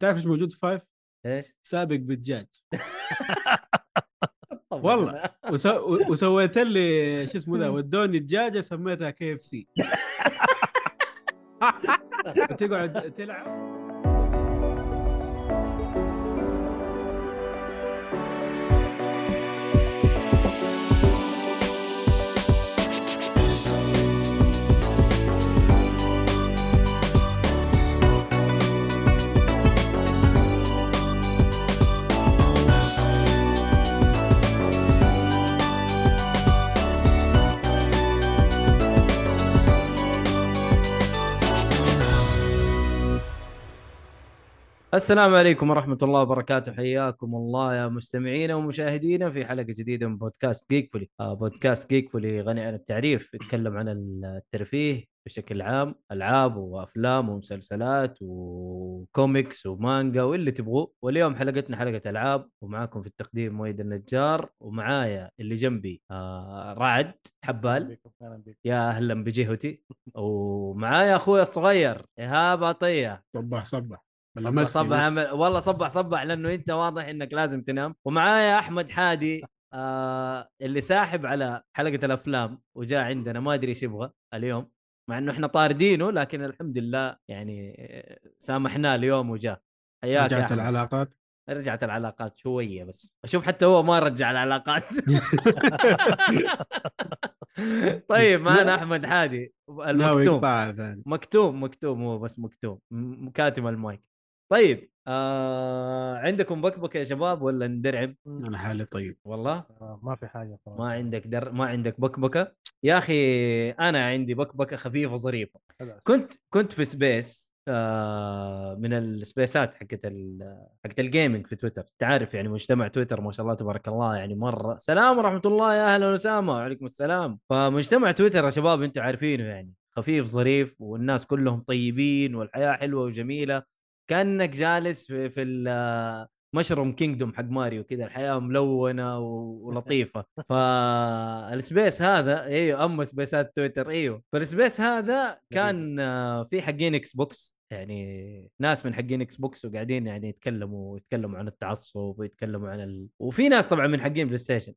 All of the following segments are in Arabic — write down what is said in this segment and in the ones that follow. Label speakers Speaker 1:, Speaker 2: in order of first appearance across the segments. Speaker 1: تعرف ايش موجود في فايف؟
Speaker 2: ايش؟
Speaker 1: سابق بالدجاج
Speaker 2: طب
Speaker 1: والله.
Speaker 2: يا جماعة.
Speaker 1: وسو... و- وسويت لي شو اسمه ذا ودوني دجاجه سميتها كي اف سي تقعد تلعب
Speaker 2: السلام عليكم ورحمة الله وبركاته حياكم الله يا مستمعينا ومشاهدينا في حلقة جديدة من بودكاست جيكفولي آه، بودكاست جيكفولي غني عن التعريف يتكلم عن الترفيه بشكل عام ألعاب وأفلام ومسلسلات وكوميكس ومانجا واللي تبغوه واليوم حلقتنا حلقة ألعاب ومعاكم في التقديم مويد النجار ومعايا اللي جنبي آه، رعد حبال
Speaker 3: بكم، أهلاً بكم.
Speaker 2: يا أهلا بجهتي ومعايا أخوي الصغير إيهاب عطية
Speaker 3: صبح صبح ولا
Speaker 2: صبح
Speaker 3: مسي
Speaker 2: صبح
Speaker 3: مسي.
Speaker 2: عمل... والله صبح صبح لانه انت واضح انك لازم تنام ومعايا احمد حادي آه اللي ساحب على حلقه الافلام وجاء عندنا ما ادري ايش يبغى اليوم مع انه احنا طاردينه لكن الحمد لله يعني آه، سامحناه اليوم وجاء حياك يا
Speaker 3: رجعت
Speaker 2: أحمد.
Speaker 3: العلاقات
Speaker 2: رجعت العلاقات شويه بس اشوف حتى هو ما رجع العلاقات طيب معنا احمد حادي
Speaker 3: ناوي
Speaker 2: المكتوم
Speaker 3: يقطعها ثاني
Speaker 2: مكتوم مكتوم هو بس مكتوم م- كاتم المايك طيب آه عندكم بكبكه يا شباب ولا ندرعب
Speaker 3: انا حالي طيب
Speaker 2: والله
Speaker 4: آه، ما في حاجه خلاص
Speaker 2: ما عندك در... ما عندك بكبكه يا اخي انا عندي بكبكه خفيفه ظريفه
Speaker 4: خلاص.
Speaker 2: كنت كنت في سبيس آه من السبيسات حقت ال... حقت الجيمنج في تويتر انت عارف يعني مجتمع تويتر ما شاء الله تبارك الله يعني مره سلام ورحمه الله يا اهلا وسهلا وعليكم السلام فمجتمع تويتر يا شباب انتم عارفينه يعني خفيف ظريف والناس كلهم طيبين والحياه حلوه وجميله كانك جالس في, في ال مشروم كينجدوم حق ماريو كذا الحياه ملونه و- ولطيفه فالسبيس هذا ايوه اما سبيسات تويتر ايوه فالسبيس هذا كان آه، في حقين اكس بوكس يعني ناس من حقين اكس بوكس وقاعدين يعني يتكلموا يتكلموا عن التعصب ويتكلموا عن ال... وفي ناس طبعا من حقين بلاي ستيشن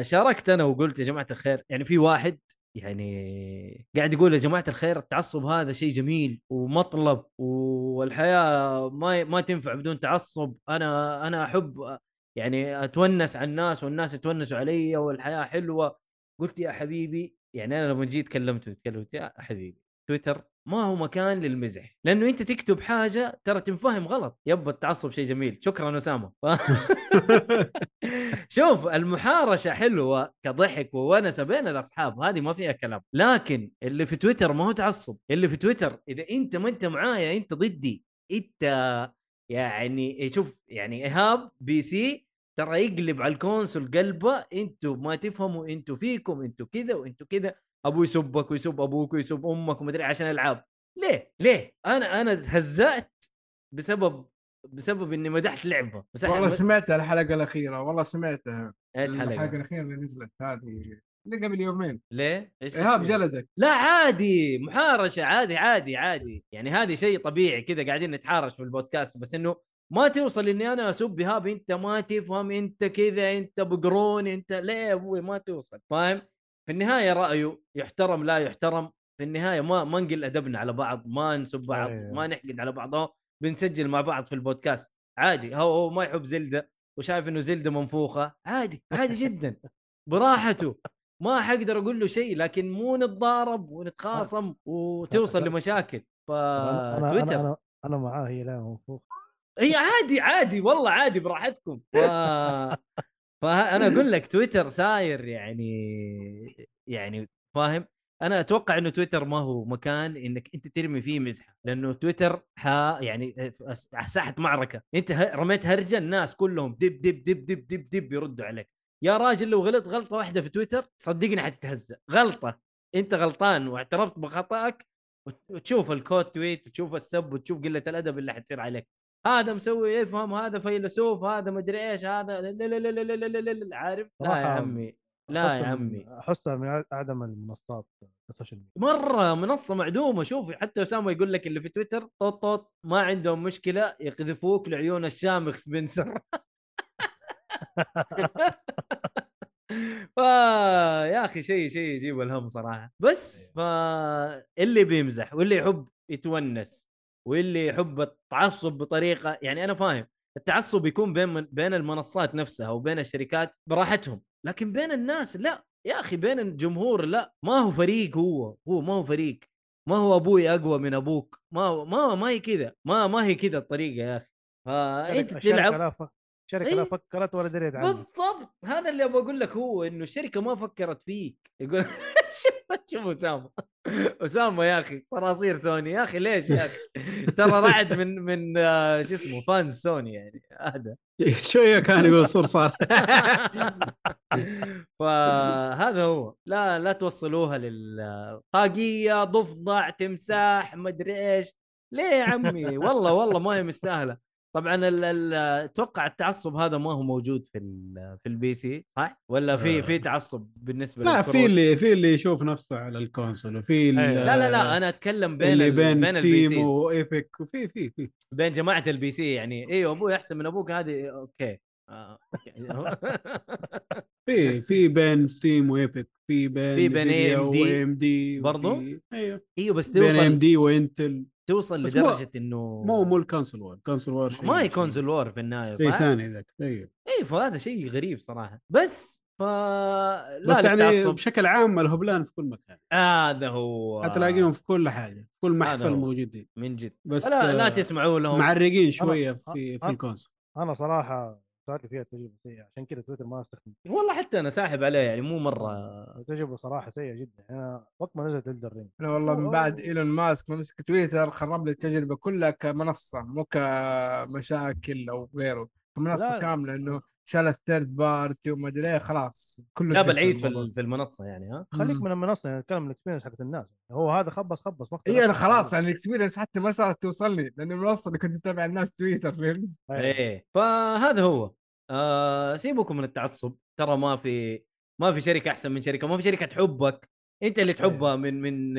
Speaker 2: فشاركت انا وقلت يا جماعه الخير يعني في واحد يعني قاعد يقول يا جماعه الخير التعصب هذا شيء جميل ومطلب والحياه ما ما تنفع بدون تعصب انا انا احب يعني اتونس على الناس والناس يتونسوا علي والحياه حلوه قلت يا حبيبي يعني انا لما جيت كلمته تكلمت يا حبيبي تويتر ما هو مكان للمزح لانه انت تكتب حاجه ترى تنفهم غلط يبا التعصب شيء جميل شكرا اسامه شوف المحارشه حلوه كضحك وونسه بين الاصحاب هذه ما فيها كلام لكن اللي في تويتر ما هو تعصب اللي في تويتر اذا انت ما انت معايا انت ضدي انت يعني شوف يعني ايهاب بي سي ترى يقلب على الكونسول قلبه انتوا ما تفهموا انتوا فيكم انتوا كذا وانتوا كذا ابوه يسبك ويسب ابوك ويسب امك ومدري عشان العاب ليه ليه انا انا تهزأت بسبب بسبب اني مدحت لعبه بس أحنا
Speaker 3: والله
Speaker 2: بس-
Speaker 3: سمعت الحلقه الاخيره والله سمعتها
Speaker 2: إيه
Speaker 3: الحلقه
Speaker 2: الحلقه
Speaker 3: الاخيره اللي نزلت هذه اللي قبل يومين
Speaker 2: ليه؟ ايش
Speaker 3: ايهاب
Speaker 2: إيش فيها؟
Speaker 3: جلدك
Speaker 2: لا عادي محارشه عادي عادي عادي يعني هذه شيء طبيعي كذا قاعدين نتحارش في البودكاست بس انه ما توصل اني انا اسب ايهاب انت ما تفهم انت كذا انت بقرون انت ليه يا ابوي ما توصل فاهم؟ في النهايه رايه يحترم لا يحترم في النهايه ما ما نقل ادبنا على بعض ما نسب بعض
Speaker 4: أيوه.
Speaker 2: ما نحقد على بعض أهو بنسجل مع بعض في البودكاست عادي هو, هو ما يحب زلده وشايف انه زلده منفوخه عادي عادي جدا براحته ما حقدر اقول له شيء لكن مو نتضارب ونتخاصم وتوصل لمشاكل
Speaker 4: انا أنا-
Speaker 2: فتويتر
Speaker 4: انا انا معاه هي لا منفوخ
Speaker 2: هي عادي عادي والله عادي براحتكم ف... فانا اقول لك تويتر ساير يعني يعني فاهم انا اتوقع انه تويتر ما هو مكان انك انت ترمي فيه مزحه لانه تويتر ح... يعني س- ساحه معركه انت ه- رميت هرجه الناس كلهم دب دب دب دب دب دب يردوا عليك يا راجل لو غلط غلطه واحده في تويتر صدقني حتتهزأ غلطه انت غلطان واعترفت بخطأك وت- وتشوف الكوت تويت وتشوف السب وتشوف قله الادب اللي حتصير عليك هذا مسوي يفهم هذا فيلسوف هذا مدري ايش هذا لا لا لا لا لا لا لا لا لا، عارف لا يا
Speaker 4: صراحة
Speaker 2: عمي لا آه، يا
Speaker 4: أحسها من-
Speaker 2: عمي
Speaker 4: احسها من عدم المنصات السوشيال ميديا
Speaker 2: مره منصه معدومه شوف حتى اسامه يقول لك اللي في تويتر طوط طوط ما عندهم مشكله يقذفوك لعيون الشامخ سبنسر فا يا اخي شيء شيء يجيب الهم صراحه بس فا اللي بيمزح واللي يحب يتونس واللي يحب التعصب بطريقه يعني انا فاهم التعصب يكون بين من بين المنصات نفسها وبين الشركات براحتهم لكن بين الناس لا يا اخي بين الجمهور لا ما هو فريق هو هو ما هو فريق ما هو ابوي اقوى من ابوك ما هو ما ما هي كذا ما ما هي كذا الطريقه يا اخي فانت
Speaker 4: شركة-
Speaker 2: تلعب
Speaker 4: شركة لا ف- شركة
Speaker 2: إيه.
Speaker 4: لا فكرت ولا دريت عنها
Speaker 2: بالضبط هذا اللي ابغى اقول لك هو انه الشركه ما فكرت فيك يقول شوف شوف اسامه اسامه يا اخي صراصير سوني يا اخي ليش يا اخي ترى رعد من من آه، شو اسمه فانز سوني يعني هذا
Speaker 1: شويه كان يقول صرصار
Speaker 2: فهذا هو لا لا توصلوها لل طاقيه ضفدع تمساح مدري ايش ليه يا عمي والله والله ما هي مستاهله طبعا ال- ال- اتوقع التعصب هذا ما هو موجود في ال- في البي سي صح ولا في في تعصب بالنسبه
Speaker 1: آه. لا
Speaker 2: للكروت؟
Speaker 1: في اللي في اللي يشوف نفسه على الكونسول وفي ال-
Speaker 4: أيوة.
Speaker 2: لا لا لا انا اتكلم بين
Speaker 1: اللي
Speaker 2: ال-
Speaker 1: بين,
Speaker 2: بين البي
Speaker 1: ستيم
Speaker 2: سيز
Speaker 1: وايبك وفي في في
Speaker 2: بين جماعه البي سي يعني ايوه ابوي احسن من ابوك هذه اوكي آه، أوكي.
Speaker 1: في في بين ستيم وايبك في بين
Speaker 2: في بين AMD
Speaker 1: ام دي
Speaker 2: برضو؟
Speaker 1: ايوه
Speaker 2: ايوه بس
Speaker 1: بين ام
Speaker 2: توصل
Speaker 1: دي وانتل
Speaker 2: توصل
Speaker 1: بس مو-
Speaker 2: لدرجه انه
Speaker 1: مو مو الكونسول وور الكونسول وور شيء- يعني
Speaker 2: ما
Speaker 1: شيء-
Speaker 2: يكون زلوار في النهايه
Speaker 1: شيء
Speaker 2: صح؟
Speaker 1: ثاني ذاك ايوه
Speaker 2: اي فهذا شيء غريب صراحه بس ف لا
Speaker 1: بس يعني
Speaker 2: للتعصب
Speaker 1: بشكل عام الهبلان في كل مكان
Speaker 2: هذا هو
Speaker 1: حتلاقيهم في كل حاجه في كل محفل
Speaker 2: هو.
Speaker 1: موجودين
Speaker 2: من جد
Speaker 1: بس
Speaker 2: لا لا
Speaker 1: آه،
Speaker 2: تسمعوا لهم
Speaker 1: معرقين شويه في في
Speaker 4: أنا-
Speaker 1: الكونسول
Speaker 4: انا صراحه صارت لي فيها تجربه سيئه عشان كذا تويتر ما استخدم آه،
Speaker 2: والله حتى انا ساحب عليه يعني مو
Speaker 1: آه،
Speaker 2: مره
Speaker 4: تجربه صراحه سيئه جدا انا يعني وقت ما نزلت الدر رينج
Speaker 3: انا والله من بعد ايلون ماسك ممسك تويتر خرب لي التجربه كلها كمنصه مو كمشاكل او غيره كمنصه
Speaker 4: لا.
Speaker 3: كامله انه شال الثيرد بارتي وما ادري إيه، خلاص كله
Speaker 2: جاب
Speaker 3: انتهى
Speaker 2: العيد في,
Speaker 3: الموضوع.
Speaker 2: ال- في المنصه يعني ها
Speaker 4: خليك
Speaker 3: مم.
Speaker 4: من المنصه يعني نتكلم الاكسبيرينس حقت الناس هو هذا خبص خبص ما
Speaker 3: اي انا خلاص يعني الاكسبيرينس حتى ما صارت توصلني لان المنصه اللي كنت متابع الناس تويتر فهمت؟
Speaker 4: اي
Speaker 2: ايه فهذا هو آه سيبوكم من التعصب ترى ما في ما في شركه احسن من شركه ما في شركه تحبك انت اللي تحبها من من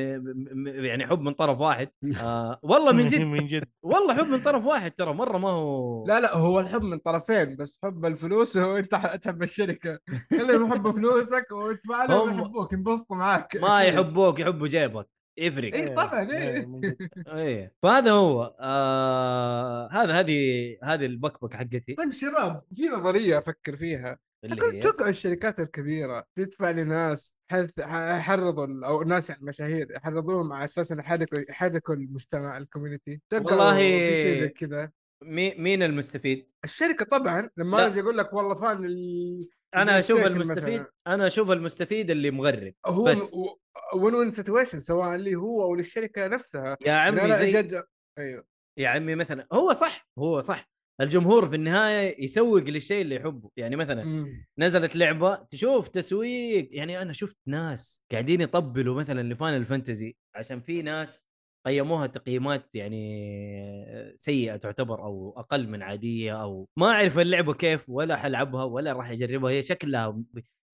Speaker 2: من- يعني حب من طرف واحد آه والله من جد
Speaker 4: من جد
Speaker 2: والله حب من طرف واحد ترى مره ما هو
Speaker 3: لا لا هو الحب من طرفين بس حب الفلوس هو انت ح- تحب الشركه خليهم يحبوا فلوسك وتدفع لهم
Speaker 2: هم-
Speaker 3: يحبوك ينبسطوا معك
Speaker 2: ما يحبوك يحبوا جيبك يفرق
Speaker 3: إيه. طبعاً، إيه.
Speaker 4: من جد.
Speaker 2: ايه فهذا هو آه هذا هذه هذه البكبكه حقتي
Speaker 3: طيب شباب في نظريه افكر فيها
Speaker 2: اللي
Speaker 3: كل
Speaker 2: هي-
Speaker 3: توقع الشركات الكبيره تدفع لناس حث يحرضوا او ناس يعني مشاهير يحرضوهم على اساس إن يحركوا يحركوا المجتمع الكوميونتي توقعوا
Speaker 2: والله-
Speaker 3: في شيء زي كذا
Speaker 2: مي- مين المستفيد؟
Speaker 3: الشركه طبعا لما
Speaker 2: لا.
Speaker 3: اجي اقول لك والله فان ال...
Speaker 2: انا اشوف
Speaker 3: PlayStation
Speaker 2: المستفيد
Speaker 3: مثلاً.
Speaker 2: انا اشوف المستفيد اللي مغرب
Speaker 3: هو
Speaker 2: بس.
Speaker 3: و- وين وين سيتويشن سواء لي هو او للشركه نفسها
Speaker 2: يا
Speaker 3: إن
Speaker 2: عمي
Speaker 3: انا
Speaker 2: زي
Speaker 3: يعني أجد... ايوه
Speaker 2: يا عمي مثلا هو صح هو صح الجمهور في النهايه يسوق للشيء اللي يحبه يعني مثلا
Speaker 3: مم.
Speaker 2: نزلت لعبه تشوف تسويق يعني انا شفت ناس قاعدين يطبلوا مثلا لفاينل فانتزي عشان في ناس قيموها تقييمات يعني سيئه تعتبر او اقل من عاديه او ما اعرف اللعبه كيف ولا حلعبها ولا راح اجربها هي شكلها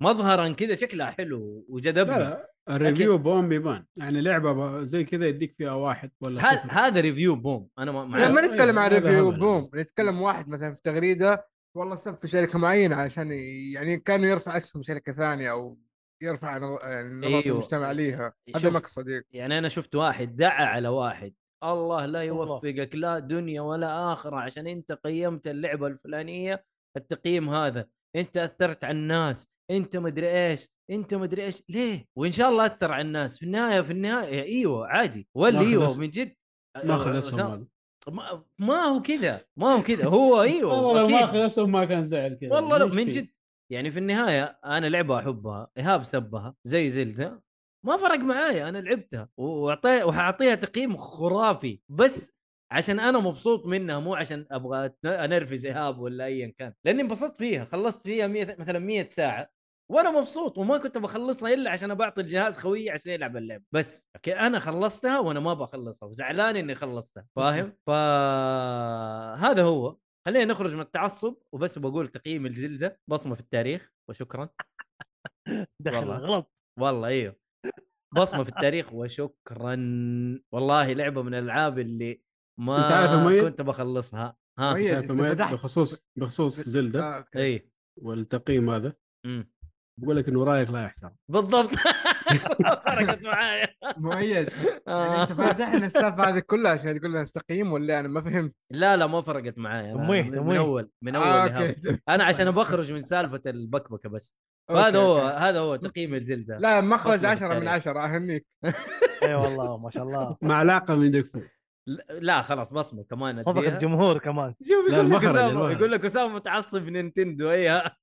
Speaker 2: مظهرا كذا شكلها حلو
Speaker 1: لا
Speaker 2: وجذبني
Speaker 1: لا الريفيو بوم بيبان يعني لعبه ب- زي كذا يديك فيها واحد ولا
Speaker 2: هذا
Speaker 1: صفر
Speaker 2: هذا ريفيو بوم انا ما
Speaker 3: لا
Speaker 2: مع
Speaker 3: ما
Speaker 1: أيوة،
Speaker 3: نتكلم عن
Speaker 1: هذا
Speaker 3: ريفيو
Speaker 1: هبل.
Speaker 3: بوم نتكلم واحد مثلا في تغريده والله سب في شركه معينه عشان ي- يعني كانه يرفع اسهم شركه ثانيه او يرفع نظ- يعني نظره
Speaker 2: أيوة.
Speaker 3: المجتمع ليها هذا إيه.
Speaker 2: شوف.
Speaker 3: مقصدي
Speaker 2: يعني انا شفت واحد دعا على واحد الله لا
Speaker 4: الله.
Speaker 2: يوفقك لا دنيا ولا اخره عشان انت قيمت اللعبه الفلانيه التقييم هذا انت اثرت على الناس انت مدري ايش انت مدري ايش ليه وان شاء الله اثر على الناس في النهايه في النهايه ايوه عادي ولا
Speaker 1: ناخذ
Speaker 2: ايوه
Speaker 1: أس-
Speaker 2: من جد
Speaker 1: ماخذ
Speaker 2: أسامة-
Speaker 1: اسهم هذا
Speaker 2: ما- ما هو كذا ما هو كذا هو ايوه
Speaker 1: والله لو ماخذ
Speaker 2: اكيد
Speaker 1: اسهم ما كان زعل كذا
Speaker 2: والله لو
Speaker 1: ليش
Speaker 2: من
Speaker 1: فيه؟
Speaker 2: جد يعني في النهايه انا لعبه احبها ايهاب سبها زي زلدة ما فرق معايا انا لعبتها واعطيها وحاعطيها تقييم خرافي بس عشان انا مبسوط منها مو عشان ابغى أتن- انرفز ايهاب ولا ايا كان لاني انبسطت فيها خلصت فيها مية مثلا 100 ساعه وانا مبسوط وما كنت بخلصها الا عشان بعطي الجهاز خويي عشان يلعب اللعبه بس لكن انا خلصتها وانا ما بخلصها وزعلان اني خلصتها فاهم فهذا هو خلينا نخرج من التعصب وبس بقول تقييم الجلده بصمه في التاريخ وشكرا
Speaker 4: دخل
Speaker 2: والله.
Speaker 4: غلط
Speaker 2: والله ايوه بصمه في التاريخ وشكرا والله لعبه من الالعاب اللي
Speaker 1: أنت عارف يا
Speaker 2: ما
Speaker 1: مؤيد؟
Speaker 2: كنت بخلصها ها
Speaker 3: مؤيد.
Speaker 1: تعرف ما-
Speaker 3: فتحت-
Speaker 1: بخصوص بخصوص زلدة
Speaker 3: آه، أوكي.
Speaker 2: اي
Speaker 1: والتقييم هذا
Speaker 2: مم.
Speaker 1: بقول لك انه رايك لا يحترم
Speaker 2: بالضبط فرقت معايا
Speaker 3: مؤيد يعني
Speaker 2: آه.
Speaker 3: انت فاتحنا السالفه هذه كلها عشان تقول لنا التقييم ولا انا ما فهمت
Speaker 2: لا لا ما فرقت معايا أنا
Speaker 4: أمي،
Speaker 2: من, من
Speaker 4: أمي.
Speaker 2: اول من اول
Speaker 3: آه،
Speaker 2: لهذا.
Speaker 3: أوكي.
Speaker 2: انا عشان بخرج من سالفه البكبكه بس
Speaker 3: أوكي،
Speaker 2: هذا هو يعني
Speaker 3: أوكي.
Speaker 2: هذا هو تقييم الزلده
Speaker 3: لا مخرج
Speaker 2: أصلاً
Speaker 3: 10 من
Speaker 2: التاريخ.
Speaker 3: 10 اهنيك
Speaker 4: اي إيه، والله ما شاء الله
Speaker 1: مع علاقه من ديك فوق
Speaker 2: لا, لا خلاص بصمه كمان
Speaker 4: صدق
Speaker 2: أديها.
Speaker 4: الجمهور كمان
Speaker 2: شوف
Speaker 1: لا،
Speaker 2: يقول لك
Speaker 1: المهرج،
Speaker 2: اسامه
Speaker 1: المهرج.
Speaker 2: يقول لك اسامه متعصب نينتندو ايها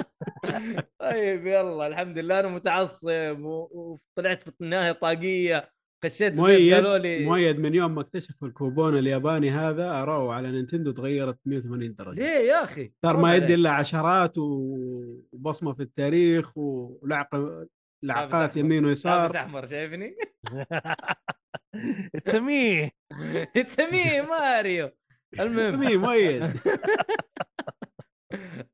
Speaker 2: طيب يلا الحمد لله انا متعصب و- وطلعت في النهايه طاقيه خشيت سبيس
Speaker 1: مؤيد-
Speaker 2: قالوا لي
Speaker 1: مؤيد من يوم ما اكتشفوا الكوبون الياباني هذا اراءه على نينتندو تغيرت 180 درجه
Speaker 2: ليه يا اخي
Speaker 1: صار
Speaker 2: رد
Speaker 1: ما يدي
Speaker 2: علي.
Speaker 1: الا عشرات و- وبصمه في التاريخ ولعقه لعقات
Speaker 2: أحمر.
Speaker 1: يمين
Speaker 2: لابس
Speaker 1: ويسار
Speaker 2: احمر شايفني
Speaker 4: تسميه
Speaker 2: تسميه ماريو المهم
Speaker 1: سميه مؤيد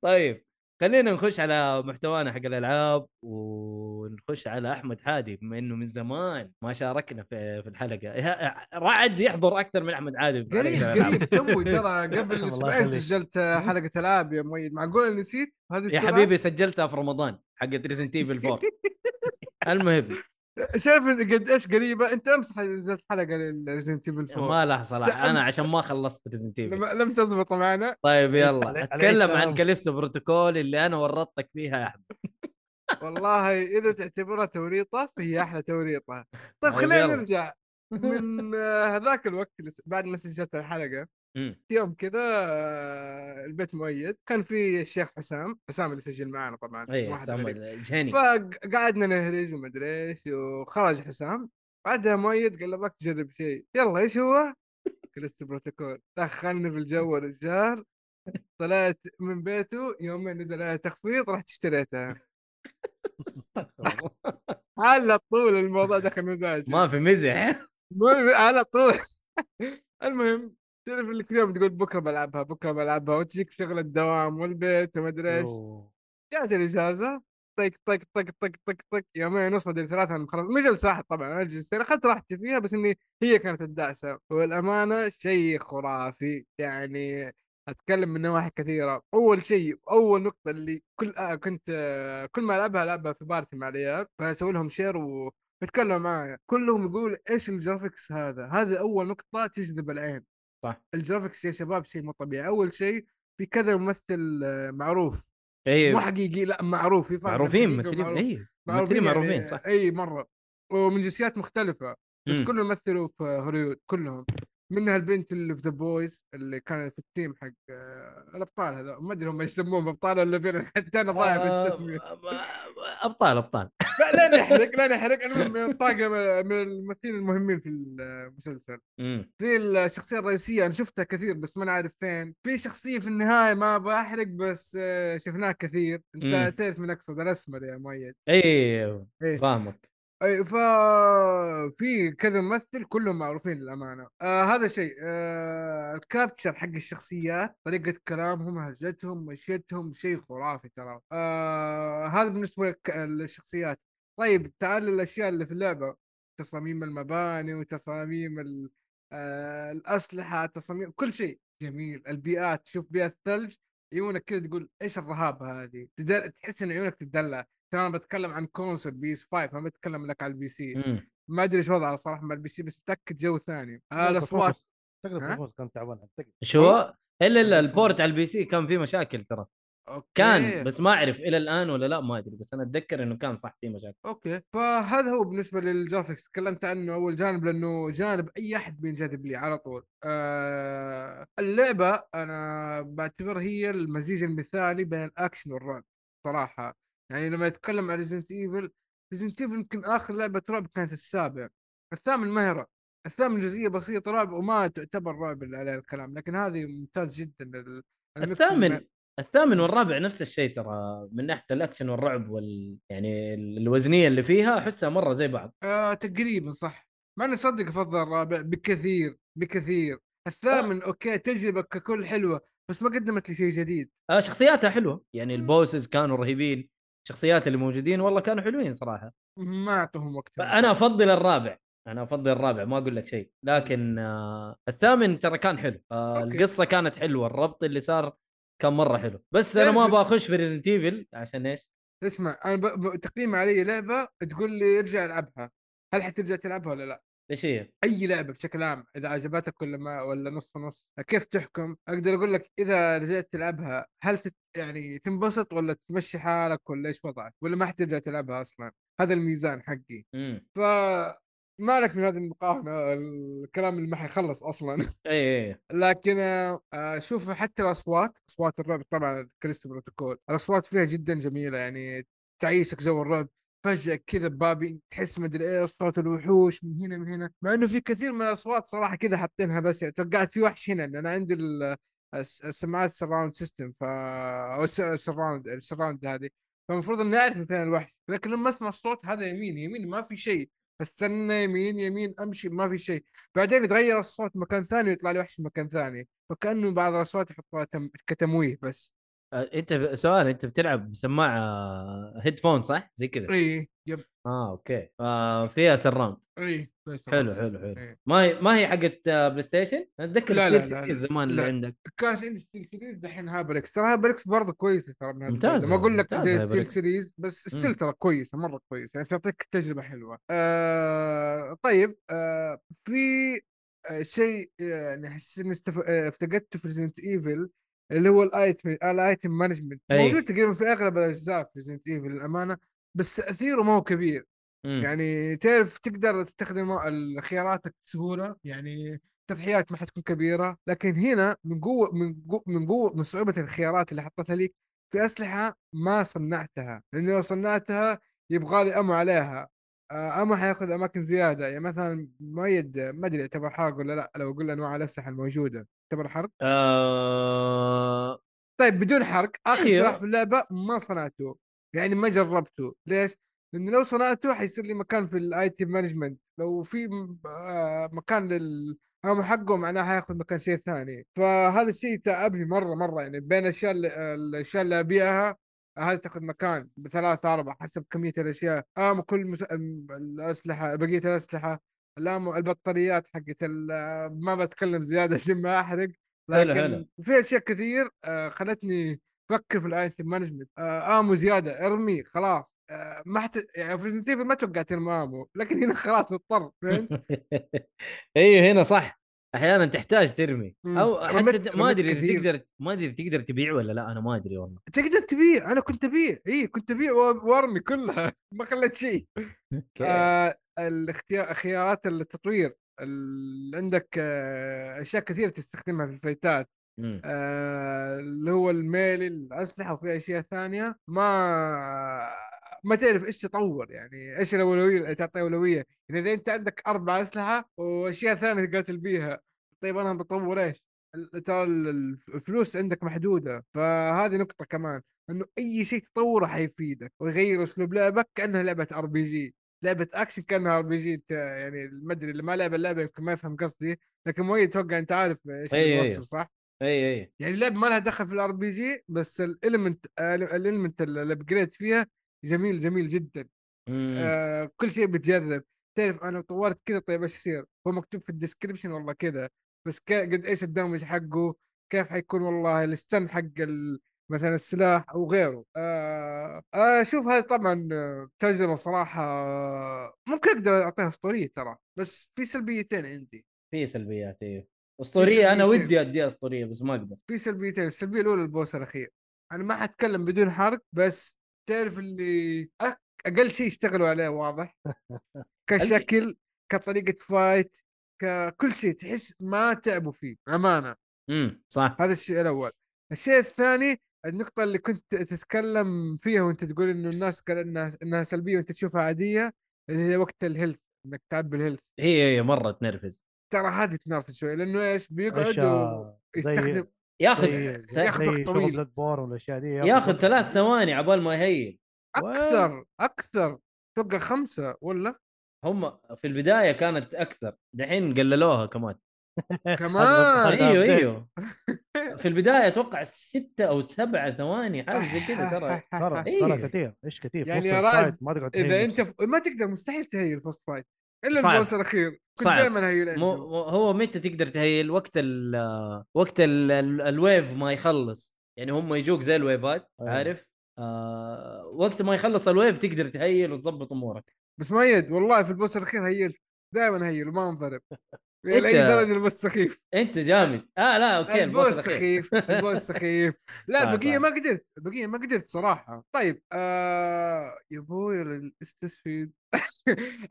Speaker 2: طيب خلينا نخش على محتوانا حق الالعاب ونخش على احمد حادي بما انه من زمان ما شاركنا في في الحلقه يا- رعد يحضر اكثر من احمد حادي في
Speaker 3: قريب
Speaker 2: حلقة الألعاب.
Speaker 3: قريب تو ترى قبل
Speaker 4: الله
Speaker 3: اسبوعين
Speaker 4: يخليك.
Speaker 3: سجلت حلقه العاب يا مؤيد معقول نسيت هذه
Speaker 2: يا
Speaker 3: السرعة؟
Speaker 2: حبيبي سجلتها في رمضان حقت ريزنت ايفل 4 المهم
Speaker 3: شايف قد ايش قريبه انت امس نزلت حلقه لريزنت ايفل 4
Speaker 2: ما لها صلاح انا
Speaker 3: سأمس-
Speaker 2: عشان ما خلصت ريزنت ايفل
Speaker 3: لم, لم تزبط معنا
Speaker 2: طيب
Speaker 4: عليك-
Speaker 2: يلا
Speaker 4: عليك
Speaker 2: اتكلم عن
Speaker 4: سلام.
Speaker 2: كاليستو بروتوكول اللي انا ورطتك فيها يا احمد
Speaker 3: والله اذا تعتبرها توريطه فهي احلى توريطه
Speaker 2: طيب
Speaker 3: طيب خلينا
Speaker 2: يلا.
Speaker 3: نرجع من آه، هذاك الوقت اللي س- بعد ما سجلت الحلقه
Speaker 2: مم.
Speaker 3: يوم كذا آه، البيت مؤيد كان في الشيخ حسام حسام اللي سجل معنا طبعا
Speaker 2: اي
Speaker 3: واحد
Speaker 2: إيه، حسام
Speaker 3: غريب.
Speaker 2: الجهني
Speaker 3: فقعدنا نهرج ومدري ايش وخرج حسام بعدها مؤيد قال له ابغاك تجرب شيء يلا ايش هو؟ كريست بروتوكول دخلني في الجو الجار طلعت من بيته يومين نزل عليها تخفيض رحت اشتريتها على طول الموضوع دخل مزاجي
Speaker 2: ما في مزح
Speaker 3: المهم على طول المهم تعرف اللي كل يوم تقول بكره بلعبها بكره بلعبها وتجيك شغل الدوام والبيت ومدري ايش
Speaker 4: أوه.
Speaker 3: جات الاجازه طق طق طق طق طق طق يومين ونص مدري ثلاثه انا مخلص مش الساحه طبعا انا جلست اخذت راحتي فيها بس اني هي كانت الدعسه والامانه شيء خرافي يعني اتكلم من نواحي كثيره اول شيء اول نقطه اللي كل آه كنت آه كل ما العبها العبها في بارتي مع العيال فاسوي لهم شير وبتكلم معايا كلهم يقول ايش الجرافيكس هذا هذه اول نقطه تجذب العين
Speaker 2: صح.
Speaker 3: الجرافيكس يا شباب شيء مو طبيعي اول شيء في كذا ممثل آه، معروف مو
Speaker 2: ايوه
Speaker 3: حقيقي لا معروف في فرق بين
Speaker 2: معروفين
Speaker 3: حقيقي
Speaker 2: ممثلين
Speaker 3: ومعروف.
Speaker 2: ايوه ممثلين
Speaker 3: يعني
Speaker 2: معروفين صح
Speaker 3: اي مره ومن جنسيات مختلفه بس
Speaker 2: مم.
Speaker 3: كلهم مثلوا في هوليوود كلهم منها البنت اللي في ذا بويز اللي كانت في التيم حق آه، الابطال هذا ما ادري هم يسموهم ابطال ولا فين حتى انا ضايع في
Speaker 2: آه،
Speaker 3: التسميه
Speaker 2: ابطال ابطال
Speaker 3: لا لا نحرق لا نحرق المهم من الطاقم من الممثلين المهمين في المسلسل
Speaker 2: مم.
Speaker 3: في الشخصيه الرئيسيه انا شفتها كثير بس ما أنا عارف فين في شخصيه في النهايه ما بحرق بس آه، شفناها كثير
Speaker 2: مم.
Speaker 3: انت تعرف من اقصد الاسمر يا مؤيد
Speaker 2: ايوه
Speaker 3: إيه.
Speaker 2: فاهمك
Speaker 3: اي ف في كذا ممثل كلهم معروفين للامانه آه هذا شيء آه الكابتشر حق الشخصيات طريقه كلامهم هرجتهم مشيتهم شيء خرافي ترى آه هذا بالنسبه لك- للشخصيات طيب تعال للاشياء اللي في اللعبه تصاميم المباني وتصاميم ال- آه الاسلحه تصاميم كل شيء جميل البيئات تشوف بيئه ثلج عيونك كذا تقول ايش الرهابه هذه تدل- تحس ان عيونك تدلع ترى انا بتكلم عن كونسول بي اس 5 ما بتكلم لك على البي سي
Speaker 2: مم.
Speaker 3: ما ادري ايش وضعه صراحه مع البي سي بس متاكد جو ثاني آه الاصوات ها؟
Speaker 4: تقريبا كان تعبان أعتقد.
Speaker 2: شو
Speaker 3: إيه.
Speaker 2: الا الا البورت على البي سي كان فيه مشاكل ترى
Speaker 3: اوكي
Speaker 2: كان بس ما اعرف الى الان ولا لا ما ادري بس انا اتذكر انه كان صح فيه مشاكل
Speaker 3: اوكي فهذا هو بالنسبه للجرافكس تكلمت عنه اول جانب لانه جانب اي احد بينجذب لي على طول آه اللعبه انا بعتبر هي المزيج المثالي بين الاكشن والرعب صراحه يعني لما يتكلم عن ريزنت ايفل ريزنت ايفل يمكن اخر لعبه رعب كانت السابع الثامن ما هي رعب الثامن جزئيه بسيطه رعب وما تعتبر رعب اللي عليها الكلام لكن هذه ممتاز جدا ال- الميكس الم-
Speaker 2: الثامن الثامن والرابع نفس الشيء ترى من ناحيه الاكشن والرعب وال يعني ال- الوزنيه اللي فيها احسها مره زي بعض
Speaker 3: آه تقريبا صح مع اني صدق افضل الرابع بكثير بكثير الثامن اوكي تجربه ككل حلوه بس ما قدمت لي شيء جديد
Speaker 2: آه، شخصياتها حلوه يعني البوسز كانوا رهيبين الشخصيات اللي موجودين والله كانوا حلوين صراحه
Speaker 3: ما اعطوهم وقت
Speaker 2: فانا افضل الرابع انا افضل الرابع ما اقول لك شيء لكن آه الثامن ترى كان حلو آه
Speaker 3: أوكي.
Speaker 2: القصه كانت حلوه الربط اللي صار كان مره حلو بس انا ما
Speaker 3: تعرف-
Speaker 2: باخش في ريزنت ايفل عشان ايش
Speaker 3: اسمع انا ب... ب... تقييم علي لعبه تقول لي ارجع العبها هل حترجع تلعبها ولا لا؟
Speaker 2: ايش هي
Speaker 3: اي لعبه بشكل عام اذا عجبتك ولا ما ولا نص نص كيف تحكم؟ اقدر اقول لك اذا رجعت تلعبها هل تت... يعني تنبسط ولا تمشي حالك ولا ايش وضعك؟ ولا ما حترجع تلعبها اصلا؟ هذا الميزان حقي
Speaker 2: امم
Speaker 3: ف مالك من هذه المقارنه الكلام اللي ما حيخلص اصلا
Speaker 2: اي اي
Speaker 3: لكن آه، آه، شوف حتى الاصوات اصوات الرعب طبعا كريستو بروتوكول الاصوات فيها جدا جميله يعني تعيشك جو الرعب فجاه كذا بابي تحس مدري ايه صوت الوحوش من هنا من هنا مع انه في كثير من الاصوات صراحه كذا حاطينها بس يعني توقعت في وحش هنا لان انا عندي ال- الس- السماعات سراوند سيستم ف او السراوند السراوند هذه فالمفروض اني اعرف من فين الوحش لكن لما اسمع الصوت هذا يمين يمين ما في شيء استنى يمين يمين امشي ما في شيء بعدين يتغير الصوت مكان ثاني ويطلع لي وحش مكان ثاني فكانه بعض الاصوات يحطوها تم... كتمويه بس
Speaker 2: آه، انت ب- سؤال انت بتلعب بسماعه هيدفون صح زي كذا
Speaker 3: اي إيه، يب
Speaker 2: اه اوكي آه فيها سراوند
Speaker 3: اي بس
Speaker 2: حلو،
Speaker 3: خلاص.
Speaker 2: حلو، حلو.
Speaker 3: إيه.
Speaker 2: ما هي ما هي حقت آه، بلاي ستيشن اتذكر
Speaker 3: لا، لا،
Speaker 2: السير
Speaker 3: لا،
Speaker 2: سيتي
Speaker 3: لا.
Speaker 2: زمان اللي
Speaker 3: لا.
Speaker 2: عندك
Speaker 3: كانت عندي ستيل سيريز دحين هابريكس ترى هابريكس برضه كويسه ترى من هذا
Speaker 2: ممتازة،
Speaker 3: البعد. ما اقول لك
Speaker 2: ممتازة
Speaker 3: زي ستيل
Speaker 2: هابريكس.
Speaker 3: سيريز بس
Speaker 2: مم.
Speaker 3: ستيل ترى كويسه مره كويسه يعني تعطيك تجربه حلوه آه طيب آه في آه، شيء آه، يعني احس اني استف- آه، افتقدته في ريزنت ايفل اللي هو الايتم الايتم مانجمنت
Speaker 2: أي.
Speaker 3: موجود تقريبا في اغلب الاجزاء في ريزنت ايفل للامانه بس تاثيره ما هو كبير
Speaker 2: مم.
Speaker 3: يعني تعرف تقدر تستخدم ال- خياراتك بسهوله يعني التضحيات ما حتكون كبيره لكن هنا من قوه من قوه من قوه من صعوبه الخيارات اللي حطيتها لك في اسلحه ما صنعتها لان لو صنعتها يبغى لي امو عليها آه، امو حياخذ اماكن زياده يعني مثلا مؤيد ما ادري يعتبر حرق ولا لا لو اقول انواع الاسلحه الموجوده يعتبر حرق
Speaker 2: آه...
Speaker 3: طيب بدون حرق اخر
Speaker 2: أيوه.
Speaker 3: سلاح في اللعبه ما صنعته يعني ما جربته ليش؟ لانه لو صنعته حيصير لي مكان في الايتم مانجمنت لو في م- آه، مكان لل هم حقه معناه حياخذ مكان شيء ثاني فهذا الشيء تعبني مره مره يعني بين الاشياء اللي- الاشياء اللي ابيعها هذا تاخذ مكان بثلاثة أربعة حسب كمية الأشياء آم كل مس... الم- الأسلحة بقية الأسلحة الآم البطاريات حقت ال... ما بتكلم زيادة عشان ما أحرق
Speaker 2: حلو،
Speaker 3: لكن
Speaker 2: حلو.
Speaker 3: في اشياء كثير آه، خلتني افكر في الايتم مانجمنت آه، امو زياده ارمي خلاص آه، ما حت... يعني في Resident Evil ما توقعت ترمي امو لكن هنا خلاص اضطر فهمت؟
Speaker 2: ايوه هنا صح احيانا تحتاج ترمي
Speaker 3: مم.
Speaker 2: او حتى
Speaker 3: رميت-
Speaker 2: ت- ما
Speaker 3: رميت
Speaker 2: ادري اذا
Speaker 3: كثير.
Speaker 2: تقدر ما ادري إذا تقدر تبيع ولا لا انا ما ادري والله
Speaker 3: تقدر تبيع انا كنت ابيع اي كنت ابيع وأ- وارمي كلها ما خليت شيء
Speaker 2: اوكي
Speaker 3: آه الاختيار خيارات التطوير ال- عندك آه، اشياء كثيره تستخدمها في الفايتات
Speaker 2: مم.
Speaker 3: آه، اللي هو الميل الاسلحه وفي اشياء ثانيه ما ما تعرف ايش تطور يعني ايش الاولويه اللي تعطي اولويه يعني اذا انت عندك اربع اسلحه واشياء ثانيه تقاتل بيها طيب انا بطور ايش؟ ال- ترى ال- ال- الفلوس عندك محدوده فهذه نقطه كمان انه اي شيء تطوره حيفيدك ويغير اسلوب لعبك كانها لعبه ار بي جي لعبه اكشن كانها ار بي جي انت يعني ما ادري اللي ما لعب اللعبه يمكن ما يفهم قصدي لكن مؤيد اتوقع انت عارف ايش
Speaker 2: أي- أي.
Speaker 3: الوصف صح؟
Speaker 2: اي اي
Speaker 3: يعني اللعبه ما لها دخل في الار بي جي بس الاليمنت الاليمنت الابجريد فيها جميل جميل جدا
Speaker 2: مم.
Speaker 3: آه كل شيء بتجرب تعرف انا لو طورت كذا طيب ايش يصير هو مكتوب في الديسكربشن والله كذا بس ك- قد ايش الدمج حقه كيف حيكون والله الستن حق ال- مثلا السلاح او غيره آه اشوف هذه طبعا آه، تجربه صراحه آه، ممكن اقدر اعطيها اسطوريه ترى بس في سلبيتين عندي
Speaker 2: في سلبيات ايوه اسطوريه انا
Speaker 3: سلبيتين.
Speaker 2: ودي اديها اسطوريه بس ما اقدر
Speaker 3: في سلبيتين السلبيه الاولى البوس الاخير انا ما حتكلم بدون حرق بس تعرف اللي أك... اقل شيء اشتغلوا عليه واضح كشكل كطريقه فايت ككل شيء تحس ما تعبوا فيه امانه
Speaker 2: امم صح
Speaker 3: هذا الشيء الاول الشيء الثاني النقطة اللي كنت تتكلم فيها وانت تقول انه الناس قال انها انها سلبية وانت تشوفها عادية اللي هي وقت الهيلث انك تعب بالهيلث
Speaker 2: هي هي مره تنرفز
Speaker 3: ترى هذه تنافس شوي لانه ايش
Speaker 4: إيش،
Speaker 3: بيقعد
Speaker 4: آه، زي-
Speaker 3: ويستخدم
Speaker 2: إيه، ياخذ
Speaker 4: زي-
Speaker 2: ث-
Speaker 3: ياخذ وقت
Speaker 4: زي إيه، شغل
Speaker 3: طويل.
Speaker 4: بلاد بور والاشياء دي
Speaker 2: ياخذ ثلاث ثواني عبال ما يهيل
Speaker 3: اكثر اكثر توقع خمسة ولا
Speaker 2: هم في البدايه كانت اكثر دحين قللوها كمان
Speaker 3: كمان
Speaker 4: هذا
Speaker 2: ايوه
Speaker 4: update.
Speaker 2: ايوه في البدايه اتوقع ستة او سبعة ثواني حاجه زي كذا ترى
Speaker 4: ترى
Speaker 2: إيه.
Speaker 4: ترى كثير ايش كثير
Speaker 3: يعني
Speaker 4: يعني
Speaker 3: يا
Speaker 4: يا
Speaker 3: رائد،
Speaker 4: ما تقعد
Speaker 3: اذا
Speaker 4: تهيج.
Speaker 3: انت ف... ما تقدر مستحيل تهيل فوست فايت الا
Speaker 2: صعب.
Speaker 3: البوس الاخير كنت
Speaker 2: صعب.
Speaker 3: دائما هيل
Speaker 2: مو
Speaker 3: عنده.
Speaker 2: مو- هو متى تقدر تهيل وقت ال وقت ال ال- الويف ما يخلص يعني هم يجوك زي الويفات
Speaker 4: أيوة.
Speaker 2: عارف آه وقت ما يخلص الويف تقدر تهيل وتظبط امورك
Speaker 3: بس مؤيد والله في البوس الاخير هيلت دائما هيل وما انضرب لاي
Speaker 2: أنت-
Speaker 3: درجه البوس سخيف
Speaker 2: انت جامد اه لا اوكي
Speaker 3: البوس
Speaker 2: البوس الاخير
Speaker 3: سخيف البوس سخيف لا
Speaker 2: صح،
Speaker 3: البقيه
Speaker 2: صح.
Speaker 3: ما قدرت البقيه ما قدرت صراحه طيب آه يا ابوي الاستسفيد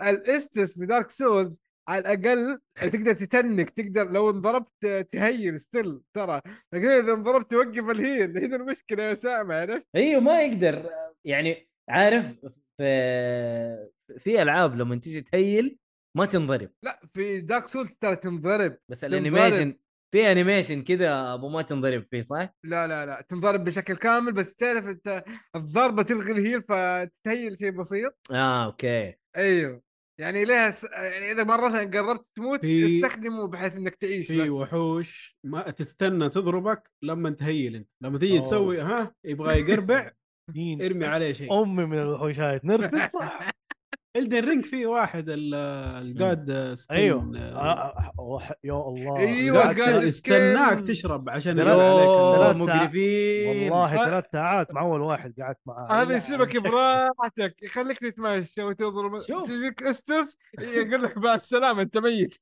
Speaker 3: الاستس في دارك سولز على الاقل تقدر تتنك تقدر لو انضربت تهيل ستيل ترى لكن اذا انضربت توقف الهيل هنا المشكله يا سامع عرفت
Speaker 2: ايوه ما يقدر يعني عارف في في العاب لما تيجي تهيل ما تنضرب
Speaker 3: لا في دارك سولز ترى تنضرب
Speaker 2: بس
Speaker 3: تنضرب.
Speaker 2: الانيميشن في انيميشن كذا ابو ما تنضرب فيه صح؟
Speaker 3: لا لا لا تنضرب بشكل كامل بس تعرف انت الضربه تلغي الهيل فتتهيل شيء بسيط
Speaker 2: اه اوكي
Speaker 3: ايوه يعني لها س... يعني اذا مره قربت تموت
Speaker 1: في-
Speaker 3: استخدمه بحيث انك تعيش
Speaker 1: في
Speaker 3: بس
Speaker 1: وحوش ما تستنى تضربك لما تهيل انت لما تيجي
Speaker 4: أوه.
Speaker 1: تسوي ها يبغى يقربع
Speaker 4: دين
Speaker 1: ارمي عليه شيء
Speaker 4: امي من الوحوشات نرفز صح
Speaker 1: الدن رينج في واحد ال- الجاد سكين
Speaker 4: ايوه
Speaker 1: آه،
Speaker 4: آه، آه، وح- يا الله
Speaker 3: أيوه،
Speaker 4: ثلاث
Speaker 1: قاعد
Speaker 3: الجاد
Speaker 4: ساعات.
Speaker 1: يست-
Speaker 3: سكين.
Speaker 1: يستناك تشرب عشان
Speaker 4: لا،
Speaker 1: يلعب عليك
Speaker 4: لا،
Speaker 2: يوه،
Speaker 1: ال-
Speaker 4: لا،
Speaker 2: مقرفين
Speaker 4: والله
Speaker 3: آه.
Speaker 4: ثلاث ساعات مع أيوه. اول واحد قعدت معاه
Speaker 1: أيوه،
Speaker 3: هذا يسيبك براحتك يخليك تتمشى وتضرب
Speaker 2: شوف.
Speaker 3: تجيك استس يقول لك بعد السلامه انت ميت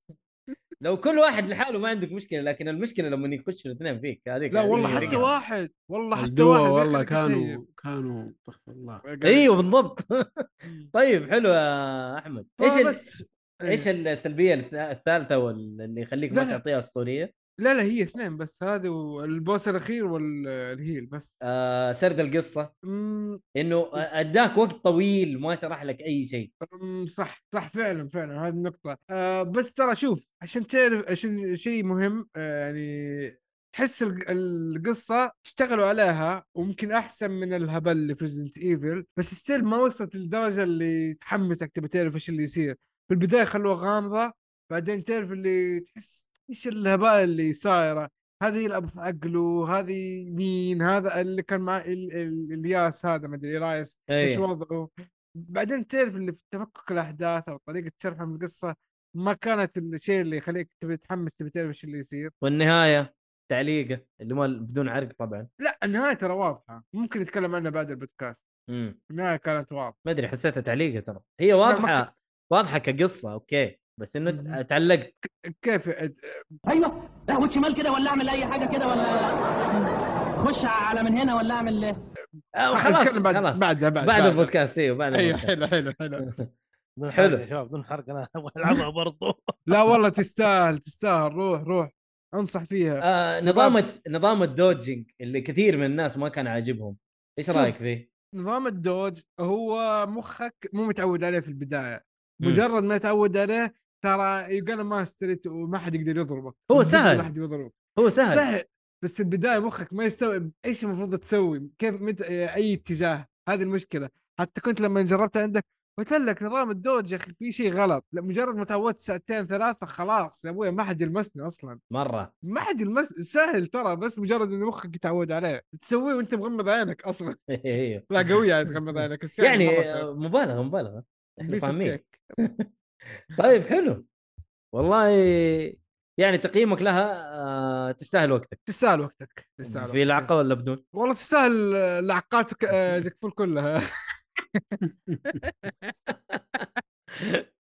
Speaker 2: لو كل واحد لحاله ما عندك مشكله لكن المشكله لما يخشوا الاثنين فيك هذيك
Speaker 3: لا
Speaker 2: هذيك
Speaker 3: والله
Speaker 2: الفريق.
Speaker 3: حتى واحد والله حتى
Speaker 1: الدوا
Speaker 3: واحد ما
Speaker 1: والله
Speaker 3: يخليك
Speaker 1: كانوا أيوه، كانوا استغفر الله
Speaker 3: تهيب.
Speaker 2: ايوه بالضبط طيب حلو يا احمد ايش ال...
Speaker 3: آه، بس إيه.
Speaker 2: ايش السلبيه الث- الثالثه وال- اللي يخليك
Speaker 3: لا،
Speaker 2: ما
Speaker 3: لا.
Speaker 2: تعطيها اسطوريه
Speaker 3: لا لا هي اثنين بس هذا والبوس الاخير والهيل بس
Speaker 2: آه سرد القصه
Speaker 3: أمم،
Speaker 2: انه
Speaker 3: بس-
Speaker 2: اداك وقت طويل ما شرح لك اي شيء
Speaker 3: أمم، صح صح فعلا فعلا هذه النقطة آه بس ترى شوف عشان تعرف عشان شيء مهم آه يعني تحس الق- القصة اشتغلوا عليها وممكن احسن من الهبل اللي في ريزنت ايفل بس ستيل ما وصلت للدرجة اللي تحمسك تبي تعرف ايش اللي يصير في البداية خلوها غامضة بعدين تعرف اللي تحس ايش الهباء اللي صايرة هذه يلعب في عقله هذه مين هذا اللي كان مع ال- ال- الياس هذا مدري رايس ايش
Speaker 2: ايوه
Speaker 3: وضعه بعدين تعرف اللي في تفكك الاحداث او طريقه شرحهم القصه ما كانت الشيء اللي يخليك تبي تتحمس تبي تعرف ايش اللي يصير
Speaker 2: والنهايه تعليقه اللي ما بدون عرق طبعا
Speaker 3: لا النهايه ترى واضحه ممكن نتكلم عنها بعد البودكاست
Speaker 2: امم
Speaker 3: النهايه كانت واضحه
Speaker 2: ما ادري حسيتها تعليقه ترى هي
Speaker 3: ما
Speaker 2: واضحه واضحه كقصه اوكي بس انه
Speaker 3: مهم.
Speaker 2: تعلقت
Speaker 3: كيف
Speaker 5: ايوه اهوت شمال كده ولا اعمل اي حاجه كده ولا خش على من هنا ولا اعمل
Speaker 2: آه،
Speaker 3: خ-
Speaker 2: خلاص
Speaker 3: نتكلم بعد
Speaker 2: خلاص
Speaker 3: بعدها بعد
Speaker 2: بعد
Speaker 3: بعدها.
Speaker 2: البودكاست ايوه بعد
Speaker 3: ايوه
Speaker 2: البودكاست
Speaker 3: حلو حلو حلو
Speaker 2: حلو.
Speaker 4: بدون حرق يا شباب بدون حرق انا ابغى العبها برضو
Speaker 3: لا والله تستاهل تستاهل روح روح انصح فيها
Speaker 2: آه
Speaker 3: شباب.
Speaker 2: نظام الت- نظام الدوجنج اللي كثير من الناس ما كان عاجبهم ايش
Speaker 3: شوف.
Speaker 2: رايك فيه؟
Speaker 3: نظام الدوج هو مخك مو متعود عليه في البدايه
Speaker 2: مم.
Speaker 3: مجرد ما تعود عليه ترى يقال ما استريت وما حد يقدر يضربك
Speaker 2: هو
Speaker 3: صدقني
Speaker 2: سهل.
Speaker 3: ما حد يضربك
Speaker 2: هو سهل, سهل.
Speaker 3: سهل بس في البدايه مخك ما يستوعب ايش المفروض تسوي كيف مت... اي اتجاه هذه المشكله حتى كنت لما جربتها عندك قلت لك نظام الدوج يا اخي في شيء غلط لا، مجرد ما تعودت ساعتين ثلاثه خلاص يا ابوي ما حد يلمسني اصلا
Speaker 2: مره
Speaker 3: ما حد يلمس سهل ترى بس مجرد ان مخك يتعود عليه تسويه وانت مغمض عينك اصلا
Speaker 2: إيوه.
Speaker 3: لا قويه يعني تغمض عينك السهل
Speaker 2: يعني
Speaker 3: مرة سهل.
Speaker 2: آه، مبالغه مبالغه احنا
Speaker 3: Piece of
Speaker 2: فاهمين
Speaker 3: cake.
Speaker 2: طيب حلو والله يعني تقييمك لها آه تستاهل وقتك
Speaker 3: تستاهل وقتك تستاهل
Speaker 2: في
Speaker 3: وقتك.
Speaker 2: لعقه ولا بدون؟
Speaker 3: والله تستاهل آه، لعقات وك- آه، تكفل كلها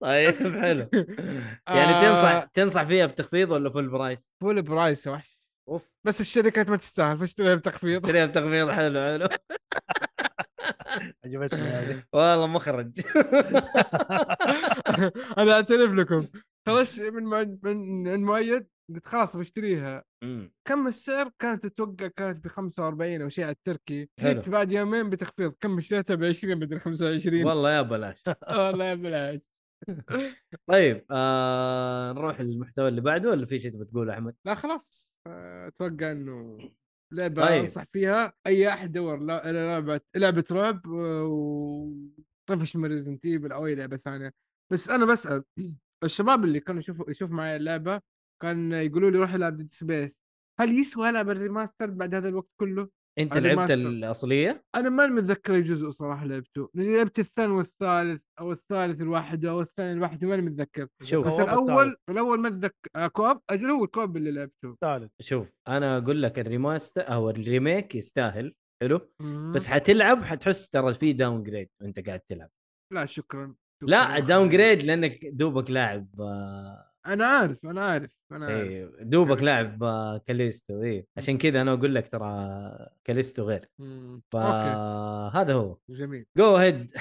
Speaker 2: طيب حلو يعني
Speaker 3: آه.
Speaker 2: تنصح تنصح فيها بتخفيض ولا فول برايس؟
Speaker 3: فول برايس يا وحش
Speaker 2: اوف
Speaker 3: بس الشركات ما تستاهل فاشتريها بتخفيض
Speaker 2: اشتريها بتخفيض حلو حلو
Speaker 4: عجبتني هذه
Speaker 2: والله مخرج
Speaker 3: انا اعترف لكم خلاص من مع- من من مؤيد قلت خلاص بشتريها
Speaker 2: مم.
Speaker 3: كم السعر كانت اتوقع كانت ب 45 او شيء على التركي
Speaker 2: حلو.
Speaker 3: جيت بعد يومين بتخفيض كم اشتريتها ب 20 بدل 25
Speaker 2: والله يا بلاش
Speaker 3: والله يا بلاش
Speaker 2: طيب آه نروح للمحتوى اللي بعده ولا في شيء تبي تقوله احمد؟
Speaker 3: لا خلاص آه، اتوقع انه لعبه
Speaker 2: طيب.
Speaker 3: انصح فيها اي احد يدور لا- لعبه لعبه رعب آه، وطفش من ريزنت ايفل او اي لعبه ثانيه بس انا بسال الشباب اللي كانوا يشوفوا يشوف معي اللعبه كان يقولوا لي روح العب ديد سبيس هل يسوى العب الريماستر بعد هذا الوقت كله؟
Speaker 2: انت
Speaker 3: على
Speaker 2: لعبت
Speaker 3: الماستر.
Speaker 2: الاصليه؟
Speaker 3: انا ما متذكر اي جزء صراحه لعبته، لعبت الثاني والثالث او الثالث لوحده او الثاني لوحده ماني متذكر،
Speaker 2: شوف
Speaker 3: بس
Speaker 4: كوب
Speaker 3: الاول الاول ما اتذكر آه، كوب اجل هو الكوب اللي لعبته
Speaker 4: الثالث
Speaker 2: شوف انا اقول لك الريماستر او الريميك يستاهل حلو
Speaker 3: مهم.
Speaker 2: بس حتلعب حتحس ترى في داون جريد وانت قاعد تلعب
Speaker 3: لا شكرا
Speaker 2: لا
Speaker 3: شكراً.
Speaker 2: داون جريد لانك دوبك لاعب آه،
Speaker 3: انا عارف انا عارف انا
Speaker 4: آه.
Speaker 3: عارف
Speaker 2: إيه، دوبك
Speaker 3: عرفت.
Speaker 2: لاعب آه، كاليستو اي عشان كذا انا اقول لك ترى كاليستو غير
Speaker 3: مم. اوكي
Speaker 2: فهذا هو
Speaker 3: جميل
Speaker 2: جو هيد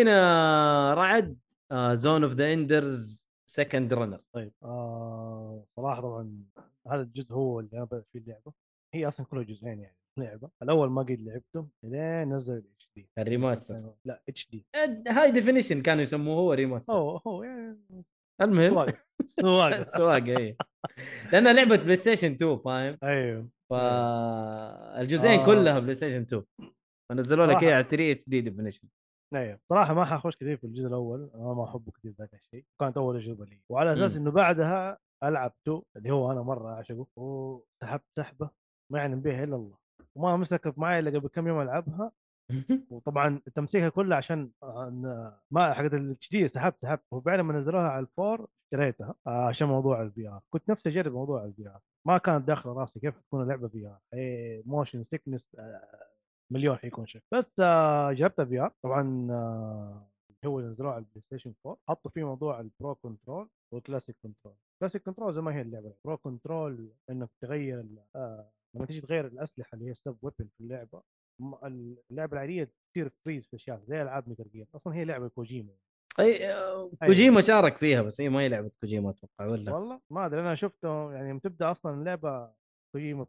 Speaker 2: ادينا رعد آه، زون اوف ذا اندرز سكند رنر
Speaker 4: طيب آه صراحه طبعا هذا الجزء هو اللي انا بدات فيه اللعبه هي اصلا كله جزئين يعني لعبه الاول ما قد لعبته لين نزل الاتش دي
Speaker 2: الريماستر
Speaker 4: لا اتش دي
Speaker 2: هاي ديفينيشن كانوا يسموه هو ريماستر
Speaker 4: هو هو يعني
Speaker 2: المهم
Speaker 4: سواقة سواقة
Speaker 2: سواقه اي لانها لعبه بلاي ستيشن 2 فاهم
Speaker 4: ايوه
Speaker 2: فالجزئين
Speaker 4: آه.
Speaker 2: كلها بلاي ستيشن 2 فنزلوا لك
Speaker 4: صراحة.
Speaker 2: اياها على 3 اتش دي ديفينيشن
Speaker 4: ايوه صراحه ما حخش كثير في الجزء الاول انا ما احبه كثير ذاك الشيء كانت اول تجربه لي وعلى اساس
Speaker 2: مم.
Speaker 4: انه بعدها العب تو اللي هو انا مره اعشقه وسحبت سحبه ما يعلم بها الا الله وما مسكت معي الا قبل كم يوم العبها وطبعا تمسيكها كلها عشان عن- ما حقت الاتش دي سحبت سحبت وبعد ما نزلوها على الفور اشتريتها آه، عشان موضوع الفي ار كنت نفسي اجرب موضوع الفي ار ما كانت داخله راسي كيف تكون اللعبه في ار موشن سيكنس آه، مليون حيكون شيء بس آه، جربتها في ار طبعا آه، هو اللي نزلوه على البلاي ستيشن 4 حطوا فيه موضوع البرو كنترول والكلاسيك كنترول كلاسيك كنترول زي ما هي اللعبه برو كنترول انك تغير ال- آه، لما تيجي تغير الاسلحه اللي هي سب ويبن في اللعبه م- اللعبه العاديه تصير فريز في اشياء زي العاب ميتال جير اصلا هي لعبه كوجيما أيوة.
Speaker 2: اي كوجيما شارك فيها بس هي ما هي لعبه كوجيما اتوقع ولا
Speaker 4: والله ما ادري انا شفته يعني يوم تبدا اصلا اللعبه كوجيما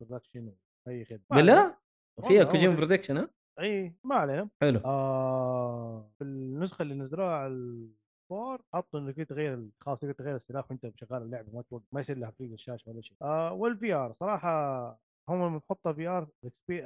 Speaker 4: برودكشن اي خدمه ما علينا.
Speaker 2: بالله
Speaker 4: والله
Speaker 2: فيها
Speaker 4: هو
Speaker 2: كوجيما
Speaker 4: ده.
Speaker 2: برودكشن ها
Speaker 4: اي ما علينا
Speaker 2: حلو
Speaker 4: آه في النسخه اللي نزلوها على الفور حطوا انك تغير ال- خلاص تقدر تغير السلاح وانت شغال اللعبه ما توقف ما يصير لها فريز الشاشه ولا شيء آه والفي ار صراحه هم لما تحطها في ار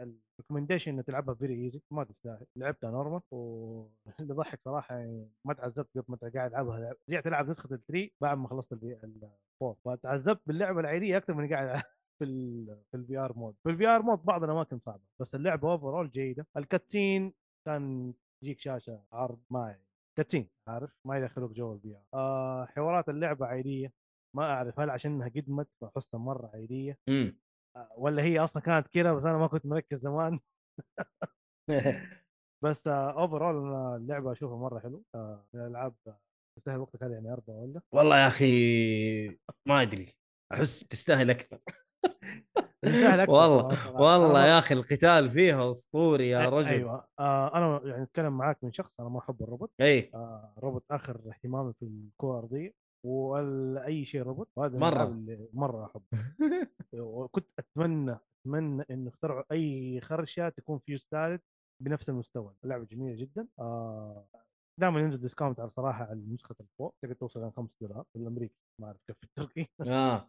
Speaker 4: الريكومنديشن انك تلعبها فيري ايزي ما تستاهل لعبتها نورمال واللي ضحك صراحه يعني ما تعذبت قد ما قاعد العبها لعب. رجعت العب نسخه الثري بعد ما خلصت الفور فتعذبت باللعبه العاديه اكثر من قاعد ألعب في ال في الفي ار مود في الفي ار مود بعض الاماكن صعبه بس اللعبه اوفرول جيده الكاتسين كان تجيك شاشه عرض ما كاتسين عارف ما يدخلوك جو الفي ار آه حوارات اللعبه عاديه ما اعرف هل عشان انها قدمت فحسها مره عاديه
Speaker 2: امم
Speaker 4: آه، ولا هي اصلا كانت كذا بس انا ما كنت مركز زمان بس آه، اوفرول انا اللعبه اشوفها مره حلو آه من الالعاب تستاهل وقتك هذا يعني اربعه ولا
Speaker 2: والله يا اخي ما ادري احس تستاهل اكثر
Speaker 4: تستاهل أكثر
Speaker 2: والله-
Speaker 4: كمان صراحة. أنا
Speaker 2: والله
Speaker 4: ما-
Speaker 2: يا اخي القتال فيها اسطوري يا
Speaker 4: أي-
Speaker 2: رجل ايوه
Speaker 4: ايوه آه انا يعني اتكلم معاك من شخص انا ما احب الروبوت
Speaker 2: اي
Speaker 4: آه روبوت اخر اهتمامي في الكره الارضيه واي شيء روبوت وهذا من
Speaker 2: مرة.
Speaker 4: الألعاب اللي مره احبه وكنت اتمنى اتمنى انه اخترعوا اي خرشه تكون فيوز ثالث بنفس المستوى اللعبه جميله جدا آه دائما ينزل ديسكاونت على صراحه على نسخه الفوق تقدر توصل الى 5 دولار في الامريكي ما اعرف كيف في التركي
Speaker 2: اه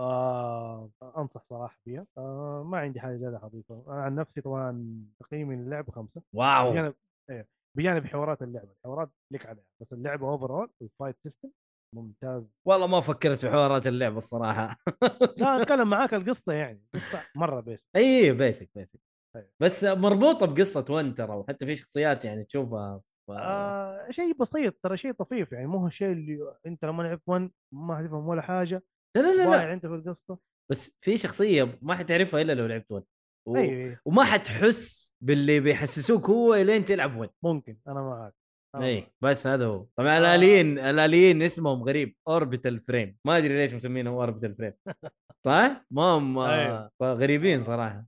Speaker 4: آه انصح صراحه فيها آه ما عندي حاجه زياده اضيفها انا عن نفسي طبعا تقييمي للعبه خمسه
Speaker 2: واو
Speaker 4: بجانب إيه، بجانب حوارات اللعبه الحوارات لك عليها بس اللعبه اوفر اول الفايت سيستم ممتاز
Speaker 2: والله ما فكرت في حوارات اللعبه الصراحه
Speaker 4: لا اتكلم معاك القصه يعني قصه مره بيس
Speaker 2: اي بيسك بيسك
Speaker 4: أيوة.
Speaker 2: إيه، بس مربوطه بقصه ون ترى وحتى في شخصيات يعني تشوفها ف...
Speaker 4: آه شيء بسيط ترى شيء طفيف يعني مو الشيء اللي انت لما لعبت 1 ما حتفهم ولا حاجه
Speaker 2: لا لا لا, لا
Speaker 4: ضايع انت في القصه
Speaker 2: بس في شخصيه ما حتعرفها الا لو لعبت ون و...
Speaker 4: ايوه
Speaker 2: وما حتحس باللي بيحسسوك هو الين تلعب ون
Speaker 4: ممكن انا معاك أنا
Speaker 2: اي
Speaker 4: معاك.
Speaker 2: بس هذا هو طبعا الاليين الاليين اسمهم غريب اوربيتال فريم ما ادري ليش مسمينهم اوربيتال فريم صح؟ ما هم آه،
Speaker 4: أيوة.
Speaker 2: غريبين صراحه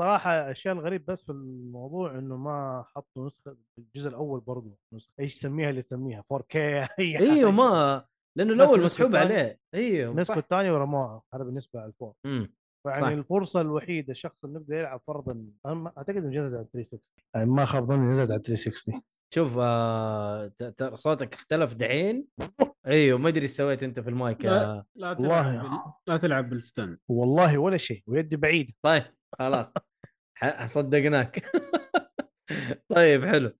Speaker 4: صراحه الشيء الغريب بس في الموضوع انه ما حطوا نسخه الجزء الاول برضه نسخه ايش تسميها اللي تسميها 4K اي
Speaker 2: ايوه
Speaker 4: حاجة.
Speaker 2: ما لانه
Speaker 4: بس
Speaker 2: الاول
Speaker 4: النسخة
Speaker 2: مسحوب
Speaker 4: الثانية-
Speaker 2: عليه ايوه
Speaker 4: النسخه
Speaker 2: صح.
Speaker 4: الثانيه ورموها هذا بالنسبه للفور
Speaker 2: أمم.
Speaker 4: فيعني
Speaker 2: صح.
Speaker 4: الفرصه الوحيده يعني الشخص اللي يقدر يلعب فرضا أنا ما- اعتقد انه نزلت على 360 يعني ما خاب ظني نزلت على 360
Speaker 2: شوف آه، ت- ترى صوتك اختلف دحين ايوه ما ادري ايش سويت انت في المايك
Speaker 1: لا.
Speaker 2: آه.
Speaker 1: لا
Speaker 4: والله.
Speaker 1: تلعب بال... لا تلعب بالستان
Speaker 4: والله ولا شيء ويدي بعيد
Speaker 2: طيب خلاص ح- صدقناك طيب حلو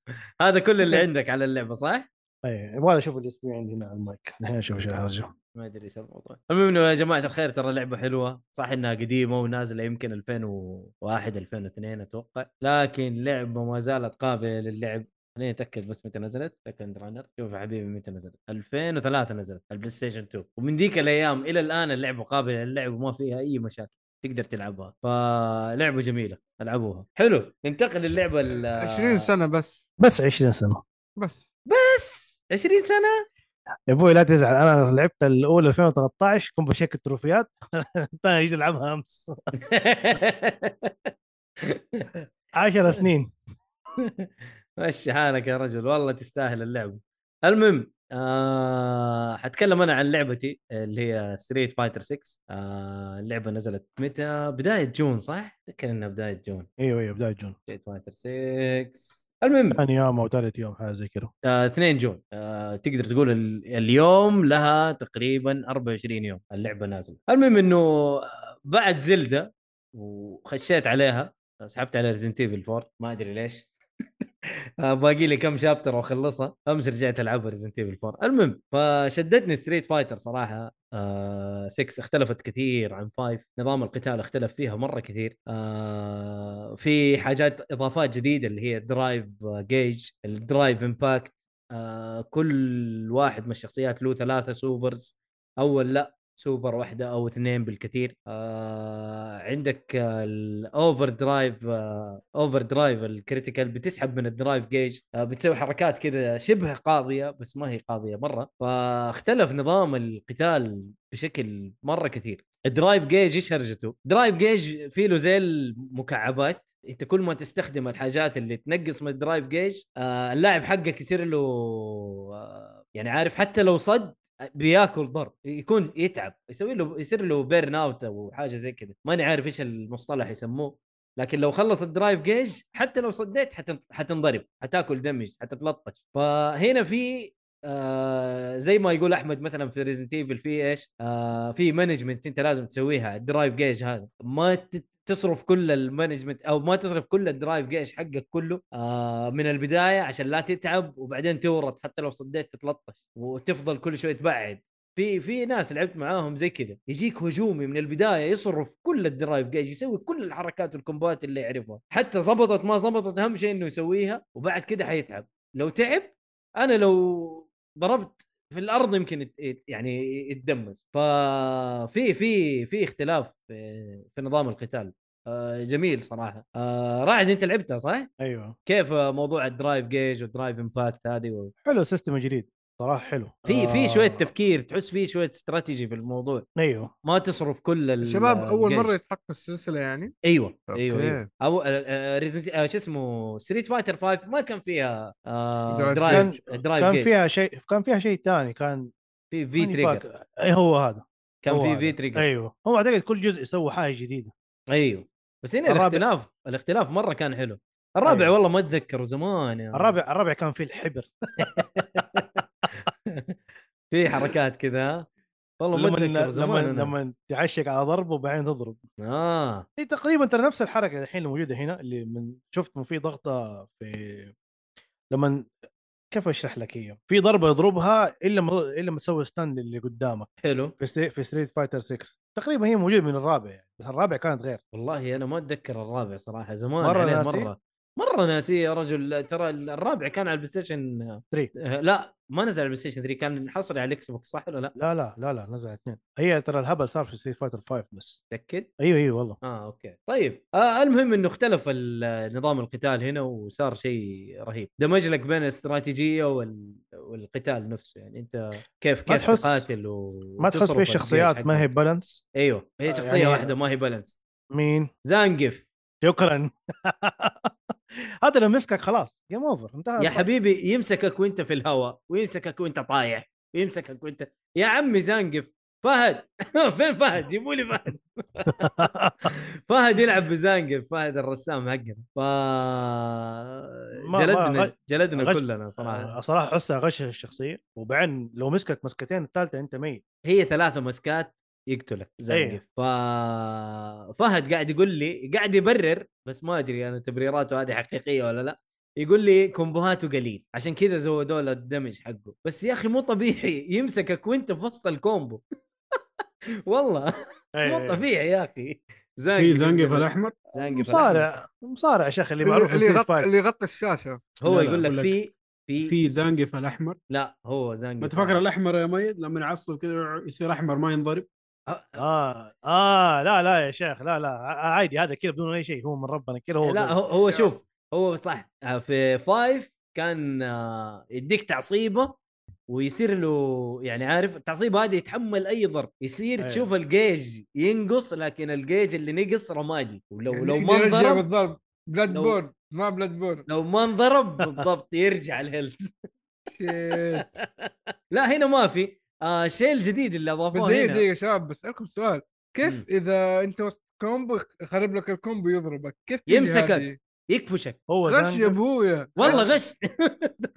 Speaker 2: هذا كل اللي عندك على اللعبه صح؟
Speaker 4: طيب، اي ابغى اشوف الاسبوع عندي هنا على المايك الحين اشوف ايش هرجه
Speaker 2: ما ادري ايش الموضوع المهم انه يا جماعه الخير ترى لعبه حلوه صح انها قديمه ونازله يمكن 2001 2002 اتوقع لكن لعبه ما زالت قابله للعب خليني اتاكد بس متى نزلت سكند رانر شوف يا حبيبي متى نزلت 2003 نزلت على البلاي ستيشن 2 ومن ذيك الايام الى الان اللعبه قابله للعب وما فيها اي مشاكل تقدر تلعبها فلعبه جميله العبوها حلو ننتقل للعبه ال
Speaker 3: 20 سنه بس
Speaker 4: بس 20 سنه
Speaker 3: بس
Speaker 2: بس 20 سنه
Speaker 4: يا ابوي لا تزعل انا لعبت الاولى 2013 كنت بشيك التروفيات طيب، الثانيه جيت العبها امس 10 سنين
Speaker 2: مشي حالك يا رجل والله تستاهل اللعبه المهم آه حتكلم انا عن لعبتي اللي هي ستريت فايتر 6 آه اللعبه نزلت متى بدايه جون صح اتذكر انها بدايه جون
Speaker 4: ايوه ايوه بدايه جون
Speaker 2: ستريت فايتر 6 المهم
Speaker 4: ثاني يوم او ثالث يوم حاجه زي كذا
Speaker 2: آه، 2 جون آه، تقدر تقول ال- اليوم لها تقريبا 24 يوم اللعبه نازله المهم انه آه، بعد زلدة وخشيت عليها سحبت على ريزنت ايفل 4 ما ادري ليش آه، باقي لي كم شابتر واخلصها امس رجعت العب ريزنت ايفل 4 المهم فشدتني ستريت فايتر صراحه آه، 6 اختلفت كثير عن 5 نظام القتال اختلف فيها مره كثير آه، في حاجات اضافات جديده اللي هي الدرايف جيج الدرايف امباكت آه، كل واحد من الشخصيات له ثلاثة سوبرز أول لا سوبر واحدة أو اثنين بالكثير آه عندك الأوفر درايف أوفر درايف الكريتيكال بتسحب من الدرايف جيج آه بتسوي حركات كذا شبه قاضية بس ما هي قاضية مرة فاختلف نظام القتال بشكل مرة كثير الدرايف جيج ايش هرجته؟ درايف جيج فيه له زي المكعبات انت كل ما تستخدم الحاجات اللي تنقص من الدرايف جيج آه اللاعب حقك يصير له آه يعني عارف حتى لو صد بياكل ضرب يكون يتعب يسوي له يصير له بيرن اوت او حاجه زي كذا ماني عارف ايش المصطلح يسموه لكن لو خلص الدرايف جيج حتى لو صديت حتن- حتنضرب حتاكل دمج حتتلطش فهنا في آه زي ما يقول احمد مثلا في ريزنت ايفل في ايش؟ آه في مانجمنت انت لازم تسويها الدرايف جيج هذا ما ت- تصرف كل المانجمنت او ما تصرف كل الدرايف جيج حقك كله آه من البدايه عشان لا تتعب وبعدين تورط حتى لو صديت تتلطش وتفضل كل شوي تبعد في في ناس لعبت معاهم زي كذا يجيك هجومي من البدايه يصرف كل الدرايف جيج يسوي كل الحركات والكومبات اللي يعرفها حتى زبطت ما زبطت اهم شيء انه يسويها وبعد كذا حيتعب لو تعب انا لو ضربت في الارض يمكن يت- يت- يعني يتدمج ففي في في اختلاف في في نظام القتال آه، جميل صراحه آه، رائد انت لعبتها صح
Speaker 4: ايوه
Speaker 2: كيف موضوع الدرايف جيج والدرايف امباكت هذه و...
Speaker 4: حلو سيستم جديد صراحه حلو
Speaker 2: في في
Speaker 4: آه،
Speaker 2: شويه تفكير تحس في شويه استراتيجي في الموضوع
Speaker 4: ايوه
Speaker 2: ما تصرف كل ال-
Speaker 3: الشباب اول
Speaker 2: الجيش.
Speaker 3: مره يتحقق السلسله يعني
Speaker 2: ايوه
Speaker 3: أوكي.
Speaker 2: ايوه, أيوة. او ريزنت آه، شو اسمه ستريت فايتر 5 ما كان فيها آه
Speaker 3: درايف
Speaker 2: درايف
Speaker 4: كان-
Speaker 2: درايف
Speaker 4: كان
Speaker 2: جيج في
Speaker 4: فيها شيء كان فيها شيء ثاني كان
Speaker 2: في
Speaker 4: ماني
Speaker 2: تريجر
Speaker 4: فاكر. اي هو هذا
Speaker 2: كان
Speaker 4: هو
Speaker 2: في
Speaker 4: هذا.
Speaker 2: في تريجر
Speaker 4: ايوه هو اعتقد كل جزء يسوي حاجه جديده
Speaker 2: ايوه بس هنا
Speaker 4: الرابع.
Speaker 2: الاختلاف الاختلاف مره كان حلو الرابع
Speaker 4: أيوة.
Speaker 2: أيوه. والله ما اتذكره زمان يا
Speaker 4: الرابع الرابع كان فيه الحبر
Speaker 2: في حركات كذا والله ما
Speaker 4: لما
Speaker 2: اتذكر
Speaker 4: لما
Speaker 2: زمان لما
Speaker 4: لما تعشق على ضربه وبعدين تضرب
Speaker 2: اه
Speaker 4: هي تقريبا ترى نفس الحركه الحين اللي موجوده هنا اللي من شفت في ضغطه في لما كيف اشرح لك هي في ضربه يضربها الا ما الا لما تسوي ستان اللي قدامك
Speaker 2: حلو
Speaker 4: في ستري... في ستريت فايتر 6 تقريبا هي موجوده من الرابع يعني بس الرابع كانت غير
Speaker 2: والله انا ما اتذكر الرابع صراحه زمان
Speaker 4: مرة
Speaker 2: مرة عليه
Speaker 4: ناسي؟
Speaker 2: مره مره ناسي يا رجل ترى الرابع كان على البلاي ستيشن آه،
Speaker 4: 3.
Speaker 2: لا ما نزل على البلاي ستيشن 3 كان حصري على الاكس بوكس صح ولا لا؟
Speaker 4: لا لا لا لا نزل اثنين هي ترى الهبل صار في ستريت فايتر 5 بس
Speaker 2: متاكد؟
Speaker 4: ايوه ايوه والله
Speaker 2: اه اوكي طيب آه المهم انه اختلف ال- نظام القتال هنا وصار شيء رهيب دمج لك بين الاستراتيجيه وال... والقتال نفسه يعني انت كيف
Speaker 4: ما
Speaker 2: كيف
Speaker 4: تحس-
Speaker 2: تقاتل و...
Speaker 4: ما تحس
Speaker 2: وتصرف
Speaker 4: في الشخصيات
Speaker 2: الجيش
Speaker 4: ما هي
Speaker 2: حقك.
Speaker 4: بالانس
Speaker 2: ايوه هي
Speaker 4: آه،
Speaker 2: شخصيه
Speaker 4: يعني-
Speaker 2: واحده ما هي بالانس
Speaker 4: مين
Speaker 2: زانقف
Speaker 4: شكرا هذا لو مسكك خلاص جيم اوفر انتهى
Speaker 2: يا حبيبي يمسكك وانت في الهواء ويمسكك وانت طايح ويمسكك وانت يا عمي زانقف فهد فين فهد جيبوا لي فهد فهد يلعب بزانقف فهد الرسام حقنا ف
Speaker 4: ما-
Speaker 2: جلدنا
Speaker 4: غش-
Speaker 2: جلدنا
Speaker 4: غش-
Speaker 2: كلنا صراحه
Speaker 4: آه، صراحه احسها غش الشخصيه وبعدين لو مسكك مسكتين الثالثه انت ميت
Speaker 2: هي ثلاثه مسكات يقتلك زانقف
Speaker 4: إيه.
Speaker 2: ف فهد قاعد يقول لي قاعد يبرر بس ما ادري انا تبريراته هذه حقيقيه ولا لا يقول لي كومبوهاته قليل عشان كذا زودوا له الدمج حقه بس يا اخي مو طبيعي يمسكك وانت في وسط الكومبو والله
Speaker 4: إيه.
Speaker 2: مو طبيعي يا اخي زانجي
Speaker 1: في زنقف الاحمر
Speaker 2: زانجي
Speaker 4: مصارع مصارع يا شيخ اللي معروف في
Speaker 3: اللي
Speaker 4: Street
Speaker 3: يغطي
Speaker 4: Fighter.
Speaker 3: اللي يغطي الشاشه
Speaker 2: هو
Speaker 1: لا، لا،
Speaker 2: يقول لك
Speaker 1: أقول لك.
Speaker 2: في في
Speaker 1: في زنقف الاحمر
Speaker 2: لا هو زانجي
Speaker 1: ما تفكر الاحمر يا ميد لما يعصب كذا يصير احمر ما ينضرب
Speaker 2: أه،
Speaker 4: اه اه لا لا يا شيخ لا لا ع- عادي هذا كذا بدون اي شيء هو من ربنا كذا هو
Speaker 2: لا
Speaker 4: قوي.
Speaker 2: هو, هو شوف هو صح آه، في فايف كان آه، يديك تعصيبه ويصير له يعني عارف التعصيب هذه يتحمل اي ضرب يصير
Speaker 4: أيوه.
Speaker 2: تشوف الجيج ينقص لكن الجيج اللي نقص رمادي ولو
Speaker 3: يعني
Speaker 2: لو ما
Speaker 3: يقدر يرجع
Speaker 2: انضرب
Speaker 3: بالضرب بلاد
Speaker 2: لو-
Speaker 3: بورن ما بلاد بورن
Speaker 2: لو ما انضرب بالضبط يرجع الهيلث
Speaker 3: شيت
Speaker 2: لا هنا ما في آه الشيء الجديد اللي
Speaker 3: بس
Speaker 2: اضافوه
Speaker 3: دقيقه
Speaker 2: هنا
Speaker 3: دقيقه يا شباب بسالكم سؤال
Speaker 2: مم.
Speaker 3: كيف اذا انت وسط كومبو يخرب لك الكومبو يضربك كيف تجي
Speaker 2: يمسكك.
Speaker 3: هذه؟
Speaker 2: يكفشك
Speaker 4: هو
Speaker 3: غش يا
Speaker 4: زنقف
Speaker 3: ابويا
Speaker 2: والله غش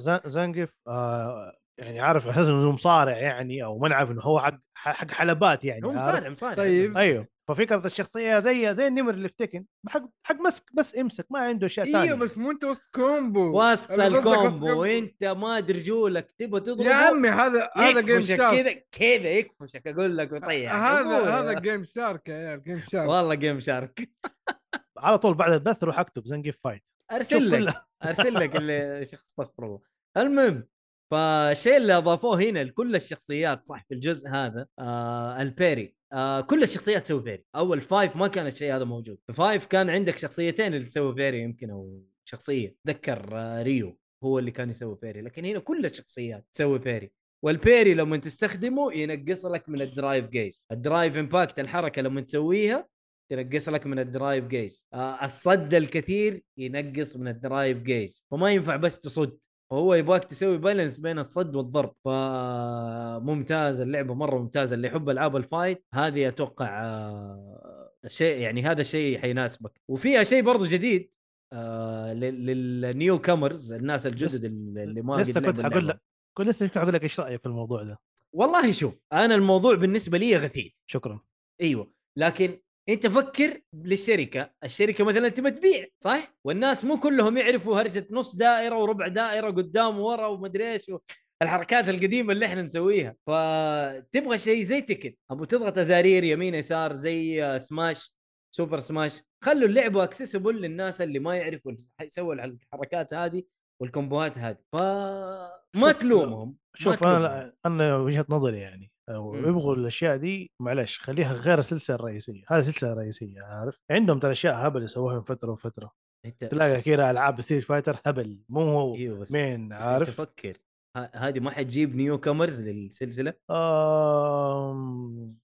Speaker 4: ز- زنقف آه يعني عارف على اساس انه مصارع يعني او ما نعرف انه هو حق حق حلبات يعني
Speaker 2: هو
Speaker 4: عارف؟
Speaker 2: مصارع مصارع
Speaker 3: طيب.
Speaker 4: ايوه ففكره الشخصيه زي زي النمر اللي في تكن حق حق مسك بس امسك ما عنده اشياء ثانيه
Speaker 3: ايوه بس مو انت وسط كومبو
Speaker 2: وسط
Speaker 3: أنا ضدك وسط
Speaker 2: الكومبو
Speaker 3: كومبو.
Speaker 2: وانت ما ادري رجولك تبغى تضربه
Speaker 3: يا عمي هذا هذا جيم
Speaker 2: يكفشك
Speaker 3: شارك
Speaker 2: كذا كذا يكفشك اقول لك ويطيح
Speaker 3: هذا هذا
Speaker 2: يعني.
Speaker 3: جيم شارك يا عيال جيم شارك
Speaker 2: والله جيم شارك
Speaker 4: على طول بعد البث روح اكتب زنقف فايت شوف
Speaker 2: ارسل لك
Speaker 4: كلها-
Speaker 2: ارسل لك اللي شخص استغفر الله المهم فالشيء اللي اضافوه هنا لكل الشخصيات صح في الجزء هذا آه البيري آه كل الشخصيات تسوي بيري اول فايف ما كان الشيء هذا موجود في فايف كان عندك شخصيتين اللي تسوي بيري يمكن او شخصيه اتذكر آه ريو هو اللي كان يسوي بيري لكن هنا كل الشخصيات تسوي بيري والبيري لما تستخدمه ينقص لك من الدرايف جيج الدرايف امباكت الحركه لما تسويها تنقص لك من الدرايف جيج آه، الصد الكثير ينقص من الدرايف جيج فما ينفع بس تصد فهو يبغاك تسوي بالانس بين الصد والضرب فممتاز اللعبه مره ممتازه اللي يحب العاب الفايت هذه اتوقع آه، شيء يعني هذا الشيء حيناسبك وفيها شيء برضو جديد آه، لل- للنيو كامرز الناس الجدد اللي اللي ما
Speaker 4: لسه
Speaker 2: قد لعبوا
Speaker 4: كنت حقول
Speaker 2: اللعبة.
Speaker 4: لك كنت لسه اقول لك ايش رايك في الموضوع ده
Speaker 2: والله شوف انا الموضوع بالنسبه لي غثيث
Speaker 4: شكرا
Speaker 2: ايوه لكن انت فكر للشركه الشركه مثلا تبى تبيع صح والناس مو كلهم يعرفوا هرجه نص دائره وربع دائره قدام ورا ومدري ايش و... الحركات القديمه اللي احنا نسويها فتبغى شيء زي تكن ابو تضغط ازارير يمين يسار زي آه، سماش سوبر سماش خلوا اللعبه اكسسبل للناس اللي ما يعرفوا يسووا الحركات هذه والكومبوهات هذه ف ما
Speaker 4: شوف،
Speaker 2: تلومهم ما
Speaker 4: شوف انا
Speaker 2: تلومهم.
Speaker 4: لا- انا وجهه نظري يعني لو
Speaker 2: مم.
Speaker 4: يبغوا الاشياء دي معلش خليها غير السلسله الرئيسيه هذه السلسله الرئيسيه عارف عندهم ترى اشياء هبل يسووها من فتره وفتره
Speaker 2: انت
Speaker 4: تلاقي كذا العاب ستيت فايتر هبل مو هو
Speaker 2: ايوه بس
Speaker 4: مين
Speaker 2: بس عارف
Speaker 4: عارف
Speaker 2: تفكر هذه ما حتجيب نيو كامرز للسلسله
Speaker 4: آم،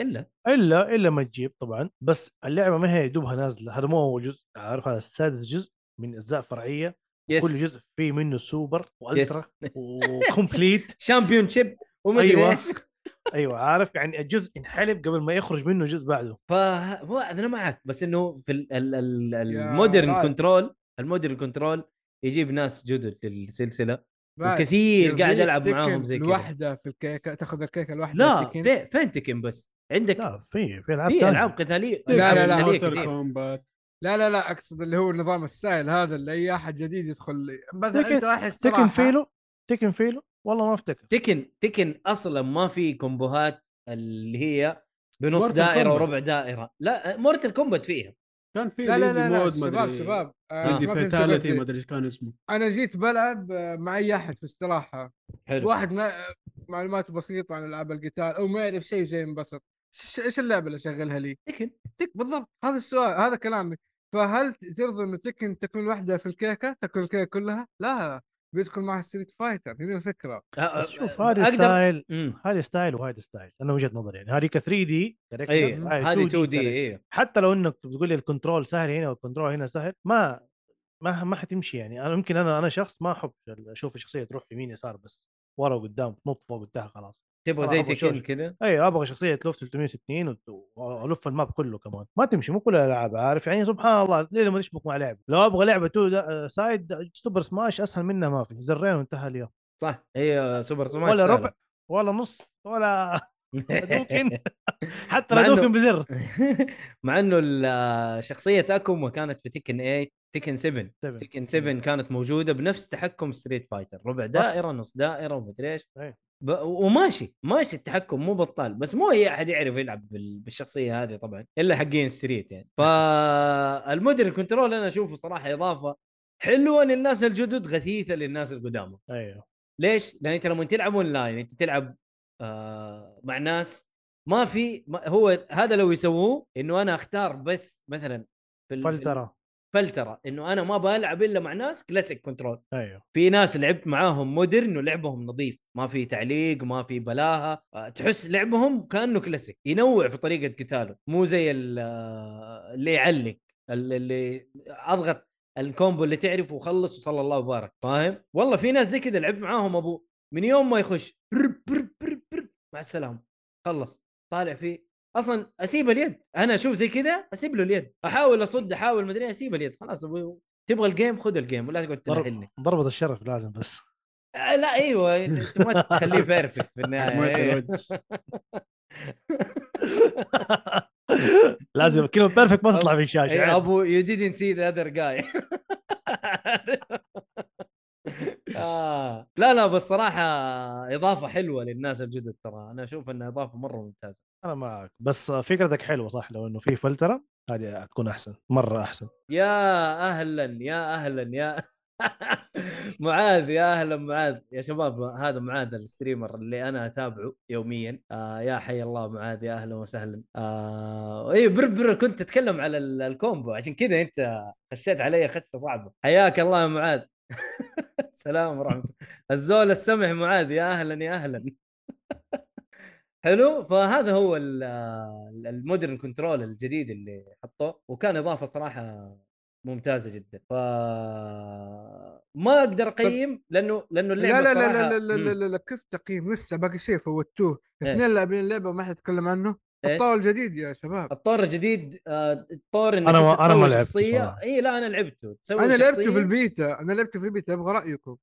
Speaker 2: الا
Speaker 4: الا الا ما تجيب طبعا بس اللعبه ما هي دوبها نازله هذا مو اول جزء عارف هذا سادس جزء من اجزاء فرعيه
Speaker 2: يس
Speaker 4: كل جزء فيه منه سوبر والترا
Speaker 2: يس
Speaker 4: وكومبليت
Speaker 2: شامبيون شيب وما ادري
Speaker 4: أيوة.
Speaker 2: ايش
Speaker 4: ايوه عارف يعني الجزء انحلب قبل ما يخرج منه جزء بعده
Speaker 2: فهو انا معك بس انه في ال- ال- ال-
Speaker 3: يا
Speaker 2: المودرن
Speaker 3: رائع.
Speaker 2: كنترول المودرن كنترول يجيب ناس جدد للسلسله
Speaker 3: بعد
Speaker 2: وكثير قاعد
Speaker 3: يرضيك
Speaker 2: العب معاهم
Speaker 3: تكن
Speaker 2: زي كذا
Speaker 3: الواحدة في الكيكه تاخذ الكيكه الواحده
Speaker 2: لا
Speaker 3: تكن.
Speaker 2: في- فين تكن بس عندك
Speaker 4: لا في في العاب
Speaker 2: في
Speaker 4: تانية.
Speaker 2: العاب قتاليه
Speaker 3: لا، لا،
Speaker 2: ألعاب قتالية
Speaker 3: لا،
Speaker 1: Mortal
Speaker 2: كثير.
Speaker 1: Kombat.
Speaker 3: لا لا لا اقصد اللي هو النظام السائل هذا اللي اي احد جديد يدخل مثلا
Speaker 4: تكن-
Speaker 3: انت رايح
Speaker 4: تكن
Speaker 3: استراحه
Speaker 4: فيلو تكن فيلو والله ما افتكر
Speaker 2: تكن تكن اصلا ما في كومبوهات اللي هي بنص
Speaker 1: Mortal
Speaker 2: دائره
Speaker 1: Kombat.
Speaker 2: وربع دائره لا مورتل كومبات فيها
Speaker 1: كان في
Speaker 3: لا لا
Speaker 1: Easy
Speaker 3: لا, لا
Speaker 1: Mode ما
Speaker 3: شباب
Speaker 1: أدري-
Speaker 3: شباب آه،
Speaker 1: ايزي
Speaker 3: ما فهمت قصدي.
Speaker 1: فاتاليتي ما ادري ايش كان اسمه
Speaker 3: انا جيت بلعب آه، مع اي احد في استراحه
Speaker 2: حلو
Speaker 3: واحد ما آه، معلوماته بسيطه عن العاب القتال او ما يعرف شيء زي انبسط إيش- ايش اللعبه اللي اشغلها لي؟
Speaker 2: تكن
Speaker 3: تك بالضبط هذا السؤال هذا كلامي فهل ترضى انه تكن تكون لوحدها في الكيكه تاكل الكيكه كلها؟ لا بيدخل معها ستريت فايتر هذه الفكره
Speaker 2: أ-
Speaker 4: بس
Speaker 2: أ-
Speaker 4: شوف هذه
Speaker 2: اقدر
Speaker 4: ستايل
Speaker 2: مم.
Speaker 4: هذه ستايل وهذه ستايل انا وجهه نظري يعني هذه 3 دي
Speaker 2: اي إيه، أيوة، هذه إيه. 2 دي اي
Speaker 4: حتى لو انك بتقول لي الكنترول سهل هنا والكنترول هنا سهل ما ما ما حتمشي يعني انا يمكن انا انا شخص ما احب اشوف الشخصيه تروح يمين يسار بس ورا وقدام تنط فوق وتحت خلاص
Speaker 2: تبغى
Speaker 4: أنا
Speaker 2: زي
Speaker 4: آه، أبغى
Speaker 2: تكن
Speaker 4: شوش.
Speaker 2: كذا
Speaker 4: اي ابغى شخصيه تلف 360 وت- والف الماب كله كمان ما تمشي مو كل الالعاب عارف يعني سبحان الله ليه ما تشبك مع لعبه لو ابغى لعبه تو آه، دا- سايد سوبر سماش اسهل منها ما في زرين وانتهى اليوم
Speaker 2: صح هي سوبر سماش
Speaker 4: ولا
Speaker 2: سهلة.
Speaker 4: ربع ولا نص ولا هدوكن حتى
Speaker 2: مع إنه-
Speaker 4: هدوكن بزر
Speaker 2: آه، مع انه ال- شخصيه اكوما كانت في تكن 8 تكن 7
Speaker 4: 7
Speaker 2: تكن
Speaker 4: إيه.
Speaker 2: 7 كانت موجوده بنفس تحكم ستريت فايتر ربع دائره نص دائره ومدري ايش
Speaker 4: إيه.
Speaker 2: ب... وماشي ماشي التحكم مو بطال بس مو اي احد يعرف يلعب بال... بالشخصيه هذه طبعا الا حقين ستريت يعني فالمودرن كنترول انا اشوفه صراحه اضافه حلوه للناس الجدد غثيثه للناس القدامى
Speaker 4: ايوه
Speaker 2: ليش؟ لان انت لما تلعب اونلاين انت تلعب آه مع ناس ما في ما هو هذا لو يسووه انه انا اختار بس مثلا في ال- في ال-
Speaker 4: فلتره
Speaker 2: فلتره انه انا ما بلعب الا مع ناس كلاسيك كنترول
Speaker 4: ايوه
Speaker 2: في ناس لعبت معاهم مودرن ولعبهم نظيف ما في تعليق ما في بلاهه آه، تحس لعبهم كانه كلاسيك ينوع في طريقه قتاله مو زي ال- آه، اللي يعلق ال- اللي اضغط الكومبو اللي تعرفه وخلص وصلى الله وبارك فاهم والله في ناس زي كذا لعبت معاهم ابو من يوم ما يخش برب برب برب برب مع السلامه خلص طالع فيه اصلا اسيب اليد انا اشوف زي كذا اسيب له اليد احاول اصد احاول مدري اسيب اليد إيه، خلاص أبو- تبغى الجيم خذ الجيم ولا تقعد
Speaker 4: ضرب-
Speaker 2: تنحلني
Speaker 4: ضربة الشرف لازم بس
Speaker 2: آه، لا ايوه انت أنت ما تخليه بيرفكت في النهايه
Speaker 1: ما
Speaker 2: إيه.
Speaker 1: تروج
Speaker 4: لازم كلمة بيرفكت ما تطلع في الشاشة
Speaker 2: إيه،
Speaker 4: عادي.
Speaker 2: ابو يو didn't سي ذا اذر جاي آه. لا لا بس صراحه اضافه حلوه للناس الجدد ترى انا اشوف انها اضافه مره ممتازه
Speaker 4: انا معك بس فكرتك حلوه صح لو انه في فلتره هذه تكون احسن مره احسن
Speaker 2: يا اهلا يا اهلا يا معاذ يا اهلا معاذ يا شباب هذا معاذ الستريمر اللي انا اتابعه يوميا آه يا حي الله معاذ يا اهلا وسهلا آه اي بر بر كنت تتكلم على ال- الكومبو عشان كذا انت خشيت علي خشه صعبه حياك الله يا معاذ السلام ورحمه الله. الزول السمح معاذ يا اهلا يا اهلا حلو فهذا هو ال- ال- المودرن كنترول الجديد اللي حطوه وكان اضافه صراحه ممتازه جدا ف ما اقدر اقيم لانه لانه
Speaker 3: لا
Speaker 2: اللعبه
Speaker 3: لا لا
Speaker 2: صراحة-
Speaker 3: لا لا لا,
Speaker 2: مم.
Speaker 3: لا, لا كيف تقييم لسه باقي شيء فوتوه
Speaker 2: إيش؟
Speaker 3: اثنين لاعبين اللعبه ما حد يتكلم عنه
Speaker 2: إيش؟
Speaker 3: الطور الجديد يا شباب
Speaker 2: الطور الجديد آه، الطور انك
Speaker 4: أنا ما-
Speaker 2: أنت
Speaker 4: أنا ما
Speaker 2: تسوي
Speaker 4: لعبته
Speaker 2: شخصيه
Speaker 4: صراحة.
Speaker 2: اي لا انا لعبته تسوي
Speaker 3: انا لعبته
Speaker 2: شخصية-
Speaker 3: في البيتا انا لعبته في البيتا ابغى رايكم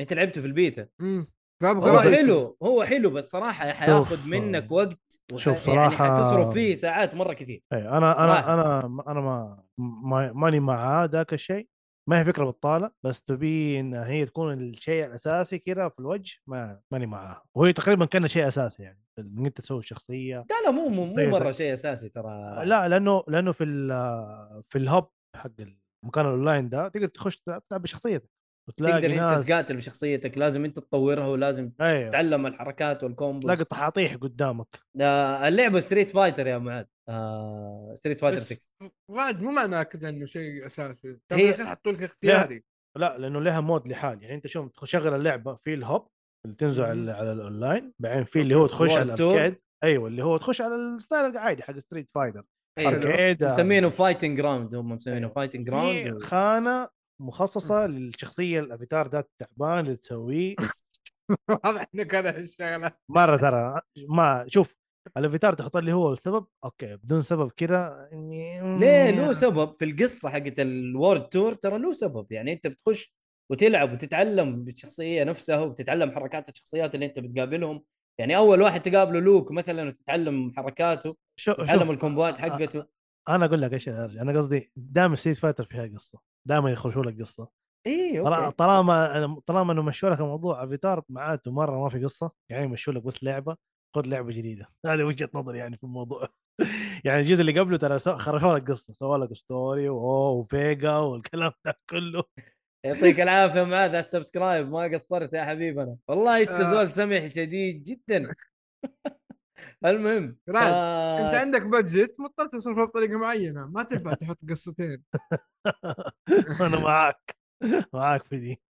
Speaker 2: انت لعبته في البيتا
Speaker 3: امم فابغى
Speaker 2: هو
Speaker 4: رأيك.
Speaker 3: رايكم
Speaker 2: حلو هو حلو بس صراحه
Speaker 4: شوف،
Speaker 2: حياخذ منك وقت وح-
Speaker 4: شوف
Speaker 2: يعني
Speaker 4: صراحة-
Speaker 2: حتصرف فيه ساعات مره كثير
Speaker 4: اي انا
Speaker 2: صراحة.
Speaker 4: انا انا انا ما ما- ماني مع ذاك الشيء ما هي فكره بطاله بس تبي ان هي تكون الشيء الاساسي كذا في الوجه ما ماني معاها وهي تقريبا كان شيء اساسي يعني ان انت تسوي الشخصيه
Speaker 2: لا لا مو مو, مو
Speaker 4: طيب.
Speaker 2: مره شيء اساسي ترى
Speaker 4: لا لانه لانه في ال- في الهب حق المكان الاونلاين ده تقدر تخش تلعب تلعب بشخصيتك وتلاقي
Speaker 2: تقدر انت
Speaker 4: ناس-
Speaker 2: تقاتل بشخصيتك لازم انت تطورها ولازم
Speaker 4: أيوه.
Speaker 2: تتعلم الحركات والكومبوز
Speaker 4: تلاقي طحاطيح قدامك
Speaker 2: آه اللعبه ستريت فايتر يا معاذ آه ستريت فايتر
Speaker 3: بس
Speaker 2: 6
Speaker 3: راد مو معناه كذا انه شيء اساسي طب
Speaker 2: هي-
Speaker 3: هي... حطوا لك اختياري
Speaker 4: لا لانه لها مود لحال يعني انت شوف تشغل اللعبه في الهوب اللي تنزل على على الاونلاين بعدين في اللي هو تخش على
Speaker 2: World Tour.
Speaker 4: الاركيد ايوه اللي هو تخش على الستايل العادي حق ستريت فايتر
Speaker 2: أيوه.
Speaker 4: اركيد
Speaker 2: مسمينه فايتنج جراوند هم مسمينه
Speaker 4: أيوه.
Speaker 2: فايتنج
Speaker 4: في
Speaker 2: جراوند
Speaker 4: خانه مخصصه للشخصيه الافاتار ده التعبان اللي تسويه
Speaker 3: واضح انه كان الشغله
Speaker 4: مره ترى ما شوف الافاتار تحط اللي هو السبب اوكي بدون سبب يعني، كذا
Speaker 2: ليه له سبب في القصه حقت الورد تور ترى له سبب يعني انت بتخش وتلعب وتتعلم بالشخصيه نفسها وبتتعلم حركات الشخصيات اللي انت بتقابلهم يعني اول واحد تقابله لوك مثلا وتتعلم حركاته
Speaker 4: شو
Speaker 2: تتعلم
Speaker 4: شوف،
Speaker 2: الكومبوات
Speaker 3: آه،
Speaker 4: أ-
Speaker 2: حقته
Speaker 4: انا اقول لك ايش الهرجة. انا قصدي دائما ستريت فايتر فيها قصه دائما يخرجوا لك قصه
Speaker 2: اي
Speaker 4: طلا-
Speaker 2: اوكي
Speaker 4: طالما طالما انه مشوا لك الموضوع افاتار معناته مره ما في قصه يعني مشوا لك بس لعبه خذ لعبه جديده هذه وجهه نظري يعني في الموضوع يعني الجزء اللي قبله ترى سو- خرجوا لك قصه سووا لك ستوري واوه وفيجا والكلام ده كله
Speaker 2: يعطيك العافيه معاذ على السبسكرايب ما قصرت يا حبيبنا والله انت
Speaker 3: آه.
Speaker 2: زول سمح شديد جدا المهم
Speaker 3: رعد،
Speaker 2: آه،
Speaker 3: انت عندك بادجت مضطر تصرفه بطريقه معينه ما تنفع تحط قصتين
Speaker 4: انا معاك معاك في دي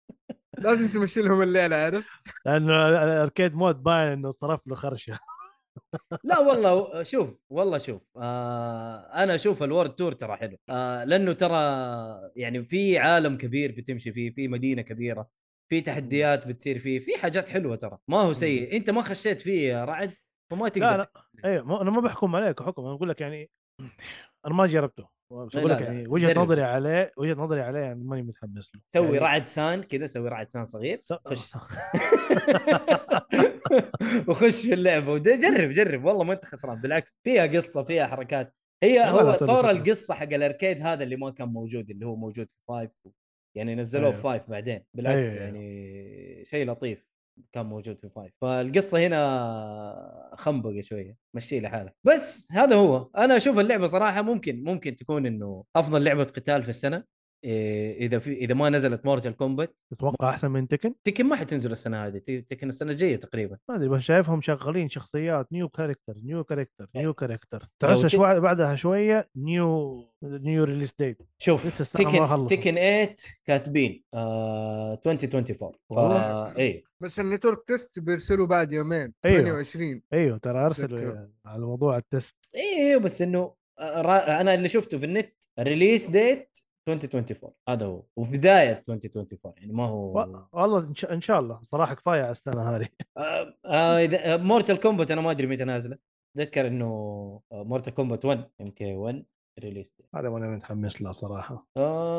Speaker 3: لازم تمشي لهم الليل عارف
Speaker 4: لانه ال- الاركيد مود باين انه صرف له خرشه
Speaker 2: لا والله شوف والله شوف آه انا اشوف الورد تور ترى حلو آه لانه ترى يعني في عالم كبير بتمشي فيه في مدينه كبيره في تحديات بتصير فيه في حاجات حلوه ترى ما هو سيء انت ما خشيت فيه يا رعد وما تقدر
Speaker 4: لا لا ايوه مو- انا ما بحكم عليك حكم انا بقول لك يعني انا ما جربته بس
Speaker 2: لا،
Speaker 4: اقول لك
Speaker 2: لا،
Speaker 4: يعني وجهه
Speaker 2: جرب.
Speaker 4: نظري عليه وجهه نظري عليه يعني ماني متحمس له
Speaker 2: تسوي
Speaker 4: يعني-
Speaker 2: رعد سان كذا سوي رعد سان صغير
Speaker 4: س-
Speaker 2: خش
Speaker 4: س-
Speaker 2: وخش في اللعبه وجرب جرب والله ما انت خسران بالعكس فيها قصه فيها حركات هي
Speaker 4: والله
Speaker 2: هو
Speaker 4: لا طيب، تبي
Speaker 2: طور
Speaker 4: فكرة.
Speaker 2: القصه حق الاركيد هذا اللي ما كان موجود اللي هو موجود في فايف و... يعني نزلوه في
Speaker 4: أيوه.
Speaker 2: فايف بعدين بالعكس
Speaker 4: أيوه.
Speaker 2: يعني شيء لطيف كان موجود في فايف فالقصه هنا خنبقه شويه مشي لحالك بس هذا هو انا اشوف اللعبه صراحه ممكن ممكن تكون انه افضل لعبه قتال في السنه إيه، اذا في اذا ما نزلت مورتال كومبات
Speaker 4: تتوقع احسن من تكن؟
Speaker 2: تكن ما حتنزل السنه هذه تي- تكن السنه الجايه تقريبا
Speaker 4: ما ادري بس شايفهم شغالين شخصيات نيو كاركتر نيو كاركتر نيو كاركتر
Speaker 2: لو
Speaker 4: تحس
Speaker 2: تك-
Speaker 4: شوي بعدها شويه نيو نيو ريليس ديت
Speaker 2: شوف
Speaker 4: لسه السنة ما
Speaker 2: تكن
Speaker 4: خلصت.
Speaker 2: تكن 8 كاتبين آه 2024
Speaker 4: والله.
Speaker 2: فا اي
Speaker 3: بس النتورك تيست بيرسلوا بعد يومين
Speaker 4: أيوه.
Speaker 3: 28
Speaker 4: ايوه ترى ارسلوا
Speaker 3: أتذكر.
Speaker 4: على موضوع التست
Speaker 2: اي اي إيه، بس انه آه، را- انا اللي شفته في النت ريليس ديت 2024 هذا هو وفي بدايه 2024 يعني ما هو
Speaker 4: و- والله إن شاء- ان شاء الله صراحه كفايه على السنه هذه
Speaker 2: آه، آه، اذا مورتال كومبات انا ما ادري متى نازله اتذكر انه مورتال كومبات 1 ام كي 1 ريليس ديت
Speaker 4: هذا وانا متحمس له صراحه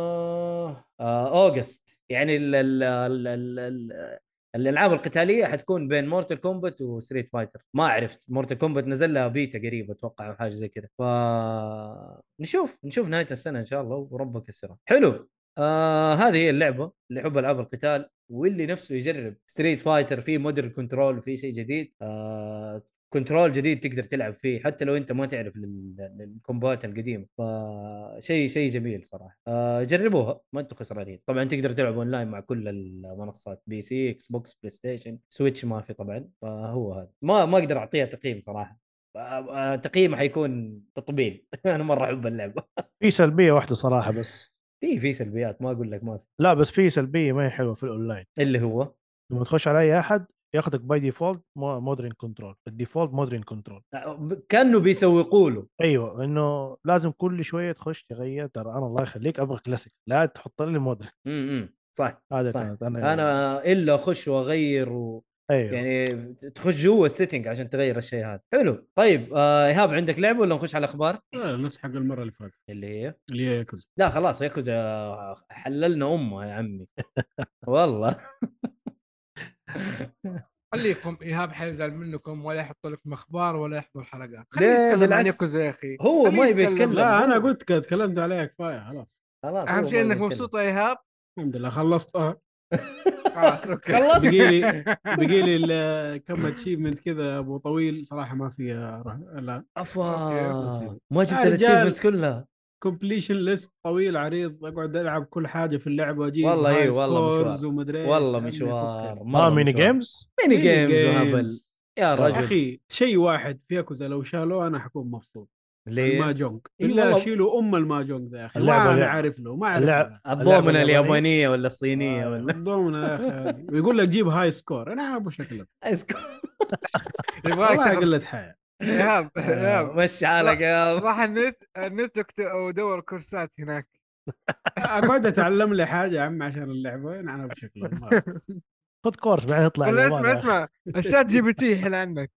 Speaker 2: آه آه اوغست يعني ال ال ال ال ال الالعاب القتاليه حتكون بين مورتال كومبات وستريت فايتر ما اعرف مورتال كومبات نزل لها بيتا قريب اتوقع او حاجه زي كذا ف نشوف نشوف نهايه السنه ان شاء الله وربك يسرها حلو آه هذه هي اللعبه اللي يحب العاب القتال واللي نفسه يجرب ستريت فايتر في مودرن كنترول في شيء جديد آه كنترول جديد تقدر تلعب فيه حتى لو انت ما تعرف لل- الكومبات القديمه فشيء شيء جميل صراحه آه، جربوها ما انتم خسرانين طبعا تقدر تلعب اونلاين مع كل المنصات بي سي اكس بوكس بلاي ستيشن سويتش ما في طبعا فهو هذا ما ما اقدر اعطيها تقييم صراحه آه، آه، تقييمه حيكون تطبيل انا مره احب اللعبه
Speaker 4: في سلبيه واحده صراحه آه، بس
Speaker 2: في في سلبيات ما اقول لك ما في
Speaker 4: لا بس في سلبيه ما هي حلوه في الاونلاين
Speaker 2: اللي هو
Speaker 4: لما تخش على اي احد ياخذك باي ديفولت مودرن كنترول الديفولت مودرن كنترول
Speaker 2: آه، كانه بيسوقوا له
Speaker 4: ايوه انه لازم كل شويه تخش تغير ترى انا الله يخليك ابغى كلاسيك لا تحط لي مودرن
Speaker 2: امم صح
Speaker 4: هذا
Speaker 2: صح.
Speaker 4: كانت انا
Speaker 2: انا الا اخش واغير و...
Speaker 4: ايوه يعني...
Speaker 2: يعني تخش جوا السيتنج عشان تغير الشيء هذا حلو طيب آه، ايهاب عندك لعبه ولا نخش على الاخبار
Speaker 1: آه، نفس حق المره اللي فاتت
Speaker 2: اللي هي
Speaker 1: اللي هي ياكل
Speaker 2: لا خلاص ياكوزا حللنا امها يا عمي والله
Speaker 3: خليكم ايهاب حيزعل منكم ولا يحط لكم اخبار ولا يحضر حلقات
Speaker 2: ليه؟
Speaker 3: خليه يتكلم عن
Speaker 2: بالعكس.
Speaker 3: ياكوزا يا اخي
Speaker 2: هو
Speaker 3: خليه
Speaker 2: ما يبي يتكلم.
Speaker 1: لا انا قلت كده، تكلمت عليها كفايه خلاص
Speaker 2: خلاص
Speaker 3: اهم
Speaker 2: هو
Speaker 3: شيء
Speaker 2: ما
Speaker 3: انك
Speaker 2: يتكلم.
Speaker 3: مبسوط يا ايهاب
Speaker 1: الحمد لله خلصتها
Speaker 3: خلاص اوكي
Speaker 2: خلصت
Speaker 1: بقي لي بقي لي ال- كم اتشيفمنت كذا ابو طويل صراحه ما فيها روح لا
Speaker 2: افا
Speaker 1: أوكي.
Speaker 2: ما جبت
Speaker 1: يا رجال.
Speaker 2: الاتشيفمنتس كلها
Speaker 1: كومبليشن ليست طويل عريض اقعد العب كل حاجه في اللعبه واجيب
Speaker 2: والله
Speaker 1: high
Speaker 2: إيه، والله
Speaker 1: scores
Speaker 2: مشوار.
Speaker 1: ومدري إيه.
Speaker 2: والله
Speaker 1: يا عمي
Speaker 2: مشوار
Speaker 1: فكك.
Speaker 4: ما
Speaker 2: مرة
Speaker 4: ميني
Speaker 2: مشوار.
Speaker 4: جيمز
Speaker 2: ميني جيمز
Speaker 1: games.
Speaker 2: وهبل يا
Speaker 1: يا
Speaker 4: طبعاً.
Speaker 2: رجل
Speaker 1: اخي شيء واحد في ياكوزا لو شالوه انا حكون مبسوط
Speaker 2: ليه
Speaker 1: الماجونج
Speaker 2: إيه
Speaker 1: الا
Speaker 2: والله.
Speaker 1: شيلوا ام الماجونج ذا يا اخي
Speaker 4: اللعبة-
Speaker 1: ما انا
Speaker 4: اللعبة.
Speaker 1: عارف له ما
Speaker 4: اللعبة-
Speaker 1: اعرف
Speaker 2: الضومنه
Speaker 4: اللعبة
Speaker 2: اليابانيه ولا الصينيه
Speaker 4: آه.
Speaker 2: ولا
Speaker 1: الضمنة يا اخي هذه. ويقول لك جيب هاي سكور انا ابو شكلك
Speaker 2: أذكر.
Speaker 3: يبغاك
Speaker 1: والله
Speaker 3: تاخذ
Speaker 1: قله حياه
Speaker 3: ايهاب
Speaker 2: آه،
Speaker 3: ايهاب
Speaker 2: مشي حالك يا
Speaker 3: راح النت النت اكتب- او دور كورسات هناك
Speaker 1: اقعد اتعلم لي حاجه يا عم عشان اللعبه انا ابو شكلك ما-
Speaker 4: خذ كورس بعدين اطلع
Speaker 3: ولا
Speaker 4: اليابان
Speaker 3: اسمع
Speaker 4: يا أخي.
Speaker 3: اسمع الشات جي بي تي يحل عنك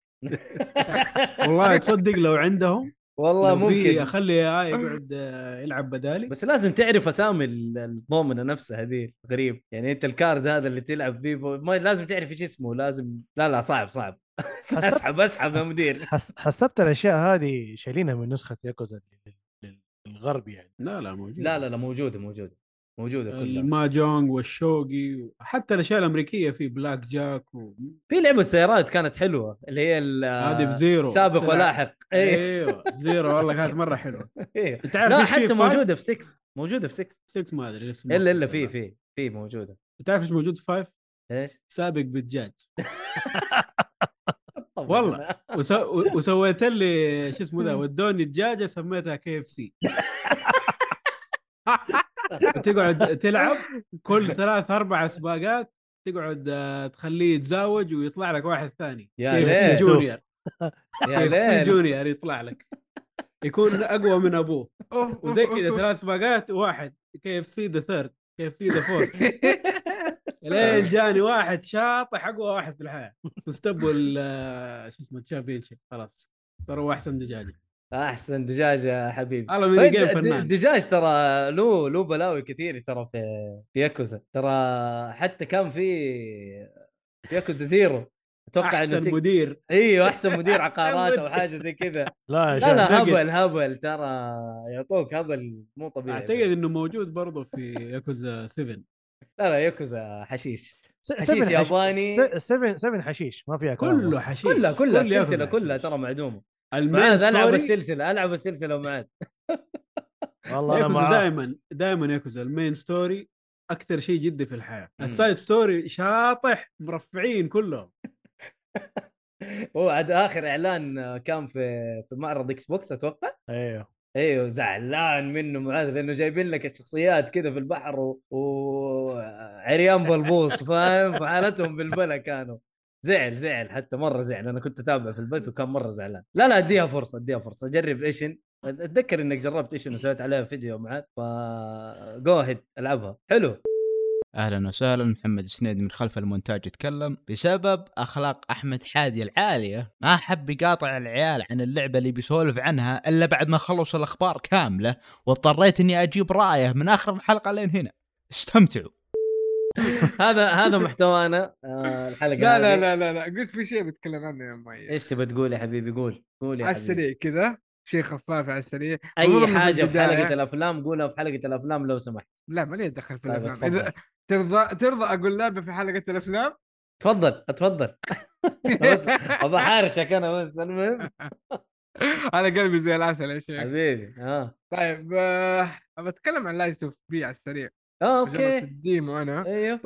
Speaker 1: والله تصدق لو عندهم
Speaker 2: والله
Speaker 1: لو في
Speaker 2: ممكن
Speaker 1: اخلي اي يقعد آه، يلعب بدالي
Speaker 2: بس لازم تعرف اسامي ال- الضومنه نفسها دي غريب يعني انت الكارد هذا اللي تلعب بيه ب- ما لازم تعرف ايش اسمه لازم لا لا صعب صعب اسحب اسحب يا مدير
Speaker 4: حس- حسبت الاشياء هذه شايلينها من نسخه ياكوزا لل- لل- للغرب يعني
Speaker 1: لا لا موجود
Speaker 2: لا لا لا موجوده موجوده موجوده كلها
Speaker 1: الماجونج والشوقي حتى الاشياء الامريكيه في بلاك جاك و-
Speaker 2: في لعبه سيارات كانت حلوه اللي هي ال-
Speaker 1: هذه في زيرو
Speaker 2: سابق
Speaker 1: تلعب-
Speaker 2: ولاحق اي
Speaker 1: ايوه زيرو والله كانت مره حلوه
Speaker 2: إيه.
Speaker 1: انت عارف
Speaker 2: لا
Speaker 1: إيش في
Speaker 2: حتى
Speaker 1: فايف؟
Speaker 2: موجوده في 6 موجوده في 6
Speaker 1: 6 ما ادري لسه ما
Speaker 2: الا الا
Speaker 1: وصلت
Speaker 2: في
Speaker 1: لها.
Speaker 2: في في موجوده
Speaker 1: انت عارف ايش موجود في فايف؟
Speaker 2: ايش؟
Speaker 1: سابق بالدجاج
Speaker 2: طب يا
Speaker 1: والله.
Speaker 2: جماعة.
Speaker 1: وس... و- وسويت لي شو اسمه ذا ودوني دجاجه سميتها كي اف سي تقعد تلعب كل ثلاث اربع سباقات تقعد آه، تخليه يتزاوج ويطلع لك واحد ثاني
Speaker 2: يا
Speaker 1: كي اف سي
Speaker 2: ليل.
Speaker 1: جونيور
Speaker 2: يا
Speaker 1: كي اف سي
Speaker 2: ليل
Speaker 1: جونيور يطلع لك يكون اقوى من ابوه
Speaker 3: اوف
Speaker 1: وزي كذا ثلاث سباقات واحد كي اف سي ذا ثيرد كي اف سي ذا فورث لين جاني واحد شاطح اقوى واحد في الحياه واستبوا ال- شو اسمه الشامبيون شيب خلاص صاروا احسن دجاجه
Speaker 2: احسن دجاج يا حبيبي
Speaker 1: والله ميني جيم
Speaker 2: الد-
Speaker 1: فنان
Speaker 2: الدجاج طيب، ترى له له بلاوي كثير ترى في في ياكوزا ترى حتى كان في في ياكوزا زيرو اتوقع انه
Speaker 1: احسن
Speaker 2: تك...
Speaker 1: مدير
Speaker 2: ايوه احسن مدير
Speaker 1: أحسن
Speaker 2: عقارات او
Speaker 1: مدير.
Speaker 2: حاجه زي كذا
Speaker 4: لا
Speaker 2: لا
Speaker 4: يا شيخ
Speaker 2: لا
Speaker 1: نقد.
Speaker 2: هبل هبل ترى يعطوك هبل مو طبيعي
Speaker 1: اعتقد انه موجود برضه في ياكوزا 7
Speaker 2: لا لا ياكوزا حشيش
Speaker 4: س-
Speaker 2: حشيش
Speaker 4: سفن حش-
Speaker 2: ياباني.
Speaker 4: س- سفن سفن حشيش ما فيها كلام
Speaker 1: كله حشيش
Speaker 2: كلها كلها
Speaker 1: كل ياكوزا
Speaker 2: السلسله
Speaker 1: حشيش.
Speaker 2: كلها ترى معدومه
Speaker 1: المين
Speaker 2: معاذ العب
Speaker 1: ستوري
Speaker 2: السلسله العب السلسله ومعاذ
Speaker 4: والله انا
Speaker 1: ياكوزا
Speaker 4: معاه
Speaker 1: دائما دائما ياكوزا المين ستوري اكثر شيء جدي في الحياه
Speaker 2: مم.
Speaker 1: السايد ستوري شاطح مرفعين كلهم
Speaker 2: هو عاد اخر اعلان كان في في معرض اكس بوكس اتوقع
Speaker 4: ايوه
Speaker 2: ايوه زعلان منه معاذ لانه جايبين لك الشخصيات كذا في البحر و- وعريان بلبوص فاهم فحالتهم بالبلا كانوا زعل زعل حتى مره زعل انا كنت اتابع في البث وكان مره زعلان لا لا اديها فرصه اديها فرصه جرب ايشن اتذكر انك جربت ايشن وسويت عليها فيديو معاذ ف جو هيد العبها حلو
Speaker 6: اهلا وسهلا محمد سنيد من خلف المونتاج يتكلم بسبب اخلاق احمد حادي العاليه ما حب يقاطع العيال عن اللعبه اللي بيسولف عنها الا بعد ما خلص الاخبار كامله واضطريت اني اجيب رايه من اخر الحلقه لين هنا استمتعوا
Speaker 2: هذا هذا محتوانا آه، الحلقه
Speaker 3: لا لا
Speaker 2: هذه.
Speaker 3: لا لا لا قلت في شيء بتكلم عنه يا مي
Speaker 2: ايش تبي تقول يا حبيبي قول قول يا
Speaker 3: على
Speaker 2: حبيبي
Speaker 3: السريع كذا شيء خفاف على السريع
Speaker 2: اي
Speaker 3: المفروض إنه
Speaker 2: حاجه في
Speaker 3: البداية-
Speaker 2: حلقه الافلام قولها في حلقه الافلام لو سمحت
Speaker 3: لا مالي اتدخل في
Speaker 2: طيب،
Speaker 3: الافلام
Speaker 2: اتفضل.
Speaker 3: اذا ترضى ترضى اقول لعبه في حلقه الافلام
Speaker 2: تفضل اتفضل بس ابى احارشك انا بس المهم
Speaker 3: على قلبي زي العسل يا شيخ
Speaker 2: حبيبي اه
Speaker 3: طيب آه، بتكلم عن لايز اوف بي على السريع
Speaker 2: اه
Speaker 3: جربت
Speaker 2: اوكي
Speaker 3: الديمو انا
Speaker 2: ايوه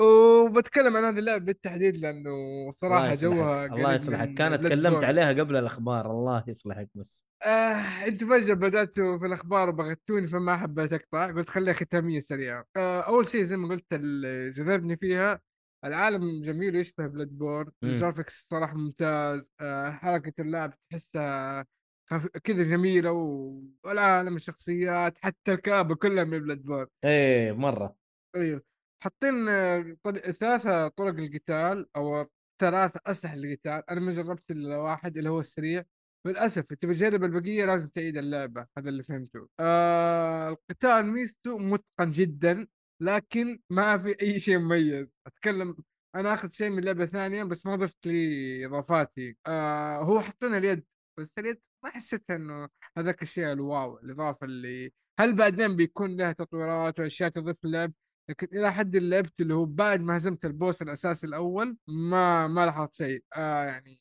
Speaker 3: وبتكلم عن هذه اللعبه بالتحديد لانه
Speaker 2: الله
Speaker 3: صراحه
Speaker 2: يصلحك.
Speaker 3: جوها
Speaker 2: الله يصلحك كان
Speaker 3: تكلمت
Speaker 2: تكلمت عليها قبل الاخبار الله يصلحك بس
Speaker 3: آه، انتوا فجأة بدأتوا في الأخبار وبغتوني فما حبيت أقطع قلت خليها ختامية سريعة آه، أول شيء زي ما قلت اللي جذبني فيها العالم جميل ويشبه بلاد بورن
Speaker 2: مم.
Speaker 3: الجرافيكس صراحة ممتاز آه، حركة اللعب تحسها خف... كذا جميلة و- والعالم الشخصيات حتى الكابة كلها من بلاد بورن
Speaker 2: ايه مره
Speaker 3: أيوه حاطين آه، طل... ثلاثة طرق القتال أو ثلاثة أسلحة للقتال أنا ما جربت إلا واحد اللي هو السريع للاسف تبي تجرب البقيه لازم تعيد اللعبه هذا اللي فهمته آه القتال ميزته متقن جدا لكن ما في اي شيء مميز اتكلم انا اخذ شيء من لعبه ثانيه بس ما ضفت لي اضافاتي آه هو حطينا اليد بس اليد ما حسيت انه هذاك الشيء الواو الاضافه اللي هل بعدين بيكون لها تطويرات واشياء تضيف للعب لكن الى حد اللي لعبت اللي هو بعد ما هزمت البوس الاساسي الاول ما ما لاحظت شيء آه يعني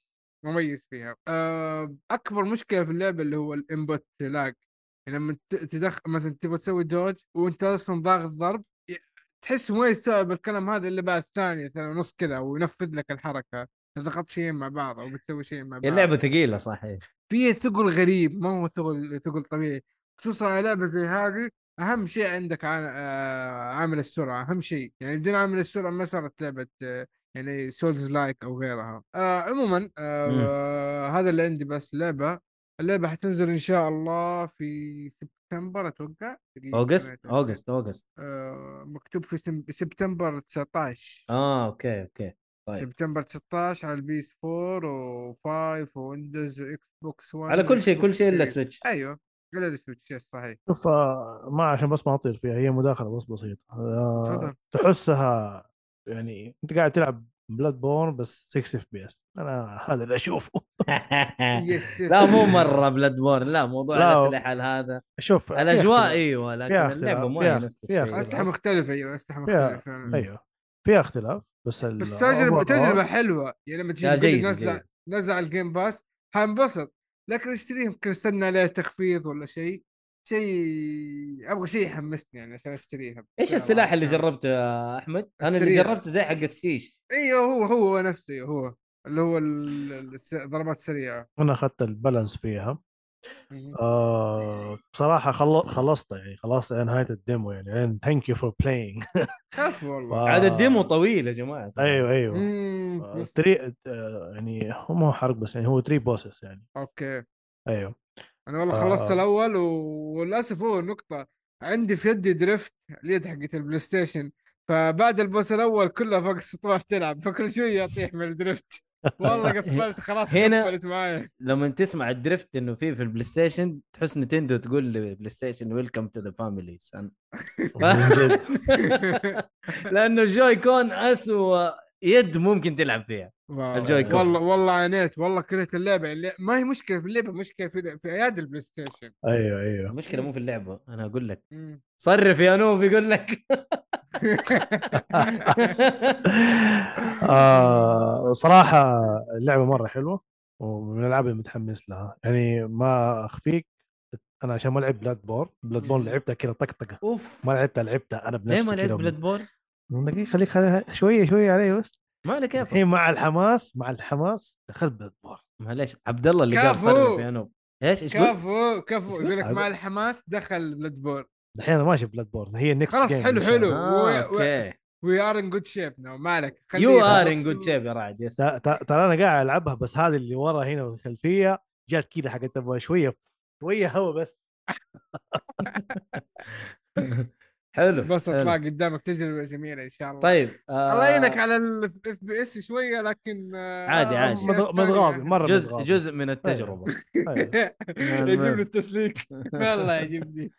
Speaker 3: مميز فيها آه، اكبر مشكله في اللعبه اللي هو الانبوت لاج لما ت- تدخل مثلا تبغى تسوي دوج وانت اصلا ضاغط ضرب ي- تحس ما يستوعب الكلام هذا الا بعد ثانيه ثانيه ونص كذا وينفذ لك الحركه إذا ضغطت شيئين مع بعض او بتسوي شيئين مع بعض
Speaker 2: هي اللعبه ثقيله صحيح
Speaker 3: فيه ثقل غريب ما هو ثقل ثقل طبيعي خصوصا على لعبه زي هذه اهم شيء عندك عن- آه، عامل السرعه اهم شيء يعني بدون عامل السرعه ما صارت لعبه آه، يعني سولز لايك او غيرها آه عموما
Speaker 2: مم.
Speaker 3: آه هذا اللي عندي بس لعبه اللعبه حتنزل ان شاء الله في سبتمبر اتوقع دقيقة،
Speaker 2: اوغست
Speaker 3: أنا أتأكد.
Speaker 2: اوغست اوغست
Speaker 3: آه مكتوب في سم- سبتمبر 19
Speaker 2: اه اوكي اوكي طيب.
Speaker 3: سبتمبر 19 على البيس 4 و5 ويندوز واكس بوكس 1
Speaker 2: على كل شيء
Speaker 3: وإكس
Speaker 2: كل
Speaker 3: بوكس
Speaker 2: شيء الا
Speaker 3: سيريز.
Speaker 2: سويتش
Speaker 3: ايوه الا السويتش يس، صحيح
Speaker 4: شوف آه، ما عشان بس ما اطير فيها هي مداخله بس بسيطه آه،
Speaker 3: تفضل
Speaker 4: تحسها يعني انت قاعد تلعب بلاد بورن بس 6 اف بي اس انا هذا اللي اشوفه
Speaker 3: يس
Speaker 2: آه.
Speaker 3: يس
Speaker 2: لا مو مره بلاد بورن لا موضوع
Speaker 4: لا.
Speaker 2: الاسلحه هذا
Speaker 4: شوف فيها
Speaker 2: الاجواء
Speaker 4: اختلاف.
Speaker 2: ايوه لكن
Speaker 4: فيها اختلاف،
Speaker 2: اللعبه مو
Speaker 4: فيها
Speaker 2: هي نفس
Speaker 4: فيها
Speaker 2: الشيء
Speaker 3: اسلحه مختلفه ايوه اسلحه
Speaker 4: فيها-
Speaker 3: مختلفه
Speaker 2: إيه.
Speaker 3: فعلا.
Speaker 4: ايوه فيها اختلاف بس ال-
Speaker 3: بس تجربه
Speaker 4: overall-
Speaker 3: تجربه حلوه يعني لما
Speaker 2: لا،
Speaker 3: تجي تقول لي
Speaker 2: جيد،
Speaker 3: نزل
Speaker 2: جيد.
Speaker 3: نزل على الجيم باس حنبسط لكن اشتريه يمكن استنى عليه تخفيض ولا شيء شيء ابغى شيء يحمسني يعني عشان اشتريها
Speaker 2: ايش
Speaker 3: بصراحة. آه.
Speaker 2: السلاح اللي جربته يا احمد؟ انا اللي
Speaker 3: السريع.
Speaker 2: جربته زي حق الشيش
Speaker 3: ايوه هو هو نفسه هو اللي هو ال- ال- الس- الضربات السريعه
Speaker 4: انا اخذت البالانس فيها
Speaker 3: مهم.
Speaker 4: آه بصراحه خل- خلصت يعني خلاص نهايه الديمو يعني ثانك يو فور بلاينج
Speaker 3: عفوا والله
Speaker 2: عاد
Speaker 4: آه.
Speaker 2: الديمو طويل يا طيب. جماعه
Speaker 4: ايوه ايوه
Speaker 3: مم،
Speaker 4: آه،
Speaker 3: يس.
Speaker 4: تري آه، يعني هو مو حرق بس يعني هو 3 بوسس يعني
Speaker 3: اوكي
Speaker 4: ايوه
Speaker 3: انا والله
Speaker 4: آه.
Speaker 3: خلصت الاول و- وللاسف هو النقطه عندي في يدي درفت اليد حقت البلاي ستيشن فبعد البوس الاول كلها فوق السطوح تلعب فكل شويه اطيح من الدرفت والله قفلت خلاص
Speaker 2: هنا-
Speaker 3: قفلت معايا
Speaker 2: لما تسمع الدريفت انه في في البلاي ستيشن تحس نتندو تقول لبلاي ستيشن ويلكم تو ذا فاميلي سن
Speaker 4: من جد
Speaker 2: لانه الجوي كون اسوء يد ممكن تلعب فيها
Speaker 3: واو.
Speaker 2: الجوي-كون.
Speaker 3: والله والله عانيت والله كرهت اللعبه اللي ما هي مشكله في اللعبه مشكله في, في اياد البلاي ستيشن
Speaker 4: أيوه،
Speaker 7: ايوه ايوه
Speaker 2: المشكله مو في اللعبه انا اقول لك
Speaker 3: مم.
Speaker 2: صرف يا نوب يقول لك
Speaker 4: آه صراحة اللعبة مرة حلوة ومن الالعاب اللي متحمس لها يعني ما اخفيك انا عشان ما لعب بلاد بور بلاد بور
Speaker 3: مم.
Speaker 4: لعبتها كذا طقطقة
Speaker 2: اوف
Speaker 4: ما لعبتها لعبتها انا
Speaker 2: ليه
Speaker 4: بنفسي
Speaker 2: ما لعبت
Speaker 4: كذا.
Speaker 2: بلاد بورن؟
Speaker 4: دقيقة خليك خليها شوية شوية علي بس
Speaker 2: ما على كيف
Speaker 4: الحين مع الحماس مع الحماس دخلت بلاد بور
Speaker 2: معليش عبد الله اللي قال
Speaker 3: كفو.
Speaker 2: صرف يا نوب ايش ايش قلت؟
Speaker 3: كفو كفو يقول لك
Speaker 4: أقول-
Speaker 3: مع الحماس دخل بلاد بور
Speaker 4: الحين انا ماشي بلاد بورن هي النكست
Speaker 3: خلاص، حلو، حلو.
Speaker 2: آه،
Speaker 3: و- و-
Speaker 2: اوكي
Speaker 3: وي ار ان جود شيب نو مالك
Speaker 2: يو ار ان جود شيب يا رعد يس
Speaker 4: ترى انا قاعد العبها بس هذه اللي ورا هنا والخلفية جات كذا حقت ابغى شوية شوية هوا بس
Speaker 2: حلو
Speaker 3: بس
Speaker 2: حلو.
Speaker 3: اطلع قدامك تجربه جميله ان شاء الله
Speaker 2: طيب آه،
Speaker 3: الله يعينك على الاف بي اس شويه لكن آه،
Speaker 2: عادي،
Speaker 3: آه،
Speaker 2: عادي.
Speaker 3: أشياء
Speaker 4: مض-
Speaker 3: ثانية.
Speaker 4: مضغاضي مرة
Speaker 2: جزء
Speaker 4: متغاضي.
Speaker 2: جزء من
Speaker 1: طيب.
Speaker 2: التجربه
Speaker 4: أيوة.
Speaker 3: يعجبني التسليك والله يعجبني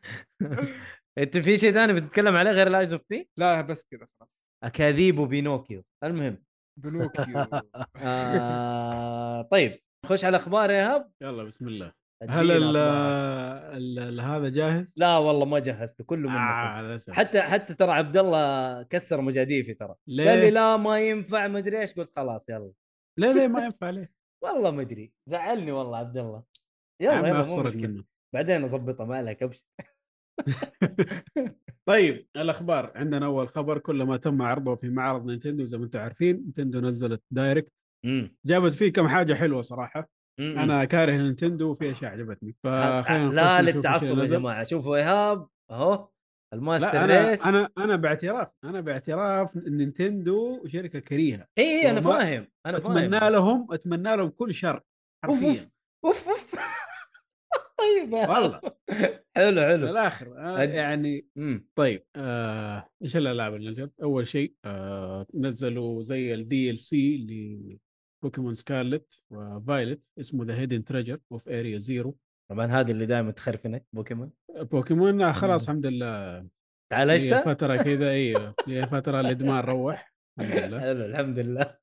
Speaker 2: انت في شيء ثاني بتتكلم عليه غير الايز اوف بي؟
Speaker 3: لا بس كذا خلاص
Speaker 2: اكاذيب وبينوكيو المهم
Speaker 3: بنوكيو
Speaker 2: آه طيب خش على اخبار يا هب
Speaker 1: يلا بسم الله هل
Speaker 2: ادينا
Speaker 1: ال-
Speaker 2: أخبار.
Speaker 1: ال- ال- هذا جاهز؟
Speaker 2: لا والله ما جهزت كله
Speaker 1: آه
Speaker 2: منكم
Speaker 1: على الأسف.
Speaker 2: حتى حتى ترى عبد الله كسر مجاديفي ترى قال لي
Speaker 1: ليه؟
Speaker 2: لا ما ينفع ما ادري ايش قلت خلاص يلا
Speaker 1: ليه ليه ما ينفع ليه؟
Speaker 2: والله ما ادري زعلني والله عبد الله
Speaker 1: يا عم
Speaker 2: يلا يلا مو
Speaker 1: أخسرك
Speaker 2: مشكله
Speaker 1: منه.
Speaker 2: بعدين اظبطها ما عليك ابشر
Speaker 1: طيب الاخبار عندنا اول خبر كل ما تم عرضه في معرض نينتندو زي ما انتم عارفين نينتندو نزلت دايركت
Speaker 2: أمم.
Speaker 1: جابت فيه كم حاجه حلوه صراحه
Speaker 2: أمم.
Speaker 1: انا كاره نينتندو وفي اشياء عجبتني فخلينا
Speaker 2: لا
Speaker 1: آه، نخش نشوف الشيء
Speaker 2: للتعصب يا
Speaker 1: اللي نزل.
Speaker 2: جماعه شوفوا ايهاب اهو الماستر
Speaker 1: لا انا
Speaker 2: ريس
Speaker 1: انا انا باعتراف انا باعتراف إن نينتندو شركه كريهه
Speaker 2: اي اي انا
Speaker 1: والله
Speaker 2: إيه، فاهم انا فاهم
Speaker 1: اتمنى
Speaker 2: بس-
Speaker 1: لهم اتمنى لهم كل شر
Speaker 2: أوف،
Speaker 1: حرفيا
Speaker 2: اوف اوف طيب يا هاب.
Speaker 1: والله
Speaker 2: حلو حلو
Speaker 1: للاخر أنا
Speaker 2: أد-
Speaker 1: يعني
Speaker 2: أمم.
Speaker 1: طيب آه، ايش الالعاب اللي نزلت؟ اول شيء آه، نزلوا زي الدي ال سي لبوكيمون سكارلت وفايلت اسمه ذا هيدن تريجر اوف اريا زيرو
Speaker 2: طبعا هذه اللي دائما تخرفنك بوكيمون
Speaker 1: بوكيمون آه، خلاص
Speaker 2: مم.
Speaker 1: الحمد لله لي
Speaker 2: تعالجتها؟
Speaker 1: فتره كذا ايوه لي فتره الادمان روح الحمد لله
Speaker 2: حلو الحمد لله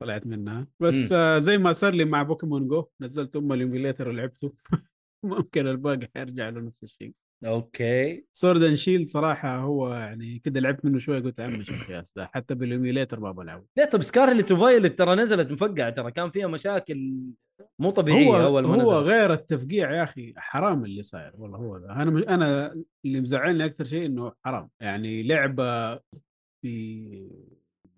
Speaker 1: طلعت منها بس آه، زي ما صار لي مع بوكيمون جو نزلت ام الانجليتر ولعبته ممكن الباقي حيرجع له نفس الشيء
Speaker 2: اوكي
Speaker 1: سورد اند شيلد صراحه هو يعني كذا لعبت منه شويه قلت يا عمي شوف يا أستاذ، حتى بالإيميليتر ما بلعبه
Speaker 2: لا طب سكارلت وفايلت ترى نزلت مفقعه ترى كان فيها مشاكل مو طبيعيه
Speaker 1: هو
Speaker 2: اول ما
Speaker 1: هو
Speaker 2: نزلت
Speaker 1: غير التفقيع يا اخي حرام اللي صاير والله هو ده. انا مش انا اللي مزعلني اكثر شيء انه حرام يعني لعبه في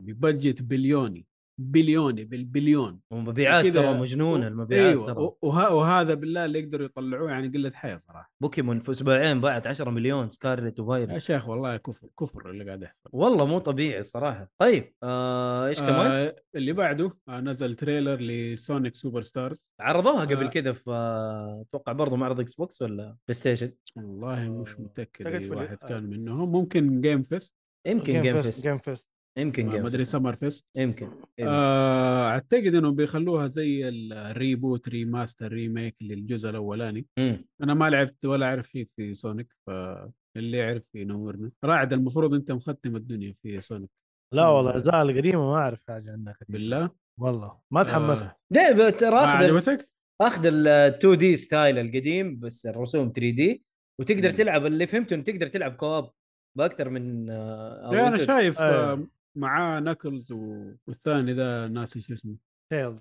Speaker 1: ببجت بليوني بليوني بالبليون
Speaker 2: المبيعات
Speaker 1: كده-
Speaker 2: ترى مجنونه المبيعات
Speaker 1: ايوه
Speaker 2: ترى
Speaker 1: و- وه... وهذا بالله اللي يقدروا يطلعوه يعني قله حياه صراحه
Speaker 2: بوكيمون في اسبوعين باعت 10 مليون سكارلت
Speaker 1: يا
Speaker 2: وفايلت
Speaker 1: شيخ والله كفر كفر اللي قاعد يحصل
Speaker 2: والله مو طبيعي الصراحه طيب آه ايش كمان؟
Speaker 1: آه اللي بعده آه نزل تريلر لسونيك سوبر ستارز
Speaker 2: عرضوها قبل
Speaker 1: آه.
Speaker 2: كذا في آه، اتوقع برضو معرض اكس بوكس ولا بلاي ستيشن
Speaker 1: والله مش
Speaker 4: آه،
Speaker 1: متاكد
Speaker 4: أعتقد
Speaker 1: اي
Speaker 4: في ال-
Speaker 1: واحد
Speaker 4: آه.
Speaker 1: كان منهم ممكن جيم فيست
Speaker 2: يمكن جيم
Speaker 4: جيم
Speaker 2: فيست
Speaker 4: فيست
Speaker 2: يمكن
Speaker 1: ما
Speaker 2: جيم
Speaker 1: ادري
Speaker 2: فيست
Speaker 1: سمر فيست
Speaker 2: يمكن يمكن.
Speaker 1: آه، اعتقد انهم بيخلوها زي الريبوت ريماستر ريميك للجزء الاولاني
Speaker 2: مم.
Speaker 1: انا ما لعبت ولا اعرف شيء في سونيك فاللي يعرف ينورنا راعد المفروض انت مختم الدنيا في سونيك
Speaker 4: لا والله الاجزاء القديمه ما اعرف حاجه عنها كثير
Speaker 1: بالله
Speaker 4: والله ما تحمست
Speaker 1: آه،
Speaker 2: ليه ترى
Speaker 1: ما
Speaker 2: اخذ الس-
Speaker 1: عجبتك
Speaker 2: اخذ ال 2 دي ستايل القديم بس الرسوم 3 دي وتقدر
Speaker 1: مم.
Speaker 2: تلعب اللي فهمته انه تقدر تلعب كواب باكثر من آه، أو
Speaker 1: يا انا
Speaker 2: أنت-
Speaker 1: شايف
Speaker 4: آه.
Speaker 1: آه، معاه ناكلز و- والثاني ذا ناسي شو اسمه
Speaker 4: تيلز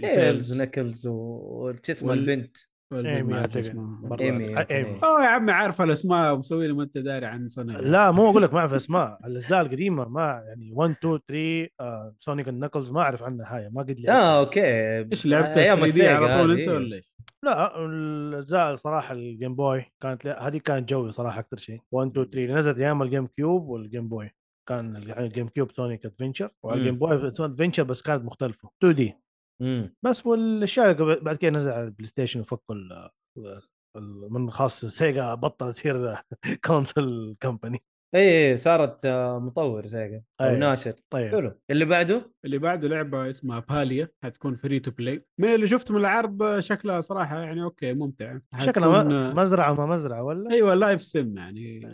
Speaker 2: تيلز ونكلز وش اسمه
Speaker 1: وال-
Speaker 2: البنت
Speaker 4: إيمي
Speaker 1: ايمي
Speaker 4: أعتقد. برضه.
Speaker 2: إيمي،
Speaker 4: آه،
Speaker 2: يمكن
Speaker 4: إيمي.
Speaker 2: إيه.
Speaker 1: اه يا عمي عارف الاسماء ومسوي لي ما انت داري عن سونيك
Speaker 4: لا مو اقول لك ما اعرف اسماء الاجزاء القديمه ما يعني 1 2 3 آه، سونيك النكلز ما اعرف عنها حاجه ما قد لعبت
Speaker 2: اه اوكي
Speaker 1: ايش لعبت
Speaker 2: أيام
Speaker 1: 3 دي على
Speaker 2: السيجا
Speaker 1: طول
Speaker 2: آه، هذه.
Speaker 1: انت ولا ايش؟
Speaker 4: لا الاجزاء صراحه الجيم بوي كانت لا- هذه كانت جوي صراحه اكثر شيء 1 2 3 اللي نزلت ايام الجيم كيوب والجيم بوي كان ال- يعني الجيم كيوب سونيك ادفنشر وعلى
Speaker 2: مم.
Speaker 4: الجيم بوي ادفنشر بس كانت مختلفه 2 دي
Speaker 2: مم.
Speaker 4: بس والاشياء اللي قبل- بعد كده نزل على البلاي ستيشن وفكوا ال- ال- من خاص سيجا بطلت تصير كونسل كمباني
Speaker 2: اي إي، صارت آه، مطور سيجا او
Speaker 4: أيوة.
Speaker 2: ناشر
Speaker 4: طيب
Speaker 2: حلو اللي بعده
Speaker 1: اللي بعده لعبه اسمها باليا حتكون فري تو بلاي من اللي شفته من العرض شكلها صراحه يعني اوكي ممتع
Speaker 4: شكلها
Speaker 1: حتكون- أيوة،
Speaker 4: م- مزرعه ما مزرعه ولا
Speaker 1: ايوه لايف سيم يعني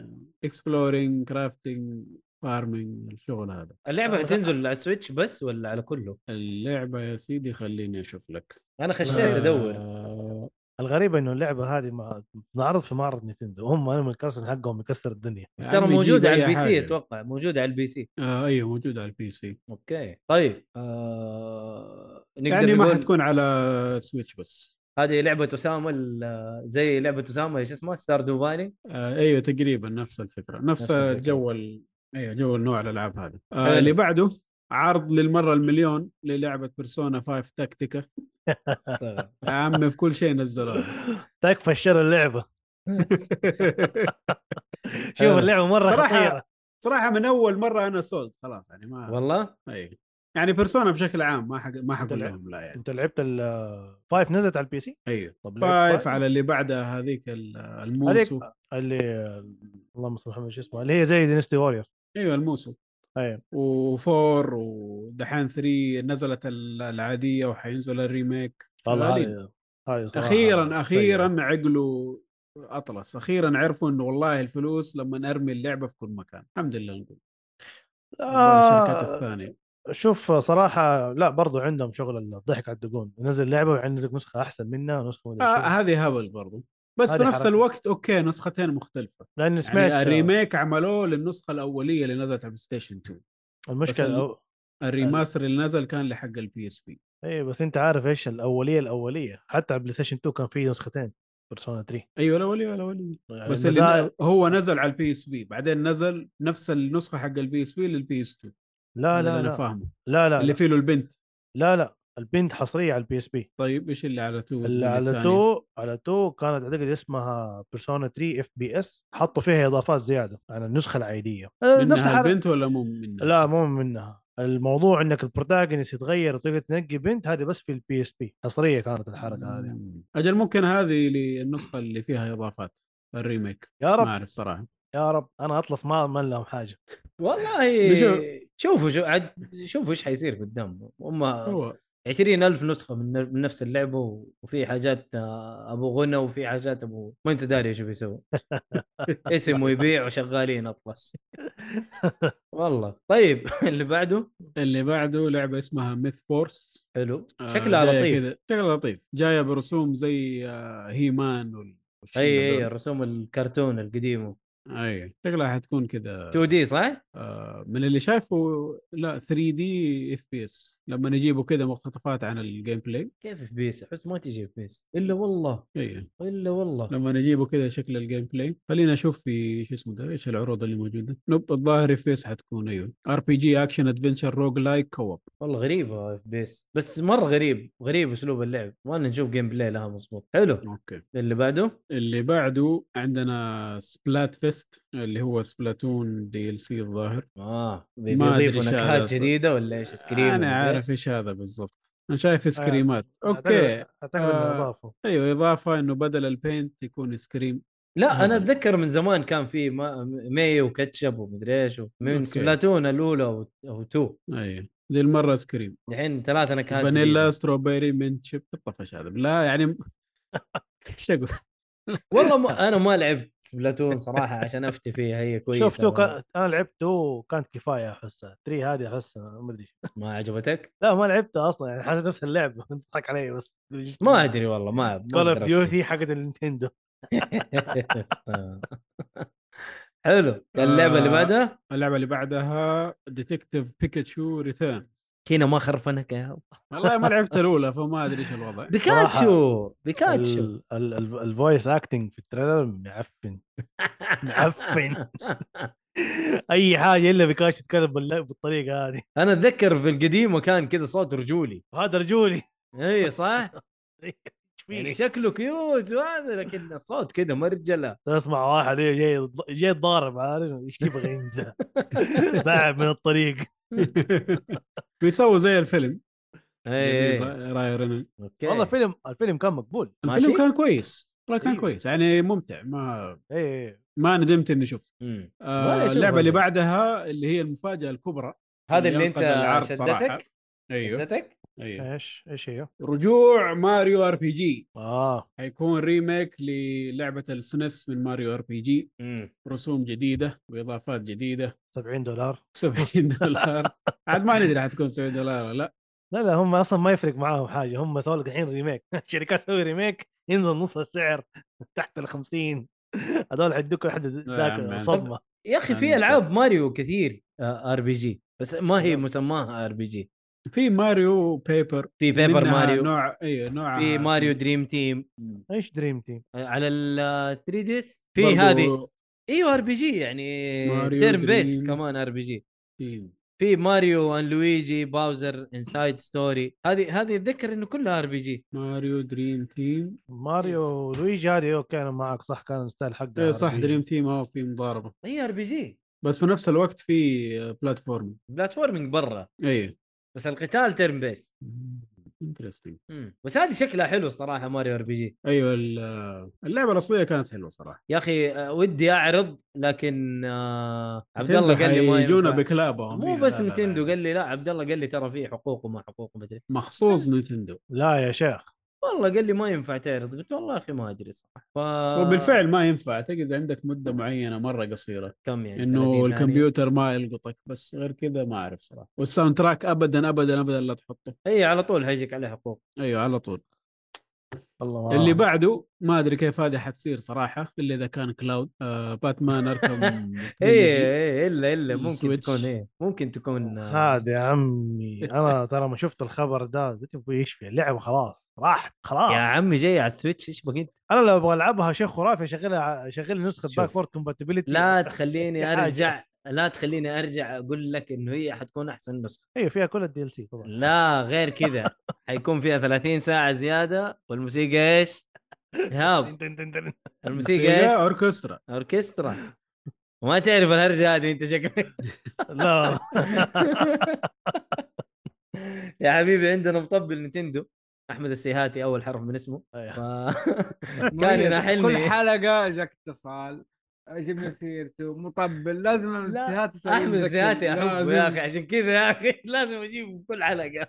Speaker 1: اكسبلورينج كرافتنج فارمنج الشغل هذا
Speaker 2: اللعبه هتنزل على السويتش بس ولا على كله؟
Speaker 1: اللعبه يا سيدي خليني اشوف لك
Speaker 2: انا خشيت ادور
Speaker 1: آه،
Speaker 4: الغريب انه اللعبه هذه ما تنعرض في معرض نينتندو هم انا من الكاسن حقهم يكسر الدنيا
Speaker 1: يا
Speaker 2: ترى
Speaker 1: عمي
Speaker 2: موجوده
Speaker 1: جيب يعني
Speaker 2: على
Speaker 1: أي
Speaker 2: البي سي
Speaker 1: حاجة.
Speaker 2: اتوقع موجوده على البي سي
Speaker 1: آه ايوه موجوده على البي سي
Speaker 2: اوكي طيب آه... نقدر
Speaker 1: يعني ما
Speaker 2: نقول
Speaker 1: حتكون على سويتش بس
Speaker 2: هذه لعبه اسامه ال- آه، زي لعبه اسامه ايش اسمها ستار دو فالي
Speaker 1: آه ايوه تقريبا نفس الفكره نفس,
Speaker 2: نفس
Speaker 1: نفس
Speaker 2: الفكرة.
Speaker 1: جو ال- ايوه جو النوع الالعاب هذا
Speaker 2: حلو.
Speaker 1: آه اللي بعده عرض للمره المليون للعبه بيرسونا 5 تكتيكا
Speaker 2: استغرب.
Speaker 1: يا عمي في كل شيء نزلوها
Speaker 4: تكفى الشر اللعبه شوف
Speaker 2: حلو.
Speaker 4: اللعبه مره
Speaker 1: صراحة-
Speaker 4: خطيره
Speaker 1: صراحه من اول مره انا سولد خلاص يعني ما
Speaker 2: والله
Speaker 1: أيوة. يعني بيرسونا بشكل عام ما حق ما حقول
Speaker 4: تلعب.
Speaker 1: لهم لا يعني
Speaker 4: انت لعبت ال- فايف نزلت على البي سي
Speaker 1: ايوه
Speaker 4: طب لعبت
Speaker 1: فايف على اللي بعدها هذيك ال-
Speaker 4: هذيك آه.
Speaker 1: الموسو
Speaker 4: اللي اللهم صل على محمد شو اسمه اللي هي زي دينستي وورير
Speaker 1: ايوه الموسو
Speaker 4: ايوه
Speaker 1: وفور ودحين 3 نزلت ال- العاديه وحينزل الريميك
Speaker 4: والله
Speaker 1: غالين.
Speaker 4: هذه- هذه صراحة
Speaker 1: اخيرا
Speaker 4: سيئة.
Speaker 1: اخيرا عقلوا اطلس اخيرا عرفوا انه والله الفلوس لما ارمي اللعبه في كل مكان الحمد لله نقول آه الشركات
Speaker 4: آه
Speaker 1: الثانيه
Speaker 4: شوف صراحه لا برضو عندهم شغل الضحك على الدقون ينزل لعبه وينزل نسخه احسن منها ونسخه
Speaker 1: آه
Speaker 4: مدري شو.
Speaker 1: هذه هبل برضو بس في
Speaker 4: هذه
Speaker 1: نفس
Speaker 4: حركة.
Speaker 1: الوقت اوكي نسختين مختلفه
Speaker 4: لاني سمعت آه.
Speaker 1: يعني الريميك عملوه للنسخه الاوليه اللي نزلت على البلاي ستيشن
Speaker 4: أيوه.
Speaker 1: 2 بس ال-
Speaker 4: المشكله أو...
Speaker 1: الريماستر اللي نزل كان لحق البي اس بي
Speaker 4: اي إيه، بس انت عارف ايش الاوليه الاوليه حتى على بلاي ستيشن 2 كان في نسختين بيرسونا 3
Speaker 1: ايوه الاوليه الاوليه
Speaker 4: يعني
Speaker 1: بس
Speaker 4: المزايا-
Speaker 1: اللي هو نزل على البي اس بي بعدين نزل نفس النسخه حق البي اس بي للبي اس 2
Speaker 4: لا لا
Speaker 1: انا
Speaker 4: لا
Speaker 1: فاهمه
Speaker 4: لا لا
Speaker 1: اللي
Speaker 4: لا,
Speaker 1: فيه له البنت
Speaker 4: لا لا البنت حصريه على البي اس بي
Speaker 1: طيب ايش اللي على 2
Speaker 4: اللي على تو على تو كانت اعتقد اسمها بيرسونا 3 اف بي اس حطوا فيها اضافات زياده عن النسخه العاديه آه، نفس
Speaker 1: منها
Speaker 4: الحركه
Speaker 1: البنت ولا مو منها؟
Speaker 4: لا مو منها الموضوع انك البروتاغونست يتغير وتقدر تنقي بنت هذه بس في البي اس بي حصريه كانت الحركه هذه
Speaker 1: مم. اجل ممكن هذه اللي- النسخه اللي فيها اضافات الريميك
Speaker 4: يا
Speaker 1: ما
Speaker 4: رب
Speaker 1: اعرف صراحه
Speaker 4: يا رب انا اطلس ما ما لهم حاجه
Speaker 2: والله
Speaker 1: نشوف.
Speaker 2: شوفوا شو عاد شوفوا ايش حيصير قدام هم
Speaker 1: هو
Speaker 2: 20000 نسخه من من نفس اللعبه و- وفي حاجات آه، ابو غنى وفي حاجات ابو ما انت داري ايش بيسوي اسمه يبيع وشغالين اطلس والله طيب اللي بعده
Speaker 1: اللي بعده لعبه اسمها ميث فورس
Speaker 2: حلو
Speaker 1: آه،
Speaker 2: شكلها لطيف
Speaker 1: شكلها لطيف جايه برسوم زي آه، هيمان وال- والشلة
Speaker 2: اي اي
Speaker 1: دول.
Speaker 2: رسوم الكرتون القديمه
Speaker 1: اي شكلها حتكون كذا
Speaker 2: 2 دي صح؟
Speaker 1: آه، من اللي شايفه لا 3 دي اف بي اس لما يجيبوا كذا مقتطفات عن الجيم بلاي
Speaker 2: كيف في بيس؟ احس ما تجي في بيس الا والله
Speaker 1: اي
Speaker 2: الا والله
Speaker 1: لما يجيبوا كذا شكل الجيم بلاي خلينا اشوف في شو اسمه ده ايش العروض اللي موجوده نوب الظاهر فيس حتكون ايوه ار بي جي اكشن ادفنشر روج لايك كوب
Speaker 2: والله غريبه في بيس بس مره غريب غريب اسلوب اللعب ما نشوف جيم بلاي لها مظبوط حلو
Speaker 1: اوكي
Speaker 2: اللي بعده
Speaker 1: اللي بعده عندنا سبلات فيست اللي هو سبلاتون دي ال سي الظاهر
Speaker 2: اه بي-
Speaker 1: ما أدري
Speaker 2: بيضيفوا
Speaker 1: إيش هذا
Speaker 2: نكهات
Speaker 1: أصلاً.
Speaker 2: جديده ولا ايش سكريم
Speaker 1: انا عارف ايش هذا بالضبط انا شايف سكريمات
Speaker 4: آه،
Speaker 1: اوكي
Speaker 4: أعتقد- اعتقد انه
Speaker 1: آه.
Speaker 4: اضافه
Speaker 1: ايوه اضافه انه بدل البينت يكون سكريم
Speaker 2: لا
Speaker 1: هذا.
Speaker 2: انا اتذكر من زمان كان في ما- مي وكاتشب ومدري ايش من
Speaker 1: أوكي.
Speaker 2: سبلاتون الاولى او أو تو
Speaker 1: ايوه ذي المره سكريم
Speaker 2: الحين ثلاث نكهات
Speaker 1: فانيلا
Speaker 2: جديدة.
Speaker 1: ستروبيري منت شيب الطفش هذا لا يعني ايش اقول
Speaker 2: والله ما انا ما لعبت سبلاتون صراحه عشان افتي فيها هي كويسه
Speaker 4: شوف تو
Speaker 2: ولا
Speaker 4: كان... انا لعبت تو كانت كفايه احسها 3 هذه احسها ما ادري
Speaker 2: ما عجبتك؟
Speaker 4: لا ما لعبتها اصلا يعني حاسس نفس اللعبه انت تضحك علي بس
Speaker 2: ما ادري والله ما ما
Speaker 4: كول اوف
Speaker 2: أقدر أفتي.
Speaker 4: ديوتي حقت النينتندو
Speaker 2: حلو اللعبه اللي
Speaker 1: آه.
Speaker 2: بعدها
Speaker 1: اللعبه اللي بعدها ديتكتيف بيكاتشو ريتيرن
Speaker 2: كينا ما خرفنك يا هو.
Speaker 1: والله ما لعبت الاولى فما ادري ايش الوضع
Speaker 2: بيكاتشو بيكاتشو
Speaker 4: ال- ال- ال- الفويس اكتنج في التريلر معفن معفن اي حاجه الا بيكاش يتكلم بال- بالطريقه هذه
Speaker 2: انا اتذكر في القديمه كان كذا صوت رجولي
Speaker 4: وهذا رجولي
Speaker 2: اي صح
Speaker 4: إيش فيه؟
Speaker 2: يعني شكله كيوت وهذا لكن الصوت كذا مرجله
Speaker 4: اسمع واحد إيه جاي يض- جاي ضارب عارف ايش يبغى ينزل باع من الطريق
Speaker 1: بيسووا زي الفيلم
Speaker 2: اي اي
Speaker 1: راي رينولد
Speaker 2: اوكي
Speaker 4: والله الفيلم الفيلم كان مقبول
Speaker 2: ماشي؟ إيه.
Speaker 1: الفيلم كان كويس والله كان
Speaker 4: أيوه.
Speaker 1: كويس يعني ممتع ما
Speaker 4: اي إي.
Speaker 1: ما ندمت اني شفته
Speaker 2: مم. ولا
Speaker 1: آه
Speaker 2: شيء
Speaker 1: اللعبه اللي
Speaker 2: مفاجأة.
Speaker 1: بعدها اللي هي المفاجاه الكبرى
Speaker 2: هذا اللي
Speaker 1: ينقذ
Speaker 2: انت
Speaker 1: العرض صراحة.
Speaker 2: شدتك
Speaker 1: ايوه
Speaker 2: شدتك
Speaker 1: ايوه
Speaker 4: ايش ايش إيه. هي؟
Speaker 1: رجوع ماريو ار بي جي
Speaker 4: اه
Speaker 1: حيكون ريميك للعبه السنس من ماريو ار بي جي
Speaker 2: مم.
Speaker 1: رسوم جديده واضافات جديده
Speaker 4: 70 دولار
Speaker 1: 70 دولار عاد ما ندري حتكون 70 دولار ولا لا
Speaker 4: لا لا هم اصلا ما يفرق معاهم حاجه هم سووا لك الحين ريميك الشركات تسوي ريميك ينزل نص السعر تحت ال 50 هذول حيدوك لحد
Speaker 1: يا عم،
Speaker 4: ذاك صدمه
Speaker 2: يا اخي في
Speaker 1: أنا
Speaker 2: العاب ماريو كثير ار بي جي بس ما هي مسماها ار بي جي
Speaker 1: في ماريو بيبر
Speaker 2: في بيبر
Speaker 1: منها
Speaker 2: ماريو
Speaker 1: نوع ايوه نوع
Speaker 2: في ماريو دريم تيم
Speaker 4: ايش دريم تيم؟
Speaker 2: آه، على ال 3 دي اس في
Speaker 1: برضو
Speaker 2: هذه ايوه ار بي جي يعني
Speaker 1: ماريو
Speaker 2: تيرن بيست
Speaker 1: دريم.
Speaker 2: كمان ار بي جي
Speaker 1: في-
Speaker 2: في ماريو ان لويجي باوزر انسايد ستوري هذه هذه اتذكر انه كلها ار بي جي
Speaker 1: ماريو دريم تيم
Speaker 4: ماريو لويجي هذه أيوة، كانوا معك صح كان ستايل حقه
Speaker 1: ايوه صح
Speaker 4: RPG.
Speaker 1: دريم تيم اه في مضاربه
Speaker 2: هي ار بي جي
Speaker 1: بس في نفس الوقت في بلاتفورم
Speaker 2: بلاتفورمينج برا
Speaker 1: ايوه
Speaker 2: بس القتال تيرن بيست
Speaker 1: انترستنج
Speaker 2: بس هذه شكلها حلو صراحه ماريو ار بي جي
Speaker 1: ايوه ال- اللعبه الاصليه كانت حلوه صراحه
Speaker 2: يا اخي آه، ودي اعرض لكن آه، عبد الله قال لي ما
Speaker 1: يجونا
Speaker 2: ينفع.
Speaker 1: بكلابهم
Speaker 2: مو
Speaker 1: إيه،
Speaker 2: بس
Speaker 1: لا، لا، لا.
Speaker 2: نتندو قال لي لا عبد الله قال لي ترى في حقوق وما حقوق مدري
Speaker 1: مخصوص نتندو
Speaker 4: لا يا شيخ
Speaker 2: والله قال لي ما ينفع تعرض قلت والله يا اخي ما ادري صراحه ف...
Speaker 1: وبالفعل ما ينفع تجد عندك مده معينه مره قصيره
Speaker 2: كم يعني 30
Speaker 1: انه
Speaker 2: ثانية؟
Speaker 1: الكمبيوتر ما يلقطك بس غير كذا ما اعرف صراحه والساوند تراك ابدا ابدا ابدا لا تحطه
Speaker 2: اي إيه، على طول هيجيك عليه حقوق
Speaker 1: ايوه على طول
Speaker 4: والله ما
Speaker 2: آه.
Speaker 1: اللي بعده ما ادري كيف هذه حتصير صراحه الا اذا كان كلاود آه باتمان اركم
Speaker 2: إيه، اي اي الا الا ممكن
Speaker 1: السويتش.
Speaker 2: تكون ايه ممكن تكون آه،
Speaker 4: هذا يا عمي انا ترى ما شفت الخبر ده قلت ابوي ايش في اللعبه خلاص راحت خلاص
Speaker 2: يا عمي جاي على السويتش ايش بك انت؟
Speaker 4: انا لو ابغى العبها شيء خرافي اشغلها اشغل نسخه
Speaker 2: شوف.
Speaker 4: باك فورد كومباتيبلتي
Speaker 2: لا تخليني
Speaker 4: حاجة.
Speaker 2: ارجع لا تخليني ارجع اقول لك انه هي حتكون احسن نسخه
Speaker 4: ايوه فيها كل الدي ال سي طبعا
Speaker 2: لا غير كذا حيكون فيها 30 ساعه زياده والموسيقى ايش؟ ايهاب
Speaker 4: دن- دن- دن.
Speaker 2: الموسيقى
Speaker 1: موسيقى
Speaker 2: ايش؟
Speaker 1: اوركسترا
Speaker 2: اوركسترا وما تعرف الهرجه هذه انت شكلك
Speaker 4: لا
Speaker 2: يا حبيبي عندنا مطبل نتندو احمد السيهاتي اول حرف من اسمه ف... كان
Speaker 3: مميز. كل
Speaker 2: يناحلني
Speaker 3: حلقه جاك اتصال جبنا سيرته مطبل لازم أحمد
Speaker 2: لا،
Speaker 3: السيهات يصير
Speaker 2: احمد
Speaker 3: يتذكر.
Speaker 2: السياتي احبه يا
Speaker 3: لازم.
Speaker 2: اخي عشان كذا يا اخي لازم اجيبه كل حلقه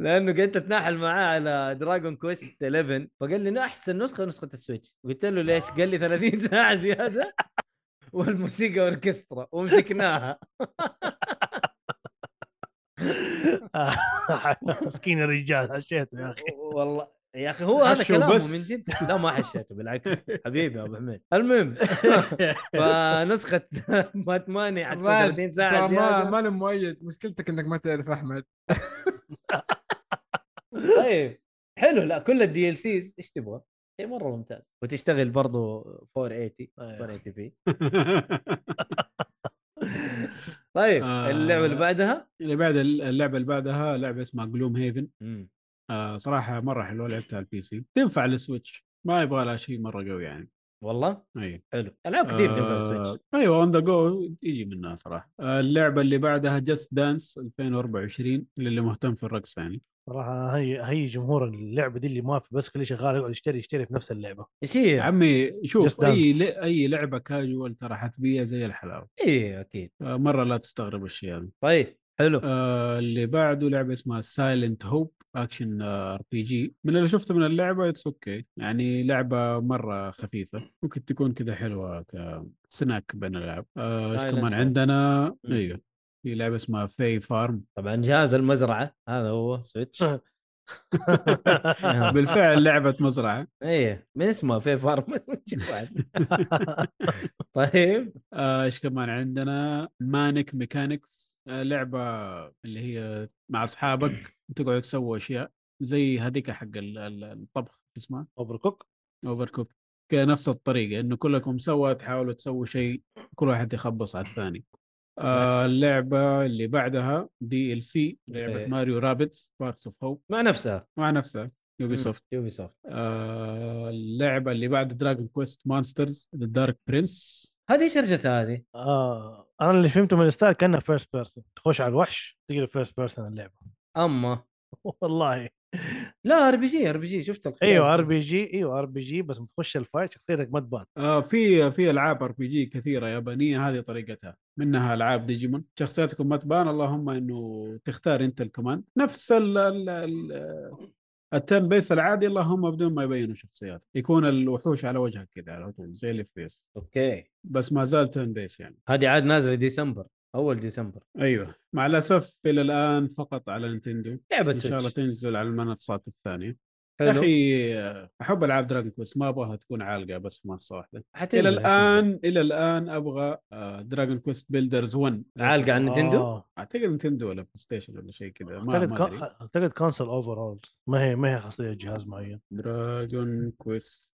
Speaker 2: لانه كنت اتناحل معاه على دراجون كويست 11 فقال لي انه احسن نسخه نسخه السويتش قلت له ليش؟ قال لي 30 ساعه زياده والموسيقى اوركسترا ومسكناها
Speaker 4: مسكين الرجال هشيته يا اخي
Speaker 2: والله يا اخي هو هذا
Speaker 1: حشو
Speaker 2: كلامه
Speaker 1: بس.
Speaker 2: من جد لا ما حشيته بالعكس حبيبي يا ابو حميد المهم فنسخه باتماني حتكون
Speaker 3: بعد
Speaker 2: 30
Speaker 3: ترى
Speaker 2: ساعه
Speaker 3: ما
Speaker 2: زياده
Speaker 3: ما أنا مؤيد مشكلتك انك ما تعرف احمد
Speaker 2: طيب حلو لا كل الدي ال سيز ايش تبغى؟ شيء مره ممتاز وتشتغل برضو 480
Speaker 4: أيوه.
Speaker 2: 480 بي طيب
Speaker 1: آه.
Speaker 2: اللعبه اللي بعدها
Speaker 1: اللي بعد اللعبه اللي بعدها لعبه اسمها جلوم هيفن آه صراحه مره حلوه لعبتها على البي سي تنفع للسويتش ما يبغى لها شيء مره قوي يعني
Speaker 2: والله
Speaker 1: اي
Speaker 2: حلو العاب كثير تنفع
Speaker 1: آه،
Speaker 2: السويتش
Speaker 1: ايوه اون ذا جو يجي منها صراحه آه اللعبه اللي بعدها جاست دانس 2024 للي مهتم في الرقص يعني
Speaker 4: صراحه هي هي جمهور اللعبه دي اللي ما في بس كل شغال يقعد يشتري يشتري في نفس اللعبه
Speaker 2: ايش هي؟
Speaker 1: يا عمي شوف
Speaker 4: Just
Speaker 1: اي
Speaker 4: Dance.
Speaker 1: ل... اي لعبه كاجوال ترى حتبيع زي الحلاوه
Speaker 2: ايه اكيد
Speaker 1: آه مره لا تستغرب الشيء هذا
Speaker 2: طيب حلو
Speaker 1: آه اللي بعده لعبه اسمها سايلنت هوب اكشن ار بي جي آه، من اللي شفته من اللعبه اتس اوكي يعني لعبه مره خفيفه ممكن تكون كذا حلوه كسناك بين الالعاب آه، ايش
Speaker 2: Silent
Speaker 1: كمان
Speaker 2: Hope.
Speaker 1: عندنا
Speaker 2: مم.
Speaker 1: ايوه في لعبه اسمها في فارم
Speaker 2: طبعا جهاز المزرعه هذا هو سويتش آه.
Speaker 1: بالفعل لعبه مزرعه
Speaker 2: ايه من اسمه في فارم طيب
Speaker 1: آه، ايش كمان عندنا مانك ميكانكس لعبه اللي هي مع اصحابك تقعدوا تسووا اشياء زي هذيك حق ال- ال- الطبخ شو اسمها
Speaker 4: اوفر كوك
Speaker 1: اوفر كوك نفس الطريقه انه كلكم سوا تحاولوا تسووا شيء كل واحد يخبص على الثاني آه اللعبه اللي بعدها دي ال سي لعبه
Speaker 2: إيه.
Speaker 1: ماريو رابتس بارتس اوف هوب
Speaker 2: مع نفسها
Speaker 1: مع نفسها يوبي سوفت
Speaker 2: يوبي سوفت
Speaker 1: آه اللعبه اللي بعد دراجون كويست مانسترز ذا دارك برنس
Speaker 2: هذه ايش رجتها هذه؟
Speaker 4: آه انا اللي فهمته من الستايل كانها فيرست بيرسون تخش على الوحش تقلب فيرست بيرسون اللعبه
Speaker 2: اما
Speaker 4: والله
Speaker 2: لا ار بي جي ار بي جي شفت الخيار.
Speaker 1: أيوة،
Speaker 4: ايوه ار بي جي ايوه ار بي جي بس بتخش الفايت شخصيتك ما تبان
Speaker 1: آه، في في العاب ار بي جي كثيره يابانيه هذه طريقتها منها العاب ديجيمون شخصياتكم ما تبان اللهم انه تختار انت الكمان نفس ال ال ال التن بيس العادي اللهم بدون ما يبينوا شخصيات يكون الوحوش على وجهك كذا على طول زي الاف بيس
Speaker 2: اوكي
Speaker 1: بس ما زال تن بيس يعني
Speaker 2: هذه عاد نازله ديسمبر اول ديسمبر
Speaker 1: ايوه مع الاسف الى الان فقط على نينتندو
Speaker 2: لعبه
Speaker 1: ان شاء الله
Speaker 2: سويتش
Speaker 1: تنزل على المنصات الثانيه يا
Speaker 2: حلو
Speaker 1: اخي آه، احب العاب دراجون كويست ما ابغاها تكون عالقه بس في منصه واحده
Speaker 2: حتنزل-
Speaker 1: الى
Speaker 2: حتنزل.
Speaker 1: الان الى الان ابغى دراجون كويست بيلدرز 1
Speaker 2: عالقه على نينتندو
Speaker 4: آه.
Speaker 1: اعتقد نتندو ولا بلاي ستيشن ولا شيء كذا ما
Speaker 4: اعتقد
Speaker 1: ما
Speaker 4: كا-
Speaker 1: ادري
Speaker 4: اعتقد كونسل اوفر هول ما هي ما هي خاصيه جهاز معين
Speaker 1: دراجون كويست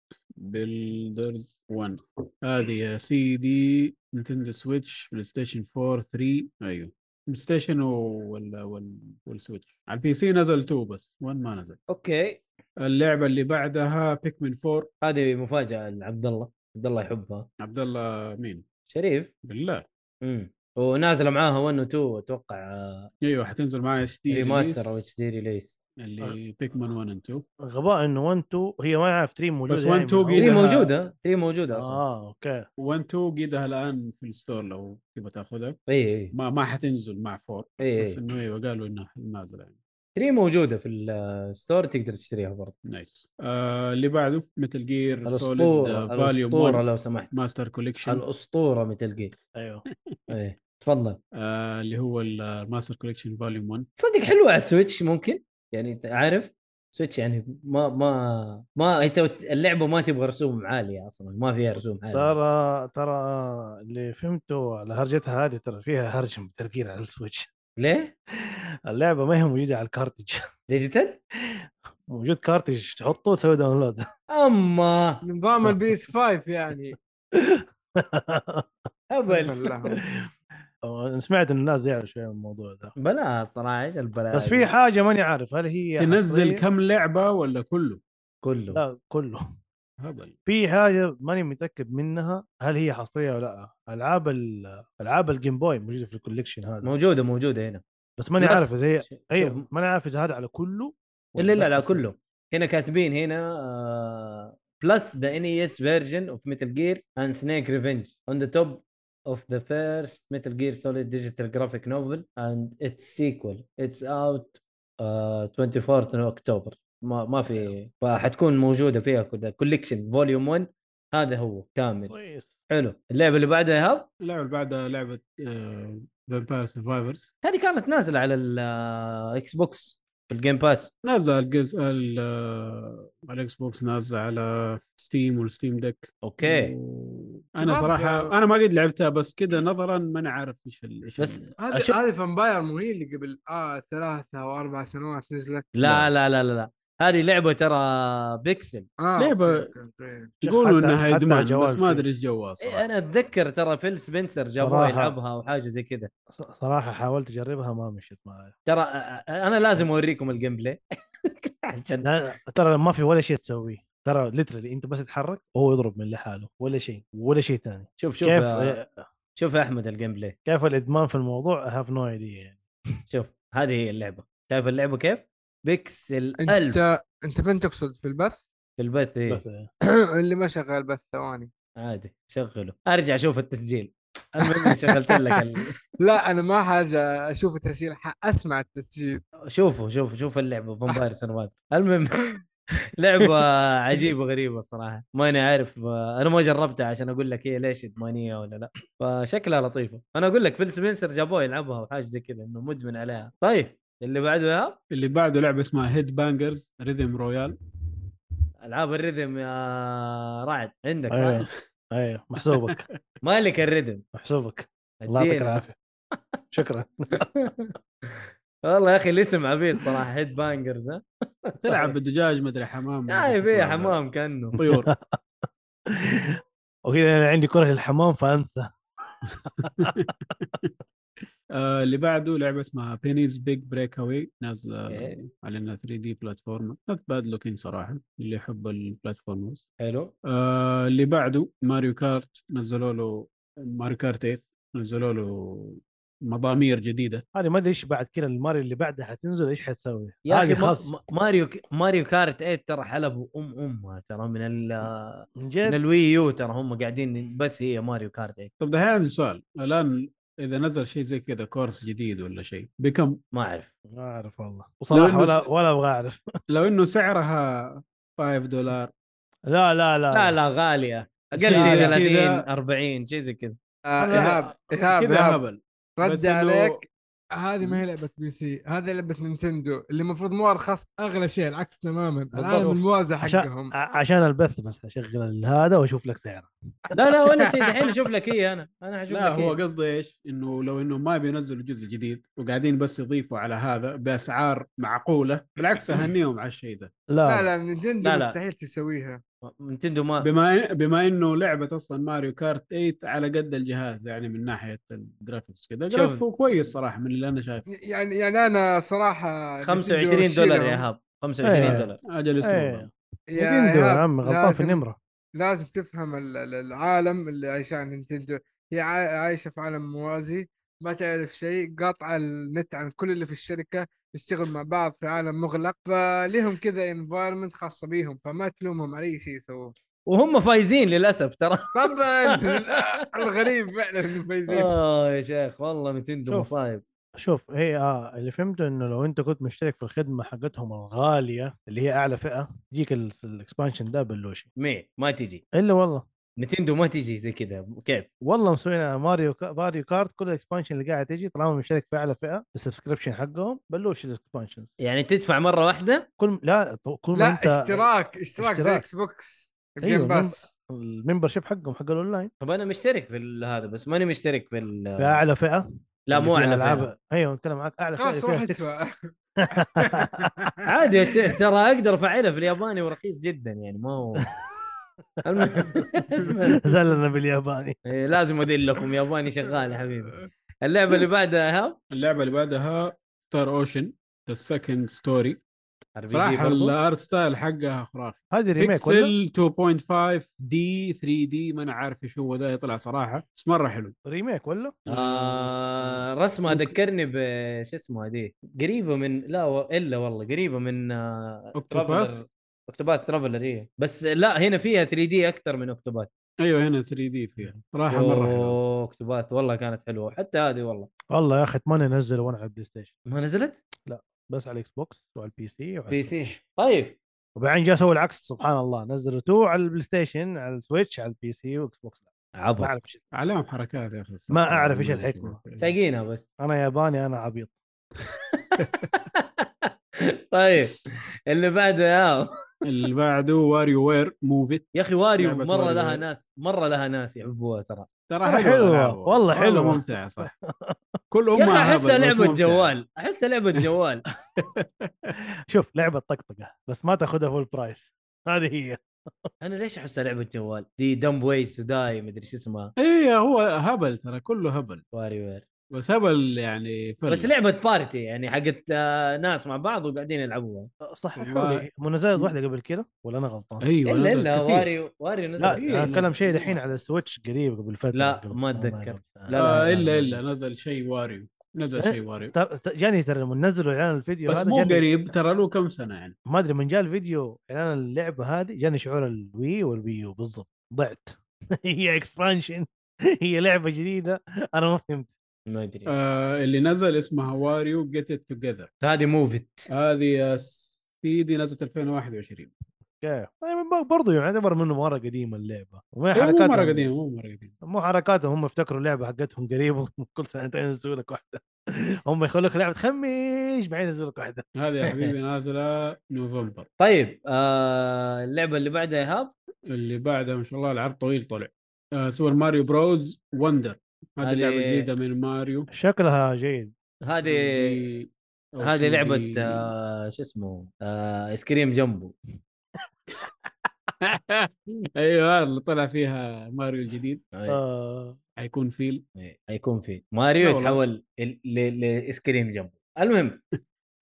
Speaker 1: بيلدرز 1 هذه سي دي نتندو سويتش بلاي ستيشن 4 3 ايوه بلاي ستيشن و- ولا وال والسويتش على البي سي نزل 2 بس 1 ما نزل
Speaker 2: اوكي
Speaker 1: اللعبه اللي بعدها بيكمن 4
Speaker 2: هذه مفاجاه لعبد الله عبد الله يحبها
Speaker 1: عبد الله مين
Speaker 2: شريف
Speaker 1: بالله
Speaker 2: امم ونازله معاها 1 و 2 اتوقع آه،
Speaker 1: ايوه حتنزل معي اتش دي
Speaker 2: ريماستر او اتش دي ريليس
Speaker 1: اللي بيكمن 1 اند 2
Speaker 4: غباء انه 1 2 هي ما يعرف 3 موجوده
Speaker 1: بس
Speaker 4: يعني
Speaker 1: 1
Speaker 4: من
Speaker 1: 2
Speaker 4: أول.
Speaker 2: 3
Speaker 1: إذا-
Speaker 2: موجوده
Speaker 1: آه.
Speaker 2: 3 موجوده اصلا
Speaker 4: اه اوكي
Speaker 1: 1 2 قيدها الان في الستور لو تبغى تاخذها
Speaker 2: اي اي
Speaker 1: ما ما حتنزل مع 4
Speaker 2: اي
Speaker 1: بس انه ايوه قالوا انها نازله يعني
Speaker 2: 3 موجوده إيه. في الستور تقدر تشتريها برضه
Speaker 1: نايس آه اللي بعده متل جير سوليد
Speaker 2: الاسطوره
Speaker 1: فاليوم
Speaker 2: الاسطوره
Speaker 1: 1
Speaker 2: لو سمحت
Speaker 1: ماستر كوليكشن
Speaker 2: الاسطوره مثل جير
Speaker 4: ايوه
Speaker 2: ايه تفضل
Speaker 1: آه اللي هو الماستر كوليكشن فاليوم 1
Speaker 2: تصدق حلوه على السويتش ممكن يعني انت عارف سويتش يعني ما ما ما انت اللعبه ما تبغى رسوم عاليه اصلا ما فيها رسوم عاليه
Speaker 4: ترى ترى اللي فهمته على هرجتها هذه ترى فيها هرجه متركين على السويتش
Speaker 2: ليه؟
Speaker 4: اللعبه ما هي موجوده على الكارتج
Speaker 2: ديجيتال؟
Speaker 4: موجود كارتج تحطه تسوي داونلود
Speaker 2: اما
Speaker 3: نظام البي اس 5 يعني
Speaker 2: هبل
Speaker 3: بالله.
Speaker 4: أنا سمعت ان الناس زعلوا شويه من الموضوع ده
Speaker 2: بلا صراحه ايش البلاء
Speaker 4: بس
Speaker 2: دي؟
Speaker 4: في حاجه ماني عارف هل هي
Speaker 1: تنزل
Speaker 4: حصرية؟
Speaker 1: كم لعبه ولا كله؟
Speaker 2: كله
Speaker 4: لا كله
Speaker 1: هبل
Speaker 4: في حاجه ماني متاكد منها هل هي حصريه ولا لا العاب ال- العاب الجيم بوي موجوده في الكوليكشن هذا
Speaker 2: موجوده موجوده هنا
Speaker 4: بس ماني
Speaker 2: بس-
Speaker 4: عارف اذا هي
Speaker 2: ش- شوف،
Speaker 4: اي ماني عارف اذا هذا على كله
Speaker 2: الا
Speaker 4: ولا
Speaker 2: لا
Speaker 4: بس
Speaker 2: لا
Speaker 4: حصري.
Speaker 2: كله هنا آه، كاتبين هنا بلس ذا ان اس فيرجن اوف ميتال جير اند سنيك ريفنج اون ذا توب اوف ذا فيرست ميتال جير سوليد ديجيتال جرافيك نوفل اند اتس سيكول اتس اوت آه، 24 اكتوبر ما ما في فحتكون موجوده فيها كلها كوليكشن فوليوم 1 هذا هو كامل
Speaker 4: كويس
Speaker 2: حلو اللعبه اللي بعدها يا هاب
Speaker 1: اللعبه اللي بعدها آه، لعبه فامباير سرفايفرز
Speaker 2: هذه كانت نازله على الاكس بوكس في الجيم باس
Speaker 1: نازل الجزء ال- آه، على الاكس بوكس نازل على ستيم والستيم دك
Speaker 2: اوكي
Speaker 1: و- انا
Speaker 3: شباب،
Speaker 1: صراحه
Speaker 3: آه،
Speaker 1: انا ما قد لعبتها بس كذا نظرا ما انا عارف ايش ال- ايش
Speaker 2: بس
Speaker 1: ال-
Speaker 2: أشوف-
Speaker 3: هذه هذه فامباير مو هي اللي قبل آه ثلاث او اربع سنوات نزلت
Speaker 2: لا لا لا لا, لا. هذه لعبه ترى بيكسل
Speaker 3: اه
Speaker 1: لعبة-
Speaker 3: أوكي، أوكي، أوكي.
Speaker 4: شيخ،
Speaker 1: يقولوا
Speaker 4: حتى-
Speaker 1: انها
Speaker 4: حتى
Speaker 1: ادمان
Speaker 4: جوال
Speaker 1: بس ما
Speaker 4: فيه.
Speaker 1: ادري ايش جوها
Speaker 2: إيه
Speaker 1: صراحه
Speaker 2: انا اتذكر ترى فيل سبنسر جابوه
Speaker 4: صراحة.
Speaker 2: يلعبها وحاجه زي كذا
Speaker 4: ص- صراحه حاولت اجربها ما مشيت معي
Speaker 2: ترى أ- أ- انا لازم اوريكم الجيم بلاي عشان
Speaker 4: لا، ترى ما في ولا شيء تسويه ترى ليترلي انت بس تتحرك وهو يضرب من لحاله ولا شيء ولا شيء ثاني
Speaker 2: شوف آه. شوف
Speaker 4: كيف
Speaker 2: يا- شوف يا احمد الجيم بلاي
Speaker 4: كيف الادمان في الموضوع هاف نو ايديا يعني
Speaker 2: شوف هذه هي اللعبه شايف اللعبه كيف؟ بيكسل 1000 في
Speaker 3: انت انت فين تقصد في البث؟
Speaker 2: البث إيه.
Speaker 4: بس آه،
Speaker 3: اللي ما شغال بث ثواني
Speaker 2: عادي شغله ارجع اشوف التسجيل المهم إني شغلت لك ال...
Speaker 3: لا انا ما حاجة اشوف التسجيل اسمع التسجيل
Speaker 2: شوفوا شوفوا شوفوا اللعبه فامباير سرفايفر المهم لعبه عجيبه غريبه صراحه ماني عارف انا ما جربتها عشان اقول لك هي ليش ادمانيه ولا لا فشكلها لطيفه انا اقول لك فيل سبنسر جابوه يلعبها وحاجه زي كذا انه مدمن عليها طيب اللي بعده يا
Speaker 1: اللي بعده لعبه اسمها هيد بانجرز ريذم رويال
Speaker 2: العاب الريذم يا رعد عندك
Speaker 4: ايوه
Speaker 2: صح؟
Speaker 4: ايوه محسوبك
Speaker 2: مالك الريذم
Speaker 4: محسوبك الله يعطيك
Speaker 2: ادينا.
Speaker 4: العافيه شكرا
Speaker 2: والله يا اخي الاسم عبيد صراحه هيد بانجرز ها
Speaker 1: تلعب بدجاج مدري حمام
Speaker 2: شايف ايه حمام كانه
Speaker 1: طيور
Speaker 4: وكذا انا عندي كره للحمام فانسى
Speaker 1: آه اللي بعده لعبه اسمها بينيز بيج بريك اواي نازله
Speaker 2: أوكي،
Speaker 1: على انها 3 دي بلاتفورم نوت باد لوكينج صراحه اللي يحب البلاتفورمرز
Speaker 2: حلو
Speaker 1: آه اللي بعده ماريو كارت نزلوا له ماريو كارت 8 نزلوا له مضامير جديده
Speaker 4: هذه ما ادري ايش بعد كذا الماريو اللي بعدها حتنزل ايش حتسوي
Speaker 2: يا اخي
Speaker 4: هذه
Speaker 2: ما-
Speaker 4: خاص
Speaker 2: ما- ماريو ك- ماريو كارت 8 ترى حلب ام امها ترى من ال
Speaker 4: من
Speaker 2: من
Speaker 4: جد
Speaker 2: الوي يو ترى هم قاعدين بس هي ماريو كارت إيه. 8
Speaker 1: طب ده عندي سؤال الان اذا نزل شيء زي كذا كورس جديد ولا شيء بكم
Speaker 2: ما اعرف
Speaker 4: ما اعرف والله وصراحه
Speaker 1: لأنه
Speaker 4: ولا
Speaker 1: س-
Speaker 4: ولا ابغى اعرف
Speaker 1: لو انه سعرها 5 دولار
Speaker 4: لا لا لا,
Speaker 2: لا لا غاليه اقل
Speaker 1: شيء
Speaker 2: شيء
Speaker 1: زي
Speaker 2: 30
Speaker 1: كذا.
Speaker 2: 40 شيء زي كذا
Speaker 3: آه،
Speaker 4: أنا-
Speaker 3: ايهاب ايهاب
Speaker 1: كذا
Speaker 3: ايهاب
Speaker 1: هبل بس
Speaker 3: رد
Speaker 1: إنه-
Speaker 3: عليك هذه ما هي لعبه بي سي هذه لعبه نينتندو اللي المفروض مو ارخص اغلى شيء العكس تماما العالم الموازى
Speaker 4: عشان- آه.
Speaker 3: حقهم
Speaker 4: ع- عشان البث بس اشغل هذا واشوف لك سعره
Speaker 2: لا لا ولا شيء الحين اشوف لك هي انا انا اشوف لك
Speaker 1: لا هو
Speaker 2: هو
Speaker 1: قصده ايش؟ انه لو انه ما بينزلوا جزء جديد وقاعدين بس يضيفوا على هذا باسعار معقوله بالعكس اهنيهم على الشيء ذا
Speaker 4: لا
Speaker 3: لا لا نينتندو
Speaker 2: لا، لا.
Speaker 3: مستحيل تسويها
Speaker 2: نتندو ما
Speaker 1: بما بما انه لعبه اصلا ماريو كارت 8 على قد الجهاز يعني من ناحيه الجرافيكس كذا
Speaker 2: شوف.
Speaker 1: جرافيكو كويس صراحه من اللي انا شايفه
Speaker 3: يعني يعني انا صراحه نينتندو
Speaker 2: 25 دولار يا
Speaker 3: شيلهم.
Speaker 2: ايهاب 25
Speaker 4: إيه.
Speaker 2: دولار
Speaker 1: اجل يسوى
Speaker 4: إيه.
Speaker 3: يا
Speaker 4: نتندو يا
Speaker 3: إيهاب،
Speaker 4: عمي غلطان في
Speaker 3: لازم-
Speaker 4: النمره
Speaker 3: لازم تفهم ال- ال- العالم اللي عايشاه نينتندو هي عا- عايشه في عالم موازي ما تعرف شيء قاطعه النت عن كل اللي في الشركه يشتغل مع بعض في عالم مغلق فلهم كذا انفايرمنت خاصه بيهم فما تلومهم على اي شيء يسووه
Speaker 2: وهم فايزين للاسف ترى
Speaker 3: طبعا الغريب فعلا إنه فايزين
Speaker 4: آه،
Speaker 2: اه يا شيخ والله نتندو
Speaker 4: شوف.
Speaker 2: مصايب
Speaker 4: شوف هي آه اللي فهمته انه لو انت كنت مشترك في الخدمه حقتهم الغاليه اللي هي اعلى فئه تجيك ال- الاكسبانشن ده بلوشي
Speaker 2: مي ما تجي
Speaker 4: الا والله
Speaker 2: نتندو ما تجي زي كذا كيف
Speaker 4: والله مسوينا ماريو كا- ماريو كارت كل الاكسبانشن اللي قاعد تجي طالما مشترك في اعلى فئه السبسكريبشن حقهم بلوش الاكسبانشنز
Speaker 2: يعني تدفع مره واحده
Speaker 4: كل لا طو- كل ما
Speaker 3: لا
Speaker 4: انت
Speaker 3: اشتراك اشتراك زي
Speaker 4: اشتراك.
Speaker 3: اكس بوكس
Speaker 4: أيوة،
Speaker 3: جيم باس
Speaker 4: الممبر شيب حقهم حق الاونلاين
Speaker 2: طب انا مشترك في ال- هذا بس ماني مشترك في ال-
Speaker 3: آه،
Speaker 4: في اعلى فئه
Speaker 2: لا
Speaker 4: اللي
Speaker 2: مو
Speaker 4: فيها
Speaker 2: اعلى فئة.
Speaker 4: ألعاب- ايوه نتكلم معك اعلى فئه
Speaker 3: خلاص
Speaker 4: اللي فيها
Speaker 3: روح
Speaker 4: 60
Speaker 3: ادفع
Speaker 2: عادي أشت- ترى اقدر افعلها في الياباني ورخيص جدا يعني ما هو الم- المهم،
Speaker 4: زلنا بالياباني
Speaker 2: إيه، لازم اذلكم ياباني شغال يا حبيبي اللعبه اللي بعدها ايهاب
Speaker 1: اللعبه اللي بعدها ستار اوشن ذا سكند ستوري
Speaker 2: ار بي جي
Speaker 1: صراحه
Speaker 2: برضو.
Speaker 1: الارت ستايل حقها خرافي
Speaker 4: هذه ريميك ولا
Speaker 1: بيكسل 2.5 دي 3 دي ما انا عارف ايش هو ذا يطلع صراحه بس مره حلو
Speaker 4: ريميك ولا
Speaker 2: آه رسمها ذكرني بش اسمه هذه قريبه من لا و... الا والله قريبه من آه،
Speaker 1: Octopath؟
Speaker 2: Traveler- Octopath ترافلر ايه بس لا هنا فيها 3 دي اكثر من اوكتوباث
Speaker 1: ايوه هنا 3 دي فيها صراحه مره حلو
Speaker 2: اوكتوباث والله كانت حلوه حتى هذه والله
Speaker 4: والله يا اخي اتمنى ينزلوا وانا على البلاي ستيشن
Speaker 2: ما نزلت
Speaker 4: بس على الاكس بوكس وعلى البي سي وعلى
Speaker 2: بي
Speaker 4: السويتش.
Speaker 2: سي طيب
Speaker 4: وبعدين جاء سوى العكس سبحان الله نزلوا تو على البلاي ستيشن على السويتش على البي سي واكس بوكس ما
Speaker 2: عبط
Speaker 4: اعرف إيش-
Speaker 1: عليهم حركات يا اخي
Speaker 4: ما أعرف إيش الحكمة.
Speaker 2: سايقينها بس
Speaker 4: انا ياباني انا عبيط
Speaker 2: طيب اللي بعده يا هو.
Speaker 1: اللي بعده واريو وير موفيت
Speaker 2: يا اخي واريو
Speaker 1: لعبة
Speaker 2: مره
Speaker 1: واريو.
Speaker 2: لها ناس مره لها ناس يحبوها ترى
Speaker 1: ترى
Speaker 4: ترى
Speaker 1: حلوة
Speaker 4: حلوة،
Speaker 1: ألعابها
Speaker 4: والله حلوة.
Speaker 1: ممتعه صح كل
Speaker 2: يا
Speaker 1: امها
Speaker 2: اخي احسها
Speaker 1: هبل، بس
Speaker 2: لعبه
Speaker 1: ممتعة.
Speaker 2: جوال احسها لعبه جوال
Speaker 4: شوف لعبه طقطقه بس ما تاخذها فول برايس هذه هي
Speaker 2: انا ليش احسها لعبه جوال دي دمب ويس وداي مدري شو اسمها
Speaker 1: ايه هو هبل ترى كله هبل
Speaker 2: واري وير
Speaker 1: بس هبل يعني فل.
Speaker 2: بس لعبه بارتي يعني حقت آه، ناس مع بعض وقاعدين يلعبوها
Speaker 4: صححوا
Speaker 1: والله.
Speaker 4: لي منازلات واحده قبل كذا ولا انا غلطان؟
Speaker 1: ايوه
Speaker 2: الا
Speaker 1: نزل
Speaker 2: الا
Speaker 1: كثير.
Speaker 2: واريو واريو نزل
Speaker 4: لا
Speaker 2: كثير.
Speaker 4: انا اتكلم شيء
Speaker 1: نزل.
Speaker 4: الحين على السويتش قريب قبل فتره
Speaker 2: لا،
Speaker 4: قبل-
Speaker 2: ما
Speaker 4: آه،
Speaker 2: أتذكر.
Speaker 4: أعرف. آه.
Speaker 2: لا،
Speaker 1: آه
Speaker 2: لا،
Speaker 1: الا
Speaker 2: لا. طيب،
Speaker 1: الا نزل شيء واريو نزل
Speaker 4: إيه،
Speaker 1: شيء واريو
Speaker 4: تر- ت- جاني ترى لما نزلوا اعلان الفيديو
Speaker 1: بس
Speaker 4: هذا
Speaker 1: مو
Speaker 4: جاني-
Speaker 1: قريب ترى له كم سنه يعني
Speaker 4: ما ادري من جاء الفيديو اعلان اللعبه هذه جاني شعور الوي والويو بالضبط ضعت هي اكسبانشن هي لعبه جديده انا ما فهمت
Speaker 2: ما ادري
Speaker 1: آه اللي نزل اسمها واريو جيت ات توجذر
Speaker 2: هذه موفت
Speaker 1: هذه يا سيدي نزلت 2021
Speaker 4: كيف طيب ب- برضو يعني يعتبر منه مره قديمه اللعبه وما هي
Speaker 1: إيه، مو مره
Speaker 4: حركاتهم-
Speaker 1: قديمه مو مره قديمه
Speaker 4: مو حركاتهم هم افتكروا اللعبه حقتهم قريب كل سنتين ينزلوا لك واحده هم يخلوا لك لعبه خميش بعدين ينزلوا لك واحده
Speaker 2: إيه،
Speaker 1: هذه يا حبيبي نازله نوفمبر
Speaker 2: طيب آه اللعبه اللي بعدها ايهاب
Speaker 1: اللي بعدها ما شاء الله العرض طويل طلع آه سوبر ماريو بروز وندر هذه
Speaker 2: هذه-
Speaker 1: لعبه جديده من ماريو
Speaker 4: شكلها جيد
Speaker 2: هذه
Speaker 1: 3D أو
Speaker 2: هذه
Speaker 1: 2D.
Speaker 2: لعبه آه شو اسمه آه ايس كريم جنبه
Speaker 1: ايوه اللي طلع فيها ماريو الجديد
Speaker 4: آه
Speaker 1: حيكون فيل
Speaker 2: حيكون في
Speaker 1: لا
Speaker 2: يعني ماريو
Speaker 1: والله.
Speaker 2: يتحول ال- ل- لايس كريم جنبه المهم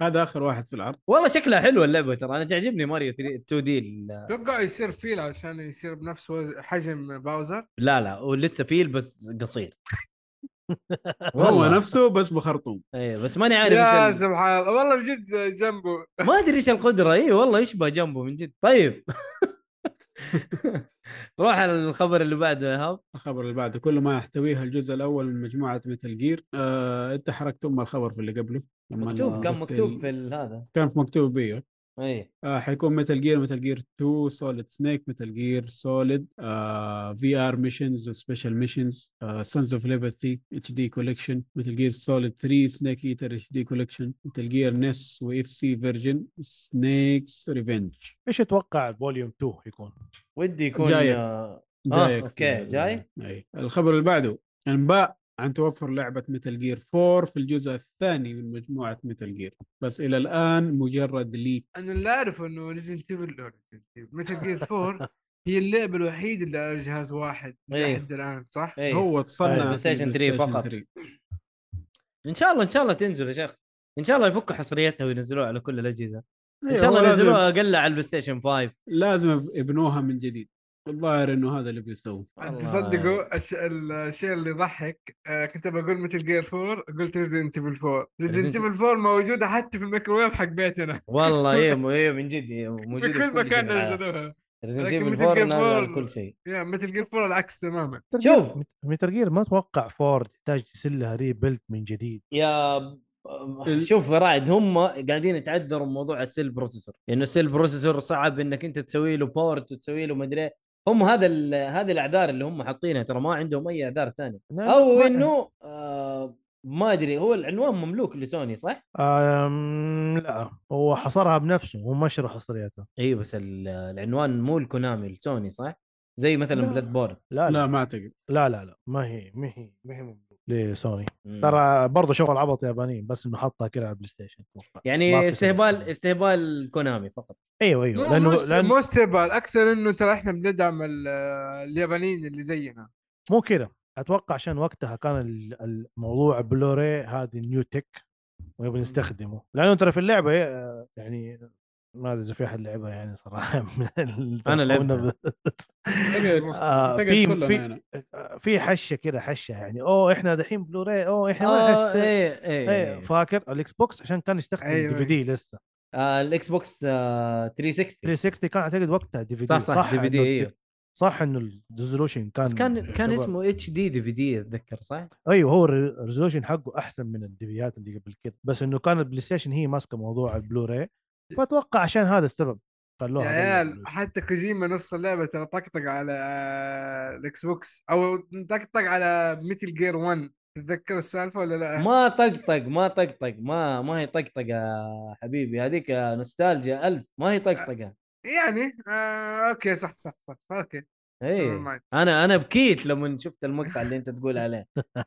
Speaker 1: هذا اخر واحد في العرض
Speaker 2: والله شكلها حلوه اللعبه ترى انا تعجبني ماريو 2 دي
Speaker 4: آه.
Speaker 3: توقع يصير فيل عشان يصير بنفس وز- حجم باوزر
Speaker 2: لا لا ولسه فيل بس قصير
Speaker 1: هو
Speaker 2: والله.
Speaker 1: نفسه بس بخرطوم
Speaker 2: اي إيه، بس ماني عارف
Speaker 3: يا
Speaker 2: ايش ال-
Speaker 3: سبحان الله والله بجد جنبه
Speaker 2: ما ادري ايش القدره اي إيه، والله يشبه جنبه من جد طيب روح على الخبر اللي بعده يا هاب
Speaker 1: الخبر اللي بعده كل ما يحتويه الجزء الاول من مجموعه متل جير آه، انت حركت ام الخبر في اللي قبله لما
Speaker 2: مكتوب كان
Speaker 1: قلت
Speaker 2: مكتوب
Speaker 1: ال-
Speaker 2: في ال- هذا إيه،
Speaker 1: كان في مكتوب ايوه
Speaker 2: اي
Speaker 1: آه حيكون متل جير متل جير 2 سوليد سنيك متل جير سوليد في ار ميشنز وسبيشال ميشنز سانز اوف ليبرتي اتش دي كوليكشن متل جير سوليد 3 سنيك ايتر اتش دي كوليكشن متل جير نس واف سي فيرجن سنيكس ريفنج
Speaker 4: ايش اتوقع فوليوم 2 يكون؟
Speaker 2: ودي يكون
Speaker 1: جايك.
Speaker 2: آه، آه،
Speaker 1: جايك
Speaker 2: أوكي،
Speaker 1: في-
Speaker 2: جاي.
Speaker 1: اي الخبر اللي بعده انباء عن توفر لعبة متل جير 4 في الجزء الثاني من مجموعة متل جير بس إلى الآن مجرد ليك
Speaker 3: انا اللي اعرف انه ريزنت ايفل متل جير 4 هي اللعبه الوحيده اللي على جهاز واحد
Speaker 2: إيه.
Speaker 3: لحد الان صح؟
Speaker 2: اي
Speaker 1: هو تصنع
Speaker 4: بلاي
Speaker 1: في
Speaker 2: ستيشن
Speaker 1: بلاي
Speaker 2: 3
Speaker 1: ستيشن
Speaker 2: فقط. ان شاء الله ان شاء الله تنزل يا شيخ ان شاء الله يفكوا حصريتها وينزلوها على كل الاجهزه ان
Speaker 1: أيوة، هو
Speaker 2: شاء الله
Speaker 1: لازم-
Speaker 2: ينزلوها اقل على البلاي ستيشن 5
Speaker 1: لازم يب- يبنوها من جديد الظاهر انه هذا اللي بيسووه
Speaker 3: عاد
Speaker 2: والله.
Speaker 3: تصدقوا الش- الشيء اللي يضحك آه، كنت بقول متل جير 4 قلت ريزنت ايفل 4 ريزنت
Speaker 2: Resident-
Speaker 3: ايفل 4 موجوده حتى في الميكروويف حق بيتنا
Speaker 2: والله اي مو- اي من جد إيه، موجوده
Speaker 3: في
Speaker 2: في
Speaker 3: كل مكان
Speaker 2: نزلوها
Speaker 3: نزلوها
Speaker 2: ريزنت
Speaker 3: لكن
Speaker 2: ايفل 4
Speaker 3: Metal Gear
Speaker 2: نازل على
Speaker 3: 4
Speaker 2: كل شيء
Speaker 3: يا متل جير 4 العكس تماما
Speaker 2: شوف
Speaker 4: متل جير ما اتوقع فورد تحتاج تصير لها ريبلت من جديد
Speaker 2: يا
Speaker 1: ال-
Speaker 2: شوف رائد هم قاعدين يتعذروا من موضوع السيل بروسيسور لانه السيل بروسيسور صعب انك انت تسوي له بورت وتسوي له مدري إيه. هم هذا ال- هذه الاعذار اللي هم حاطينها ترى ما عندهم اي اعذار ثانيه
Speaker 4: لا،
Speaker 2: او
Speaker 4: ما-
Speaker 2: انه آه ما ادري هو العنوان مملوك لسوني صح؟
Speaker 4: أم، آمم، لا هو حصرها بنفسه هو ما شرى حصريتها
Speaker 2: اي إيه بس ال- العنوان مو لكونامي لسوني صح؟ زي مثلا
Speaker 4: لا.
Speaker 2: بلاد بورن
Speaker 4: لا
Speaker 1: لا
Speaker 3: نعم.
Speaker 4: لا
Speaker 1: ما اعتقد
Speaker 4: لا لا, لا. ما هي ما هي ما هي مملوك لسوني
Speaker 3: نعم.
Speaker 4: ترى برضه شغل عبط يابانيين بس انه حطها كده على البلاي ستيشن أتوقع. ما في
Speaker 2: يعني
Speaker 4: سبب
Speaker 2: استهبال
Speaker 4: ثاني.
Speaker 2: استهبال كونامي فقط
Speaker 4: ايوه
Speaker 3: مو
Speaker 4: ايوه لانه
Speaker 3: لانه
Speaker 4: لأن
Speaker 3: مو استهبال اكثر انه ترى احنا بندعم ال- اليابانيين اللي زينا
Speaker 4: مو كده اتوقع عشان وقتها كان ال- الموضوع بلوري هذه نيو تك ونبغى نستخدمه لانه ترى في اللعبه آه، يعني ما ادري اذا في احد لعبها يعني صراحه من التلفون.
Speaker 2: لعبتها.
Speaker 4: آه،
Speaker 1: اعتقد
Speaker 4: في-
Speaker 1: كلنا يعني.
Speaker 4: في-
Speaker 1: هنا
Speaker 4: آه، في حشه كده حشه يعني اوه احنا دحين بلوري اوه احنا ما
Speaker 2: آه،
Speaker 4: حش
Speaker 2: إيه، إيه،
Speaker 4: ايه
Speaker 2: إيه.
Speaker 4: فاكر الاكس بوكس عشان كان يستخدم
Speaker 3: أيوة،
Speaker 4: دي في دي لسه
Speaker 2: آه، الاكس بوكس آه، 360
Speaker 4: 360 كان اعتقد وقتها دي في دي
Speaker 2: صح صح دي في دي
Speaker 4: إنه
Speaker 2: إيه.
Speaker 4: الد- صح انه الريزولوشن كان
Speaker 2: بس كان كان
Speaker 4: يعتبر-
Speaker 2: اسمه اتش دي دي في دي اتذكر صح؟
Speaker 4: ايوه هو الريزولوشن حقه احسن من الديفيات اللي قبل كده بس انه كان البلاي ستيشن هي ماسكه موضوع البلوراي فاتوقع عشان هذا السبب
Speaker 3: يا
Speaker 4: خلوها
Speaker 3: عيال حتى كوجيما نص اللعبه ترى طقطق على الاكس بوكس او طقطق على ميتل جير 1 تتذكر السالفه ولا لا؟
Speaker 2: ما طقطق ما طقطق ما ما هي طقطقه حبيبي هذيك نوستالجيا ألف ما هي طقطقه
Speaker 3: يعني آه اوكي صح صح صح, صح اوكي
Speaker 2: اي
Speaker 3: never mind.
Speaker 2: انا انا إيه. بكيت لما شفت المقطع اللي انت تقول عليه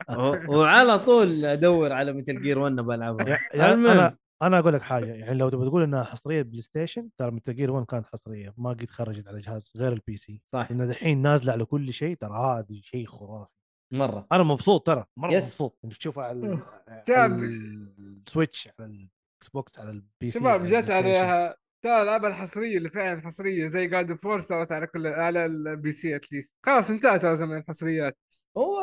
Speaker 2: و- وعلى طول ادور على متل جير 1 بلعبها المهم
Speaker 4: انا انا اقول لك حاجه يعني لو تبغى تقول انها حصريه بلاي ستيشن ترى متل جير 1 كانت حصريه ما قد خرجت على جهاز غير البي سي
Speaker 2: صح
Speaker 4: لان دحين نازله على كل شيء ترى هذا شيء خرافي
Speaker 2: مره
Speaker 4: انا مبسوط ترى مره
Speaker 2: يس.
Speaker 4: يس. مبسوط انك تشوفها على
Speaker 3: شاب.
Speaker 4: على السويتش على الاكس بوكس على البي سي يعني،
Speaker 3: شباب
Speaker 4: على
Speaker 3: جت
Speaker 4: البلاي ستيشن.
Speaker 3: عليها ترى الالعاب الحصريه اللي فعلا حصريه زي جاد اوف وور صارت على كل على البي سي اتليست خلاص انتهى ترى زمن الحصريات
Speaker 2: هو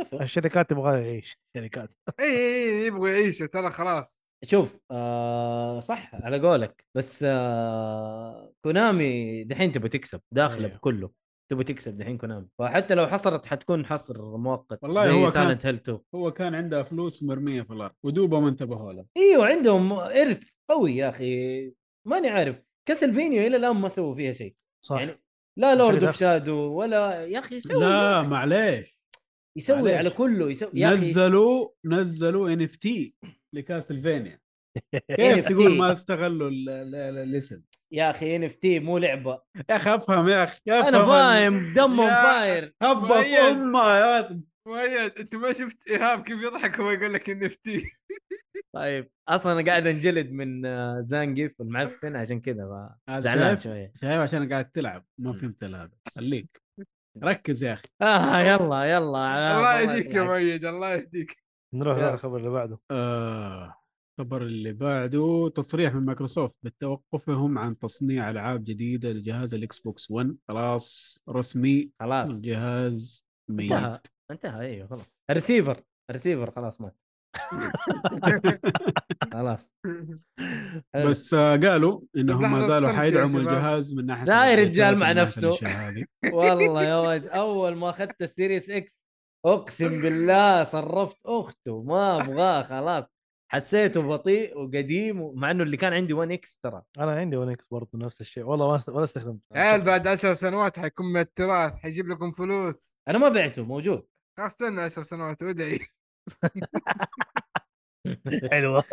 Speaker 2: اتفق
Speaker 4: الشركات تبغى يعيش الشركات
Speaker 3: اي اي إي، يبغوا يعيشوا ترى خلاص
Speaker 2: شوف آه صح على قولك بس آه كونامي دحين تبى تكسب داخله
Speaker 1: إيه.
Speaker 4: أيوه.
Speaker 2: بكله تبى تكسب دحين كونامي فحتى لو حصرت حتكون حصر مؤقت
Speaker 1: والله
Speaker 2: زي
Speaker 1: هو كان-
Speaker 2: سايلنت هيل 2
Speaker 1: هو كان عنده فلوس مرميه في الارض ودوبه ما انتبهوا له
Speaker 2: ايوه عندهم ارث قوي يا اخي ماني عارف كاسلفينيا الى الان ما سووا فيها شيء
Speaker 4: صح
Speaker 2: يعني لا لورد
Speaker 4: أعتقد
Speaker 2: اوف
Speaker 4: آخر-
Speaker 2: شادو ولا يا اخي يسوي
Speaker 1: لا معليش
Speaker 2: يسوي
Speaker 1: معليش.
Speaker 2: على كله يسوي يا اخي
Speaker 1: نزلوا نزلوا ان اف تي لكاسلفينيا كيف
Speaker 2: NFT.
Speaker 1: تقول ما استغلوا ال- ال- ال- الاسم
Speaker 2: يا اخي ان اف تي مو لعبه
Speaker 1: يا اخي افهم يا اخي يا
Speaker 2: انا
Speaker 1: أفهم.
Speaker 2: فاهم دمهم
Speaker 3: يا-
Speaker 2: فاير
Speaker 1: خبص
Speaker 3: مؤيد.
Speaker 1: امه يا
Speaker 3: مؤيد انت ما شفت ايهاب كيف يضحك هو يقول لك ان اف تي
Speaker 2: طيب اصلا انا قاعد انجلد من آه، زانجيف المعفن عشان كذا ف-
Speaker 1: هذا
Speaker 2: زعلان
Speaker 1: شايف؟
Speaker 2: شويه
Speaker 1: شايف عشان قاعد تلعب ما فهمت إلا هذا خليك ركز يا اخي
Speaker 2: اه يلا يلا آه،
Speaker 3: الله يهديك يا
Speaker 2: يسمعك.
Speaker 3: مؤيد الله يهديك
Speaker 4: نروح
Speaker 2: يلا.
Speaker 4: للخبر اللي بعده
Speaker 1: آه، الخبر اللي بعده تصريح من مايكروسوفت بتوقفهم عن تصنيع العاب جديده لجهاز الاكس بوكس 1 خلاص رسمي
Speaker 2: خلاص
Speaker 1: الجهاز ميت
Speaker 2: انتهى. انتهى ايوه خلاص الريسيفر الريسيفر خلاص مات خلاص حلو.
Speaker 1: بس آه، قالوا انهم ما
Speaker 3: لحظة
Speaker 1: زالوا
Speaker 3: صمت يا
Speaker 1: حيدعموا
Speaker 3: شباب.
Speaker 1: الجهاز من ناحيه
Speaker 2: لا يا
Speaker 1: الإعدادات
Speaker 2: رجال مع
Speaker 1: ومن ناحية
Speaker 2: نفسه.
Speaker 1: الأشياء هذه.
Speaker 2: والله يا ولد اول ما اخذت السيريس اكس اقسم بالله صرفت اخته ما ابغاه خلاص حسيته بطيء وقديم مع انه اللي كان عندي 1 اكس ترى
Speaker 4: انا عندي ون اكس برضه نفس الشيء والله ما است... ولا استخدمت
Speaker 3: عيال آه، بعد 10 سنوات حيكون من التراث حيجيب لكم فلوس
Speaker 2: انا ما بعته موجود
Speaker 3: خلاص استنى 10 سنوات وادعي
Speaker 4: حلوه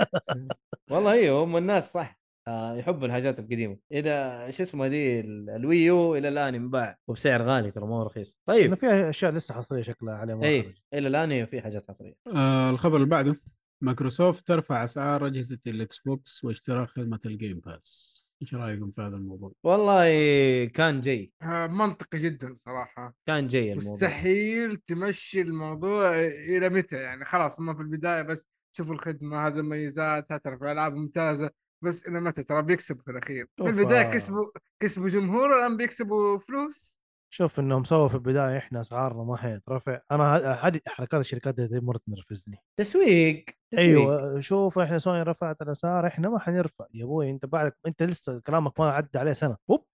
Speaker 2: والله ايوه هم الناس صح آه، يحبوا الحاجات القديمه اذا شو اسمه دي ال- الويو الى الان ينباع وبسعر غالي ترى ما هو رخيص
Speaker 4: انه
Speaker 2: طيب إيه،
Speaker 4: فيها اشياء لسه حصريه شكلها عليها ما
Speaker 2: اي
Speaker 4: خرجت.
Speaker 2: الى الان هي في حاجات حصريه
Speaker 1: آه الخبر اللي بعده مايكروسوفت ترفع اسعار اجهزه الاكس بوكس واشتراك خدمه الجيم باس ايش رايكم في هذا الموضوع؟
Speaker 2: والله كان جاي
Speaker 3: آه، منطقي جدا صراحه
Speaker 2: كان جاي الموضوع
Speaker 3: مستحيل تمشي الموضوع الى متى يعني خلاص ما في البدايه بس شوفوا الخدمه هذا مميزاتها ترى في العاب ممتازه بس الى متى ترى بيكسب في الاخير في
Speaker 4: أوف.
Speaker 3: البدايه كسبوا كسبوا جمهور الان بيكسبوا فلوس
Speaker 4: شوف انهم سووا في البدايه احنا اسعارنا ما حيترفع انا ه- هذه حركات الشركات دي مره تنرفزني
Speaker 2: تسويق تسويق
Speaker 3: أيوة.
Speaker 4: ايوه شوف احنا سوني رفعت الاسعار احنا ما حنرفع يا ابوي انت بعدك انت لسه كلامك ما عدى عليه سنه وب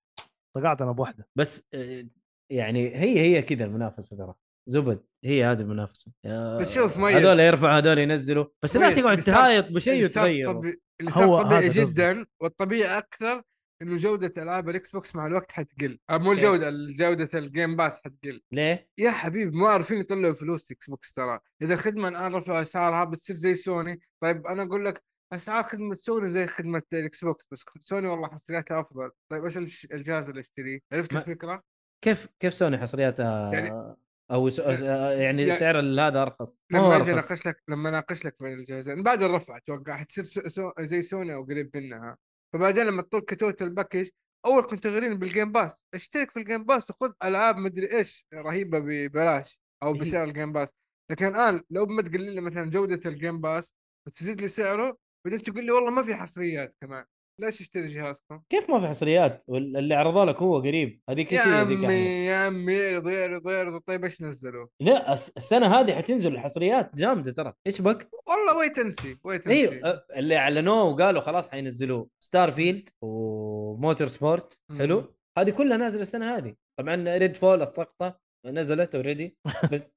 Speaker 4: طقعت انا بواحده
Speaker 2: بس آه، يعني هي هي كذا المنافسه ترى زبد هي هذه المنافسه آه،
Speaker 3: بس شوف طيب، ميل.
Speaker 2: هذول يرفعوا هذول ينزلوا بس لا
Speaker 3: ميل.
Speaker 2: تقعد
Speaker 3: بيصير-
Speaker 2: تهايط بشيء
Speaker 3: اللي صار
Speaker 2: وتغيره
Speaker 3: طبي- اللي صار
Speaker 4: هو
Speaker 3: طبيعي
Speaker 4: هذا قصدي.
Speaker 3: جدا والطبيعي اكثر انه جوده العاب الاكس بوكس مع الوقت حتقل آه، مو الجوده جوده الجيم باس حتقل
Speaker 2: ليه؟
Speaker 3: يا حبيبي ما عارفين يطلعوا فلوس اكس بوكس ترى اذا الخدمه الان رفعوا اسعارها بتصير زي سوني طيب انا اقول لك اسعار خدمه سوني زي خدمه الاكس بوكس بس سوني والله حصرياتها افضل طيب ايش الش- الجهاز اللي اشتريه عرفت
Speaker 2: ما-
Speaker 3: الفكره
Speaker 2: كيف كيف سوني حصرياتها
Speaker 3: يعني-
Speaker 2: او س... أو س- يعني
Speaker 3: يعني-
Speaker 2: سعر ال- هذا ارخص ما هو
Speaker 3: لما اجي
Speaker 2: ارخص
Speaker 3: اناقش لك لما اناقش لك بين الجهازين بعد الرفع اتوقع حتصير سو... سو... زي سوني او قريب منها فبعدين لما تطول كتوتال باكج اول كنت غرين بالجيم باس اشترك في الجيم باس وخذ العاب مدري ايش رهيبه ببلاش او
Speaker 2: هي-
Speaker 3: بسعر الجيم باس لكن الان لو ما تقلل لي مثلا جوده الجيم باس وتزيد لي سعره بعدين تقول لي والله ما في حصريات كمان ليش اشتري جهازكم؟
Speaker 2: كيف ما في حصريات وال- اللي عرضوا لك هو قريب هذيك
Speaker 3: يا
Speaker 2: شيء هذيك
Speaker 3: عمي
Speaker 2: أحلى.
Speaker 3: يا عمي اعرضوا اعرضوا اعرضوا طيب ايش نزلوا؟
Speaker 2: لا الس- السنه هذه حتنزل الحصريات جامده ترى ايش بك؟
Speaker 3: والله ويت انسي ويت انسي
Speaker 2: ايوه أه، اللي اعلنوه وقالوا خلاص حينزلوه ستار فيلد وموتور سبورت
Speaker 3: مم.
Speaker 2: حلو هذه كلها نازله السنه هذه طبعا ريد فول السقطه نزلت اوريدي بس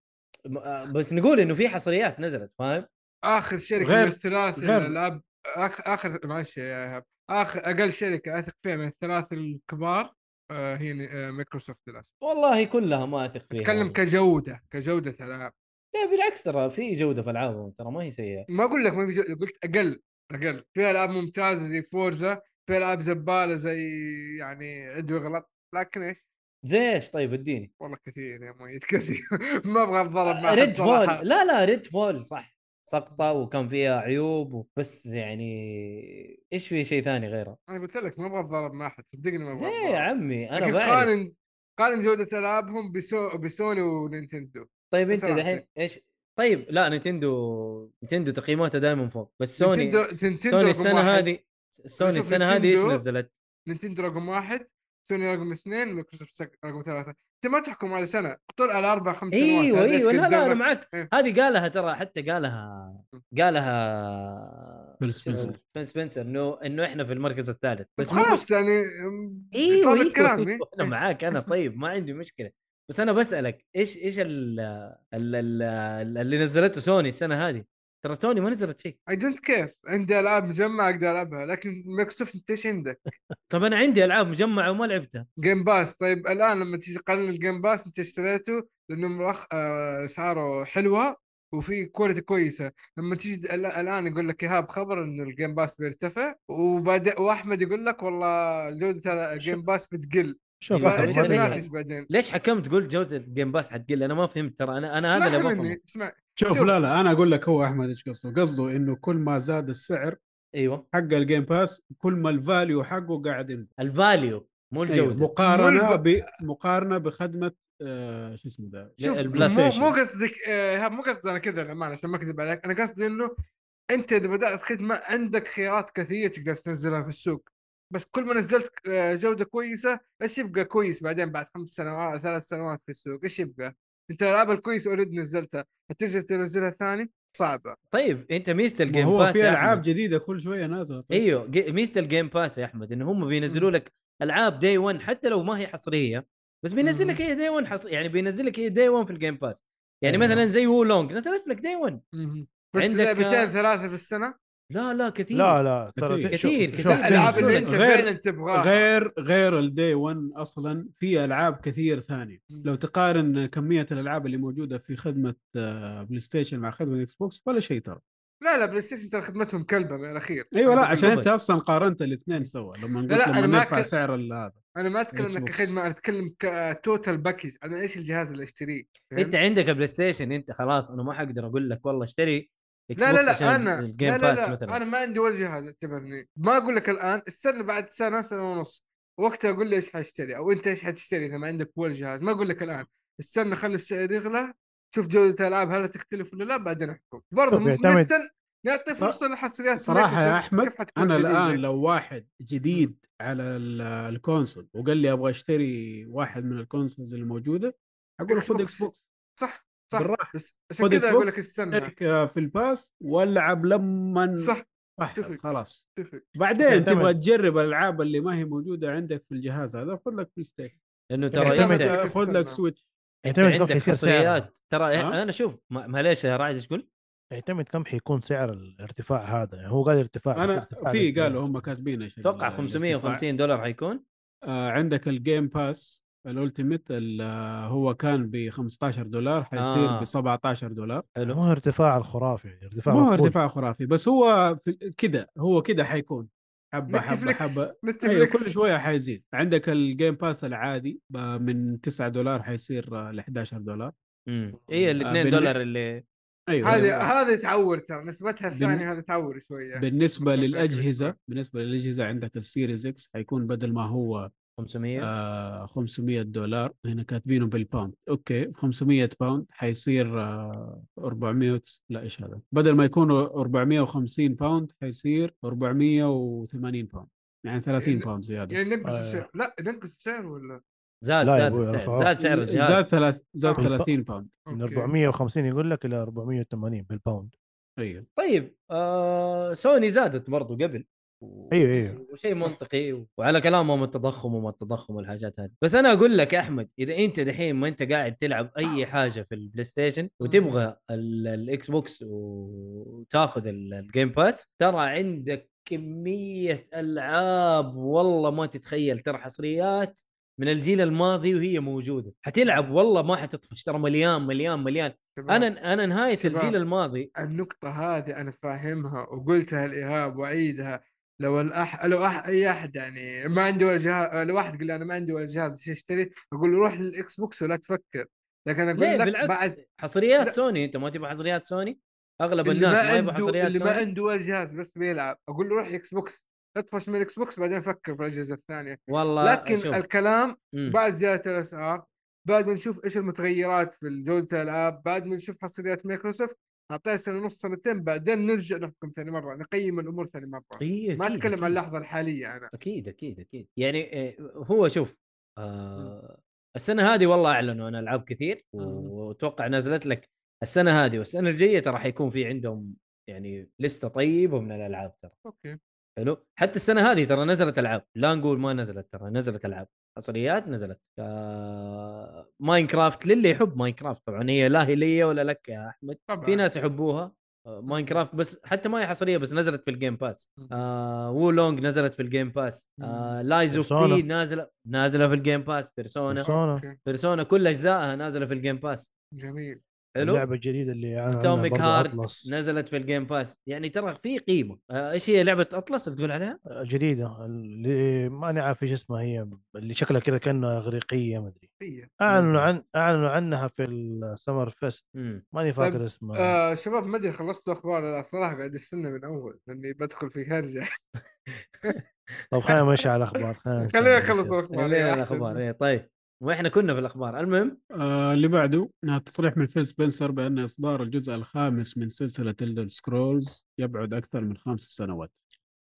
Speaker 2: م- آه، بس نقول انه في حصريات نزلت فاهم؟
Speaker 3: اخر شركه غير
Speaker 1: غير-
Speaker 3: من الثلاث
Speaker 1: غير-
Speaker 3: الالعاب آخ... اخر معلش يا ايهاب اخر اقل شركه اثق فيها من الثلاث الكبار آه هي ن- آه مايكروسوفت للاسف
Speaker 2: والله كلها ما اثق فيها
Speaker 3: اتكلم
Speaker 2: والله.
Speaker 3: كجوده كجوده العاب
Speaker 2: لا بالعكس ترى في جوده في العابهم ترى ما هي سيئه
Speaker 3: ما اقول لك ما في جو... قلت اقل اقل في العاب ممتازه زي فورزا في العاب زباله زي يعني ادوي غلط لكن ايش
Speaker 2: زي ايش طيب اديني
Speaker 3: والله كثير يا مؤيد كثير ما ابغى اتضارب مع
Speaker 2: ريد
Speaker 3: أحد
Speaker 2: فول
Speaker 3: صراحه
Speaker 2: لا لا ريد فول صح سقطه وكان فيها عيوب و- بس يعني ايش في شيء ثاني غيره؟
Speaker 3: انا قلت لك ما ابغى اتضارب مع احد صدقني ما ابغى
Speaker 2: ليه إيه يا
Speaker 3: أتضارب.
Speaker 2: عمي انا
Speaker 3: لكن
Speaker 2: بعرف
Speaker 3: قارن قارن جوده العابهم بسو... بسوني ونينتندو
Speaker 2: طيب انت
Speaker 3: بصراحة.
Speaker 2: الحين ايش طيب لا نينتندو نينتندو تقييماتها دائما فوق بس سوني
Speaker 3: نينتندو نينتندو
Speaker 2: سوني
Speaker 3: رقم
Speaker 2: السنه
Speaker 3: واحد.
Speaker 2: هذه سوني
Speaker 3: بشوف
Speaker 2: السنه هذه ايش
Speaker 3: نينتندو-
Speaker 2: نزلت؟
Speaker 3: نينتندو رقم واحد سوني رقم اثنين مايكروسوفت سك- رقم ثلاثة انت ما تحكم على سنة طول على اربع خمس سنوات
Speaker 2: ايوه
Speaker 3: هذا إيش
Speaker 2: ايوه لا لا انا
Speaker 3: قدامك؟
Speaker 2: معك
Speaker 3: إيه.
Speaker 2: هذه قالها ترى حتى قالها قالها
Speaker 1: فيل
Speaker 2: شو اسمه؟
Speaker 1: سبنسر.
Speaker 2: فين سبنسر انه انه احنا في المركز الثالث
Speaker 3: طب
Speaker 2: مو مش-
Speaker 3: خلاص إيه. يعني
Speaker 2: ايوه
Speaker 3: طالب
Speaker 2: ايوه
Speaker 3: كلامي
Speaker 2: أيوة، انا معاك انا طيب ما عندي مشكله بس انا بسالك ايش ايش ال ال ال اللي نزلته سوني السنه هذه ترى سوني ما نزلت شيء
Speaker 3: اي دونت كير عندي العاب مجمعة اقدر العبها لكن مايكروسوفت انت ايش عندك؟
Speaker 2: طب انا عندي العاب مجمعه وما لعبتها
Speaker 3: جيم باس طيب الان لما تيجي تقارن الجيم باس انت اشتريته لانه مرخ آه، اسعاره حلوه وفي كواليتي كويسه لما تيجي الآن- الان يقول لك ايهاب خبر انه الجيم باس بيرتفع وبعد واحمد يقول لك والله جوده الجيم باس بتقل
Speaker 4: شوف
Speaker 2: يبقى
Speaker 4: أحمد،
Speaker 3: فايش
Speaker 4: ما تقلق.
Speaker 2: الناتج؟
Speaker 3: الناتج بعدين؟
Speaker 2: ليش حكمت قلت جوده الجيم باس حتقل انا ما فهمت ترى انا انا هذا
Speaker 3: اسمح
Speaker 2: اللي
Speaker 3: مني،
Speaker 2: بفهمه
Speaker 3: اسمع
Speaker 1: شوف
Speaker 3: شوف.
Speaker 1: لا لا انا اقول لك هو احمد ايش قصده قصده انه كل ما زاد السعر
Speaker 2: ايوه
Speaker 1: حق الجيم باس كل ما الفاليو حقه قاعد ينزل
Speaker 2: الفاليو مو
Speaker 1: أيوه.
Speaker 2: الجوده
Speaker 1: مقارنه
Speaker 3: والف-
Speaker 1: ب... مقارنه بخدمه آه شو اسمه ذا
Speaker 2: لا،
Speaker 3: شوف
Speaker 2: البلاي
Speaker 3: مو
Speaker 2: ستيشن.
Speaker 3: مو قصدك آه، إيهاب، مو قصدي انا كذا للامانه عشان ما اكذب عليك انا قصدي انه انت اذا بدات خدمه عندك خيارات كثيره تقدر تنزلها في السوق بس كل ما نزلت آه، جوده كويسه ايش يبقى كويس بعدين بعد خمس سنوات ثلاث سنوات في السوق ايش يبقى؟ انت الالعاب الكويس اوريدي نزلتها هتجي تنزلها ثاني صعبه
Speaker 2: طيب انت ميزه
Speaker 1: ما
Speaker 2: الجيم باس
Speaker 1: هو
Speaker 2: يا
Speaker 1: في العاب
Speaker 2: أحمد.
Speaker 1: جديده كل شويه نازله طيب.
Speaker 2: ايوه جي- ميزه الجيم باس يا احمد ان هم بينزلوا لك العاب دي 1 حتى لو ما هي حصريه بس بينزل لك هي دي 1 حص... يعني بينزل لك هي دي 1 في الجيم باس يعني
Speaker 1: أيوة.
Speaker 2: مثلا زي وو لونج نزلت لك دي 1
Speaker 3: مهم. بس
Speaker 1: آه،
Speaker 2: عندك-
Speaker 3: لعبتين ثلاثه في السنه
Speaker 2: لا لا كثير
Speaker 4: لا لا ترى
Speaker 1: كثير.
Speaker 4: شوف-
Speaker 2: كثير،
Speaker 4: شوف
Speaker 2: كثير.
Speaker 4: تنزل.
Speaker 3: الالعاب اللي انت
Speaker 1: غير-
Speaker 3: فعلا تبغاها
Speaker 1: غير غير الدي 1 اصلا في العاب كثير ثانيه
Speaker 3: مم.
Speaker 1: لو تقارن كميه الالعاب اللي موجوده في خدمه آه، بلاي ستيشن مع خدمه اكس بوكس ولا شيء ترى
Speaker 3: لا لا بلاي ستيشن ترى خدمتهم كلبه من الاخير
Speaker 1: ايوه لا
Speaker 3: أنا
Speaker 1: عشان
Speaker 2: بالضبط.
Speaker 1: انت اصلا قارنت الاثنين سوا لما قلت
Speaker 3: لا، أنا
Speaker 1: لما
Speaker 3: ما
Speaker 1: نرفع
Speaker 3: كنت-
Speaker 1: سعر ال- هذا
Speaker 3: انا ما
Speaker 1: Xbox.
Speaker 3: اتكلم كخدمه انا اتكلم كتوتال باكج انا ايش الجهاز اللي اشتريه فهمت؟
Speaker 2: انت عندك بلاي ستيشن انت خلاص انا ما حقدر اقول لك والله اشتري اكس
Speaker 3: لا لا
Speaker 2: بوكس
Speaker 3: لا
Speaker 2: عشان
Speaker 3: انا
Speaker 2: الجيم
Speaker 3: لا لا
Speaker 2: باس
Speaker 3: لا
Speaker 2: مثلا
Speaker 3: انا ما عندي ولا جهاز اعتبرني ما اقول لك الان استنى بعد سنه سنه ونص وقتها اقول لي ايش حاشتري او انت ايش حتشتري اذا ما عندك ولا جهاز ما اقول لك الان استنى خلي السعر يغلى شوف جوده الالعاب هل تختلف ولا لا بعدين احكم برضه
Speaker 4: طب يعتمد.
Speaker 3: نستنى نعطي
Speaker 1: صراحة-
Speaker 3: فرصه للحصريات
Speaker 1: صراحه يا
Speaker 3: مايكروسوفت،
Speaker 1: احمد
Speaker 3: كيف حتكون
Speaker 1: انا
Speaker 3: جديدة؟
Speaker 1: الان لو واحد جديد على ال- آه، الكونسول وقال لي ابغى اشتري واحد من الكونسولز الموجوده اقول له
Speaker 3: Xbox.
Speaker 1: خذ اكس بوكس
Speaker 3: صح صح
Speaker 1: بالراحه
Speaker 3: بس عشان
Speaker 1: خذ
Speaker 3: كذا
Speaker 1: Xbox،
Speaker 3: اقول لك استنى
Speaker 1: اشترك آه، في الباس والعب لما
Speaker 3: صح
Speaker 1: صح
Speaker 3: اتفق.
Speaker 1: خلاص
Speaker 3: اتفق
Speaker 1: بعدين
Speaker 4: تعتمد.
Speaker 1: تبغى تجرب الالعاب اللي ما هي موجوده عندك في الجهاز هذا خذ لك بلاي ستيشن
Speaker 2: لانه ترى
Speaker 4: يعتمد-
Speaker 1: خذ-
Speaker 2: انت
Speaker 1: خذ لك سويتش
Speaker 2: انت
Speaker 4: يعتمد كم
Speaker 2: عندك
Speaker 4: حيصير سعرها.
Speaker 2: حصريات ترى
Speaker 1: ها؟
Speaker 2: انا شوف ما- معليش يا راعي ايش تقول؟
Speaker 4: يعتمد كم حيكون سعر الارتفاع هذا يعني هو قال ارتفاع بس
Speaker 1: انا
Speaker 4: ارتفاع
Speaker 1: في
Speaker 4: الارتفاع.
Speaker 1: قالوا هم كاتبين ايش
Speaker 2: اتوقع
Speaker 1: ال-
Speaker 2: 550 دولار حيكون
Speaker 1: آه عندك الجيم باس الالتيميت ال- آه، هو كان ب 15 دولار حيصير
Speaker 2: آه.
Speaker 1: ب 17 دولار
Speaker 2: حلو
Speaker 4: ما هو ارتفاع الخرافي يعني ارتفاع
Speaker 1: ما هو
Speaker 4: مقبول.
Speaker 1: ارتفاع خرافي بس هو في- كده هو كده حيكون حبه حبه
Speaker 3: نتفلكس
Speaker 1: حبه ايوه
Speaker 3: نتفلكس
Speaker 1: كل شويه حيزيد عندك الجيم باس العادي ب- من 9 دولار حيصير ل 11 دولار
Speaker 2: امم اي ال 2
Speaker 1: بالن-
Speaker 2: دولار اللي
Speaker 1: ايوه
Speaker 3: هذه
Speaker 1: أيوة.
Speaker 3: هذه تعور ترى نسبتها
Speaker 1: بن-
Speaker 3: الثانيه هذه تعور شويه
Speaker 1: بالنسبه
Speaker 3: ممكن فرق
Speaker 1: للاجهزه
Speaker 3: الأسبوع.
Speaker 1: بالنسبه للاجهزه عندك السيريز اكس حيكون بدل ما هو
Speaker 2: 500
Speaker 1: آه 500 دولار هنا كاتبينه بالباوند اوكي 500 باوند حيصير آه 400 لا ايش هذا بدل ما يكون 450 باوند حيصير 480 باوند يعني 30
Speaker 3: يعني-
Speaker 1: باوند زياده
Speaker 3: يعني ننقص
Speaker 4: آه.
Speaker 3: السعر لا ننقص السعر ولا
Speaker 2: زاد
Speaker 4: لا يا
Speaker 2: زاد
Speaker 4: أبوي،
Speaker 2: السعر
Speaker 4: رفعوه.
Speaker 2: زاد سعر
Speaker 1: زاد
Speaker 2: الجهاز
Speaker 1: ثلاث زاد
Speaker 3: بالب-
Speaker 1: 30 باوند
Speaker 4: من
Speaker 3: أوكي.
Speaker 4: 450 يقول لك الى 480 بالباوند
Speaker 1: ايوه
Speaker 2: طيب آه سوني زادت برضو قبل
Speaker 4: ايوه ايوه
Speaker 2: وشيء منطقي وعلى كلامهم التضخم وما التضخم والحاجات هذه بس انا اقول لك يا احمد اذا انت دحين ما انت قاعد تلعب اي حاجه في البلاي ستيشن وتبغى ال- الاكس بوكس وتاخذ ال- الجيم باس ترى عندك كميه العاب والله ما تتخيل ترى حصريات من الجيل الماضي وهي موجوده حتلعب والله ما حتطفش ترى مليان مليان مليان
Speaker 3: شباب،
Speaker 2: انا انا نهايه
Speaker 3: شباب.
Speaker 2: الجيل الماضي
Speaker 3: النقطة هذه أنا فاهمها وقلتها الإيهاب وأعيدها لو الأح لو أح... أي أحد يعني ما عنده ولا جهاز لو واحد قال لي أنا ما عندي ولا جهاز إيش أشتري أقول له روح للإكس بوكس ولا تفكر لكن
Speaker 2: ليه
Speaker 3: أقول لك
Speaker 2: بالعكس
Speaker 3: بعد
Speaker 2: حصريات
Speaker 3: لا.
Speaker 2: سوني انت ما تبغى حصريات سوني اغلب
Speaker 3: اللي
Speaker 2: الناس
Speaker 3: ما
Speaker 2: ما يبغى
Speaker 3: عنده
Speaker 2: حصريات
Speaker 3: اللي ما
Speaker 2: سوني
Speaker 3: عنده ولا جهاز بس بيلعب أقول له روح إكس بوكس اطفش من الإكس بوكس بعدين فكر في الأجهزة الثانية
Speaker 2: والله
Speaker 3: لكن
Speaker 2: شوف.
Speaker 3: الكلام
Speaker 2: مم.
Speaker 3: بعد زياده الاسعار بعد ما نشوف ايش المتغيرات في جوده الالعاب بعد ما نشوف حصريات مايكروسوفت اعطيها سنه ونص سنتين بعدين نرجع نحكم ثاني مره نقيم الامور ثاني مره
Speaker 2: إيه،
Speaker 3: ما
Speaker 2: أكيد،
Speaker 3: اتكلم عن
Speaker 2: أكيد.
Speaker 3: اللحظه الحاليه انا
Speaker 2: اكيد اكيد اكيد يعني إيه، هو شوف آه السنه هذه والله اعلنوا عن العاب كثير و-
Speaker 3: مم.
Speaker 2: واتوقع نزلت لك السنه هذه والسنه الجايه ترى حيكون في عندهم يعني لسته طيبه من الالعاب ترى
Speaker 3: اوكي
Speaker 2: حلو حتى السنه هذه ترى نزلت العاب لا نقول ما نزلت ترى نزلت العاب حصريات نزلت آه ماينكرافت للي يحب ماينكرافت طبعا هي لا هي لي ولا لك يا احمد
Speaker 3: طبعا
Speaker 4: نعم.
Speaker 2: في ناس يحبوها آه، ماينكرافت بس حتى ما هي حصريه بس نزلت في الجيم باس
Speaker 3: مم.
Speaker 2: آه وو لونج نزلت في الجيم باس آه لايز اوف
Speaker 4: Persona.
Speaker 2: بي نازله نازله في الجيم باس بيرسونا
Speaker 4: Persona.
Speaker 1: آه.
Speaker 4: أنا-
Speaker 3: أوكي.
Speaker 2: بيرسونا كل اجزائها نازله في الجيم باس
Speaker 3: جميل
Speaker 2: حلو
Speaker 4: اللعبه الجديده اللي يعني
Speaker 2: اتوميك هارت نزلت في الجيم باس يعني ترى في قيمه آه، ايش هي لعبه اطلس اللي تقول عليها؟
Speaker 4: جديده اللي ماني عارف ايش اسمها هي اللي شكلها كذا كانها اغريقيه ما ادري
Speaker 3: طيب.
Speaker 4: اعلنوا
Speaker 2: ممكن.
Speaker 4: عن اعلنوا عنها في السمر فيست
Speaker 2: مم.
Speaker 4: ماني
Speaker 3: طيب،
Speaker 4: فاكر اسمها
Speaker 3: آه شباب ما ادري خلصتوا اخبار ولا لا صراحه قاعد استنى من اول لاني بدخل في هرجه
Speaker 4: طب خلينا نمشي على الاخبار خلينا نمشي
Speaker 3: خلينا
Speaker 4: على الأشياء.
Speaker 3: نخلص الاخبار
Speaker 2: خلينا
Speaker 3: يا
Speaker 2: الاخبار
Speaker 3: أحسن.
Speaker 2: إيه، طيب واحنا كنا في الاخبار المهم
Speaker 1: آه اللي بعده آه، تصريح من فيل سبنسر بان اصدار الجزء الخامس من سلسله الدر سكرولز يبعد اكثر من خمس سنوات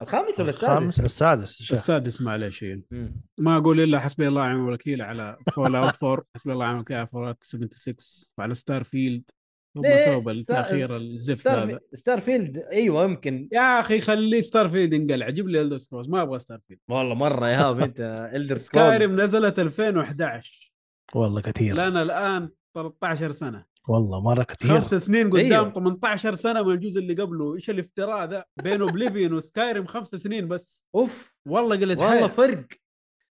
Speaker 2: الخامس ولا
Speaker 4: الخامس
Speaker 2: السادس؟
Speaker 4: السادس شا.
Speaker 1: السادس ما عليه شيء
Speaker 2: مم.
Speaker 1: ما اقول الا حسبي الله ونعم الوكيل على فول اوت 4 حسبي الله ونعم الوكيل على فول اوت 76 وعلى ستار فيلد هم
Speaker 2: ليه؟
Speaker 1: سبب
Speaker 2: ستار-
Speaker 1: التاخير الزفت
Speaker 2: ستار,
Speaker 1: هذا
Speaker 2: في... ستار فيلد ايوه يمكن
Speaker 1: يا اخي خلي ستار فيلد ينقلع جيب لي الدر سكرولز ما ابغى ستار فيلد
Speaker 2: والله مره يا هاب انت الدر
Speaker 1: سكايريم
Speaker 2: سكايرم
Speaker 1: نزلت 2011
Speaker 4: والله كثير
Speaker 1: لنا الان 13 سنه
Speaker 4: والله مره كثير
Speaker 1: خمس سنين قدام
Speaker 2: أيوه.
Speaker 1: 18 سنه من الجزء اللي قبله ايش الافتراء ذا بين اوبليفيون وسكايريم خمس سنين بس
Speaker 2: اوف
Speaker 1: والله قلت
Speaker 2: والله
Speaker 1: حيل.
Speaker 2: فرق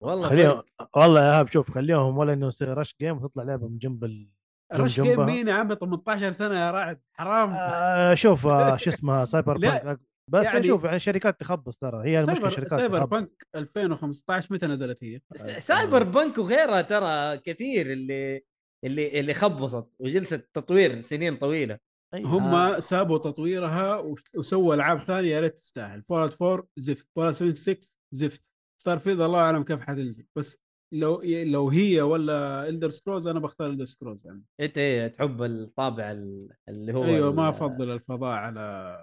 Speaker 2: والله
Speaker 4: خليهم
Speaker 2: فرق
Speaker 4: والله يا هاب شوف خليهم ولا انه يصير رش جيم وتطلع لعبه من جنب ال...
Speaker 1: رش
Speaker 4: جنبها.
Speaker 1: جيم مين يا عمي 18 سنه يا راعد حرام
Speaker 4: آه شوف آه شو اسمها سايبر
Speaker 1: لا،
Speaker 4: بانك بس
Speaker 1: يعني-
Speaker 4: يعني... شوف يعني شركات تخبص ترى هي المشكله
Speaker 1: سايبر,
Speaker 4: شركات
Speaker 1: سايبر
Speaker 4: تخبص
Speaker 1: بانك 2015 متى نزلت هي؟
Speaker 2: س- سايبر بنك وغيرها ترى كثير اللي اللي اللي خبصت وجلسه تطوير سنين طويله
Speaker 4: أيوة.
Speaker 1: هم
Speaker 2: آه.
Speaker 1: سابوا تطويرها وش- وسووا العاب ثانيه يا ريت تستاهل فولات 4 زفت فولات 76 زفت ستار فيلد الله اعلم كيف حتلجي بس لو لو هي ولا الدر سكرولز انا بختار الدر سكرولز يعني
Speaker 2: انت ايه تحب الطابع ال- اللي هو
Speaker 1: ايوه ما
Speaker 2: ال-
Speaker 1: افضل الفضاء على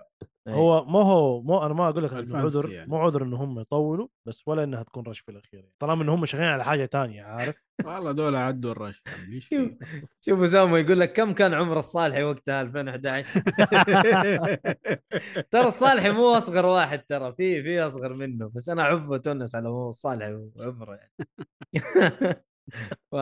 Speaker 4: آه، هو ما هو مو انا ما اقول لك انه
Speaker 1: الفانسي
Speaker 4: عذر
Speaker 1: يعني.
Speaker 4: يعني. مو عذر ان هم يطولوا بس ولا انها تكون رش في الاخير يعني. طالما ان هم شغالين على حاجه تانية عارف
Speaker 1: والله دول عدوا يعني، الرش يا عمي، ايش في؟
Speaker 2: شوف اسامه يقول لك كم كان عمر الصالحي وقتها 2011 ترى الصالحي مو اصغر واحد ترى في في اصغر منه بس انا احب اتونس على هو الصالحي وعمره يعني ف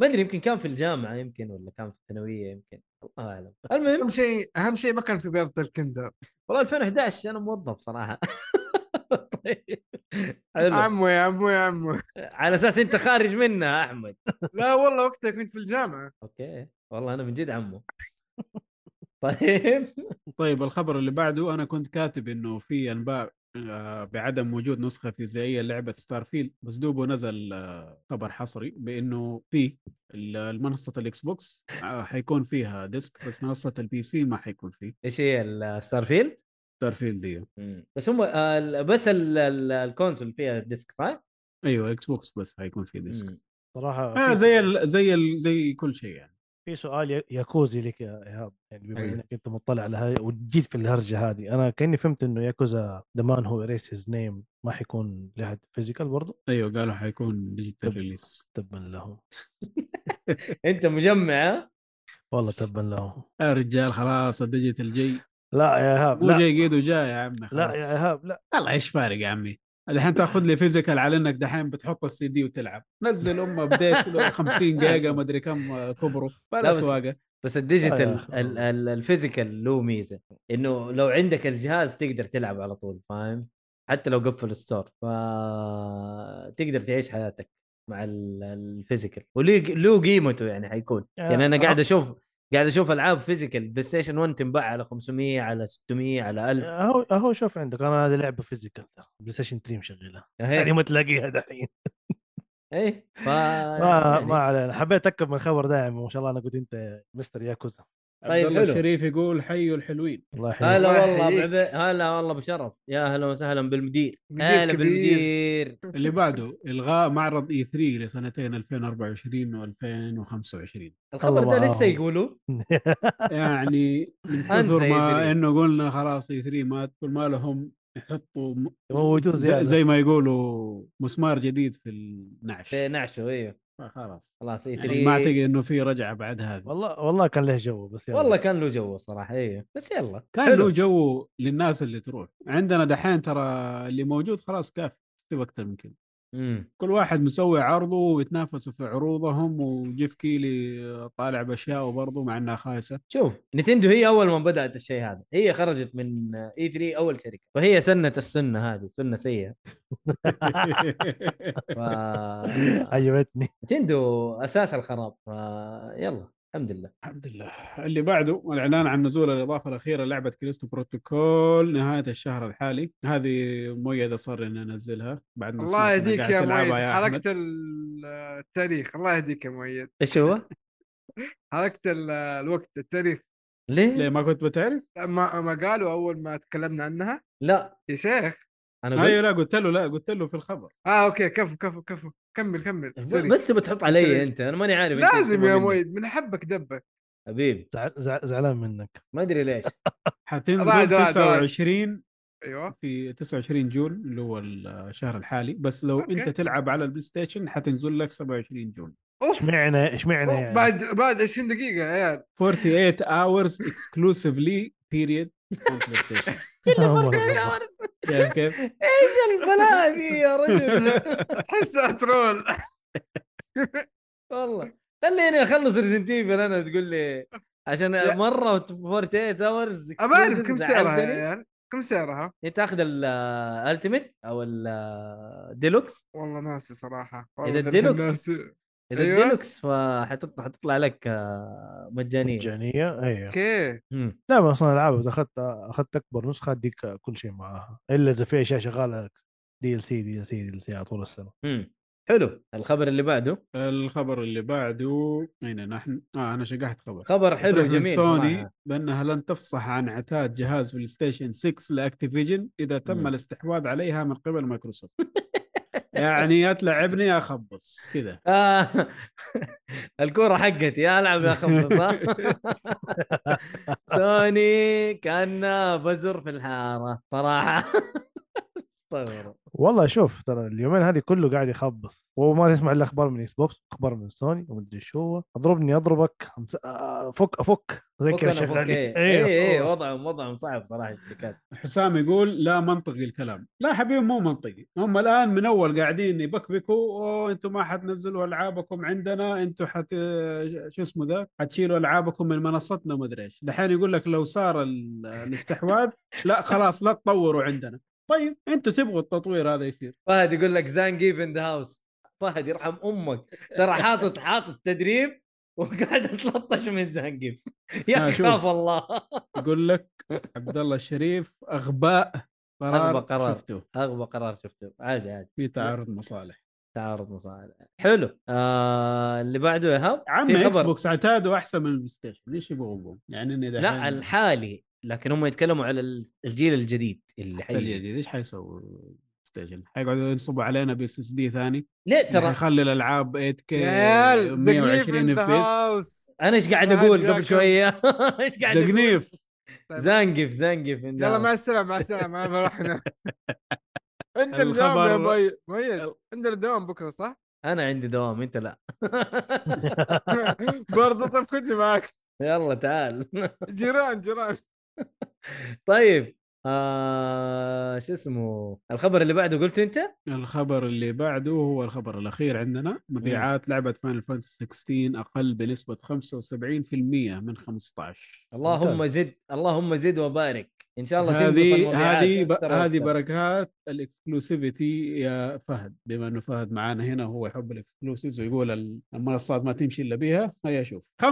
Speaker 2: ما ادري يمكن كان في الجامعه يمكن ولا كان في الثانويه يمكن الله اعلم المهم
Speaker 3: اهم شيء اهم شيء ما كان في بيضة الكندر
Speaker 2: والله 2011 انا موظف صراحه طيب حلو
Speaker 3: عمو يا عمو يا عمو
Speaker 2: على اساس انت خارج منها احمد
Speaker 3: لا والله وقتها كنت في الجامعه
Speaker 2: اوكي والله انا من جد عمو طيب
Speaker 1: طيب الخبر اللي بعده انا كنت كاتب انه في انباء آه، بعدم وجود نسخه فيزيائيه للعبه ستار فيلد بس دوبه نزل آه، خبر حصري بانه في ال- المنصه الاكس بوكس آه، حيكون فيها ديسك بس منصه البي سي ما حيكون فيه
Speaker 2: ايش هي الستار فيلد؟
Speaker 1: ستار فيلد دي
Speaker 2: بس هم آه، ال- بس ال- ال- الكونسول فيها الديسك صح؟
Speaker 1: ايوه اكس بوكس بس حيكون فيه ديسك
Speaker 4: إمم.
Speaker 2: مم.
Speaker 4: صراحه
Speaker 1: آه
Speaker 4: في-
Speaker 1: زي ال زي ال زي كل شيء يعني
Speaker 4: في سؤال ي- ياكوزي لك يا ايهاب يعني بما
Speaker 2: أيوه.
Speaker 4: انك انت مطلع على هاي وجيت في الهرجه هذه انا كاني فهمت انه ياكوزا ذا مان هو اريس هيز نيم ما حيكون لها فيزيكال برضه
Speaker 1: ايوه قالوا حيكون ديجيتال ريليس
Speaker 4: تبا له
Speaker 2: انت مجمع ها؟
Speaker 4: والله تبا له
Speaker 1: يا رجال خلاص الديجيتال جاي
Speaker 4: لا يا ايهاب
Speaker 1: مو
Speaker 2: إيه،
Speaker 4: لا
Speaker 1: جاي قيد وجاي يا عمي
Speaker 4: لا
Speaker 1: خلاص.
Speaker 4: يا ايهاب لا
Speaker 1: الله ايش فارق يا عمي الحين تاخذ لي فيزيكال على انك دحين بتحط السي دي وتلعب نزل ام ابديت له 50 جيجا ما ادري كم آه، كبره
Speaker 2: لا
Speaker 1: بلا
Speaker 2: بس-
Speaker 1: سواقه
Speaker 2: بس
Speaker 4: آه يا
Speaker 2: الديجيتال
Speaker 4: أخي.
Speaker 2: ال- ال- الفيزيكال له ميزه انه لو عندك الجهاز تقدر تلعب على طول فاهم؟ حتى لو قفل ستور ف تقدر تعيش حياتك مع ال- الفيزيكال وله له قيمته يعني حيكون
Speaker 4: آه،
Speaker 2: يعني انا قاعد اشوف قاعد اشوف العاب فيزيكال بلاي ستيشن 1 تنباع على 500 على 600 على 1000
Speaker 4: اهو اهو شوف عندك انا هذه لعبه فيزيكال ترى بلاي ستيشن 3 مشغلها
Speaker 2: إيه.
Speaker 4: يعني ما تلاقيها دحين
Speaker 2: ايه ف
Speaker 4: ما
Speaker 2: يعني-
Speaker 4: ما علينا حبيت اتاكد من الخبر ده يعني ما شاء الله انا قلت انت مستر ياكوزا
Speaker 1: عبد
Speaker 2: طيب
Speaker 1: الله
Speaker 2: حلو.
Speaker 1: الشريف يقول حيوا الحلوين
Speaker 4: الله يحييك
Speaker 2: هلا
Speaker 3: الله
Speaker 2: والله
Speaker 3: يحييك.
Speaker 2: بعبي- هلا والله بشرف يا هلا وسهلا بالمدير
Speaker 3: مدير
Speaker 2: هلا
Speaker 3: كبير.
Speaker 2: بالمدير
Speaker 1: اللي بعده الغاء معرض اي 3 لسنتين 2024 و2025
Speaker 2: الخبر
Speaker 4: الله
Speaker 2: ده لسه
Speaker 4: معاهم.
Speaker 2: يقولوا
Speaker 1: يعني من
Speaker 2: أنسى E
Speaker 1: كثر ما
Speaker 2: E3. انه
Speaker 1: انه قلنا خلاص اي 3 مات كل ما لهم يحطوا م-
Speaker 4: يموتوه
Speaker 1: زي,
Speaker 4: زيادة.
Speaker 1: زي ما يقولوا مسمار جديد في النعش
Speaker 2: نعشو ايوه
Speaker 1: خلاص
Speaker 2: خلاص اي
Speaker 1: يعني ما اعتقد
Speaker 2: 3
Speaker 1: انه في رجعه بعد هذا
Speaker 4: والله والله كان له جو بس يلا.
Speaker 2: والله كان له جو صراحه ايوه بس يلا
Speaker 1: كان
Speaker 2: حلو.
Speaker 1: له جو للناس اللي تروح عندنا دحين ترى اللي موجود خلاص كافي شوف اكثر من كذا
Speaker 2: مم.
Speaker 1: كل واحد مسوي عرضه ويتنافسوا في عروضهم وجيف كيلي طالع باشياء برضه مع انها خايسه
Speaker 2: شوف نتندو هي اول ما بدات الشيء هذا هي خرجت من اي 3 اول شركه فهي سنه السنه هذه سنه سيئه ف... آه.
Speaker 4: عجبتني
Speaker 2: نتندو اساس الخراب ف... يلا الحمد لله
Speaker 1: الحمد لله اللي بعده الاعلان عن نزول الاضافه الاخيره لعبه كريستو بروتوكول نهايه الشهر الحالي هذه مؤيد اصر اني انزلها بعد ما
Speaker 3: الله
Speaker 1: سمعت إنها
Speaker 3: يهديك
Speaker 1: قاعد
Speaker 3: يا
Speaker 1: تلعبها
Speaker 3: مؤيد
Speaker 1: أحمد.
Speaker 3: حركت ال- التاريخ الله يهديك يا مؤيد
Speaker 2: ايش هو؟
Speaker 3: حركت ال- الوقت التاريخ
Speaker 1: ليه ما كنت بتعرف؟
Speaker 3: ما ما قالوا اول ما تكلمنا عنها
Speaker 2: لا
Speaker 3: يا شيخ
Speaker 2: انا قلت
Speaker 1: ايوه لا قلت له لا قلت له في الخبر
Speaker 3: اه اوكي كفو كفو كفو كمل كمل سوري
Speaker 2: بس بتحط علي
Speaker 3: سوري.
Speaker 2: انت انا ماني عارف إنت إيش
Speaker 3: لازم
Speaker 2: تبغى
Speaker 3: يا
Speaker 2: مني.
Speaker 3: مؤيد من حبك دبك
Speaker 2: حبيبي
Speaker 4: زعل- زعل- زعلان منك
Speaker 2: ما ادري ليش
Speaker 1: حتنزل
Speaker 3: رعد- رعد- رعد.
Speaker 1: 29
Speaker 3: ايوه
Speaker 1: في 29 جول اللي هو الشهر الحالي بس لو
Speaker 3: أوكي.
Speaker 1: انت تلعب على البلاي ستيشن حتنزل لك 27 جول
Speaker 3: اوف
Speaker 4: اشمعنى اشمعنى
Speaker 3: أوه،
Speaker 4: يعني
Speaker 3: بعد بعد 20 دقيقة يا عيال
Speaker 1: 48 hours exclusively period on PlayStation شايف كيف؟
Speaker 2: ايش البلاء ذي يا رجل
Speaker 3: تحسها ترول
Speaker 2: والله خليني اخلص ريزنت ايفل انا تقول لي
Speaker 3: لا.
Speaker 2: عشان مره 48 اورز
Speaker 3: ابى اعرف كم سعرها يعني. يا عيال كم سعرها؟
Speaker 2: انت اخذ الالتيميت او الديلوكس
Speaker 3: والله ناسي صراحة
Speaker 2: إذا
Speaker 3: والله
Speaker 2: الديلوكس.
Speaker 3: ناسي.
Speaker 2: اذا
Speaker 3: أيوة.
Speaker 2: الديلوكس فحتطلع حتطلع لك آه، مجانيه
Speaker 4: مجانيه ايوه
Speaker 3: اوكي
Speaker 2: مم.
Speaker 4: لا ما اصلا العاب اذا اخذت اخذت اكبر نسخه اديك كل شيء معاها الا اذا في اشياء شغاله دي ال سي دي ال سي دي ال سي على طول السنه
Speaker 2: مم. حلو الخبر اللي بعده
Speaker 1: الخبر اللي بعده اين نحن؟ اه انا شقحت خبر
Speaker 2: خبر حلو
Speaker 1: تصريح من
Speaker 2: جميل
Speaker 1: سوني
Speaker 2: صراحه
Speaker 1: بانها لن تفصح عن عتاد جهاز بلاي ستيشن 6 لاكتيفيجن اذا تم
Speaker 2: مم.
Speaker 1: الاستحواذ عليها من قبل مايكروسوفت يعني يا تلعبني يا اخبص كذا
Speaker 2: آه الكورة حقتي يا العب يا خلص ها؟ سوني كان بزر في الحارة صراحة استغفر
Speaker 4: والله شوف ترى اليومين هذه كله قاعد يخبص وما تسمع الا اخبار من اكس بوكس اخبار من سوني ومدري شو هو اضربني اضربك أمس- آه، افك افك زي كذا شغال إيه.
Speaker 2: اي
Speaker 1: إيه،
Speaker 2: اي إيه، وضعهم وضعهم صعب صراحة الشركات
Speaker 1: حسام يقول لا منطقي الكلام لا حبيبي مو منطقي هم الان من اول قاعدين يبكبكوا اوه انتم ما حتنزلوا العابكم عندنا انتم حت شو اسمه ذا حتشيلوا العابكم من منصتنا وما ادري ايش دحين يقول لك لو صار ال- الاستحواذ لا خلاص لا تطوروا عندنا طيب انتم تبغوا التطوير هذا يصير
Speaker 2: فهد يقول لك زانجي في ذا هاوس فهد يرحم امك ترى حاطط حاطط تدريب وقاعد اتلطش من زانجيف يا
Speaker 1: آه،
Speaker 2: أخي
Speaker 1: شوف.
Speaker 2: خاف الله
Speaker 1: يقول لك عبد الله الشريف اغباء قرار
Speaker 2: أغبى قرار.
Speaker 1: شفته
Speaker 2: اغبى قرار شفته عادي عادي
Speaker 1: في تعارض مصالح
Speaker 2: تعارض مصالح حلو آه اللي بعده يا هاب
Speaker 1: عم
Speaker 2: في
Speaker 1: اكس
Speaker 2: خبر.
Speaker 1: بوكس اعتادوا احسن من البلاي ستيشن ليش يبغوا يبغوا؟ يعني اني
Speaker 2: لا
Speaker 1: دحين
Speaker 2: الحالي لكن هم يتكلموا على ال- الجيل الجديد اللي
Speaker 1: حتى
Speaker 2: حيجي
Speaker 1: الجديد ايش حيسووا البلاي ستيشن؟ حيقعدوا ينصبوا علينا باس اس دي ثاني
Speaker 2: ليه
Speaker 1: ترى
Speaker 2: ترى
Speaker 1: حيخلي الالعاب 8
Speaker 3: يا
Speaker 1: كي
Speaker 3: عيال زقنيف
Speaker 1: 120
Speaker 3: ان
Speaker 1: اف بي اس
Speaker 3: هاوس
Speaker 2: انا ايش قاعد
Speaker 3: واحد
Speaker 2: اقول
Speaker 3: جاكم.
Speaker 2: قبل شويه ايش قاعد اقول
Speaker 1: دقنيف
Speaker 2: زنقف زنقف
Speaker 3: يلا مع السلامة مع السلامة انا بروح هنا عندنا الدوام
Speaker 1: الخبر-
Speaker 3: يا باي مؤيد عندنا الدوام بكرة صح؟
Speaker 2: انا عندي دوام انت لا
Speaker 3: برضه طيب خدني معك
Speaker 2: يلا تعال
Speaker 3: جيران جيران
Speaker 2: طيب آه شو اسمه الخبر اللي بعده قلت انت
Speaker 1: الخبر اللي بعده هو الخبر الاخير عندنا مبيعات لعبه فاينل فانتسي 16 اقل بنسبه 75% من 15
Speaker 2: اللهم
Speaker 4: ممتاز.
Speaker 2: زد اللهم زد وبارك ان شاء الله تنقص
Speaker 1: هذه
Speaker 2: المبيعات
Speaker 1: هذه ب-
Speaker 2: أكثر
Speaker 1: هذه
Speaker 2: وأكثر.
Speaker 1: بركات الاكسكلوسيفيتي يا فهد بما انه فهد معانا هنا هو يحب الاكسكلوسيفز ويقول ال- المنصات ما تمشي الا بها هيا شوف 75%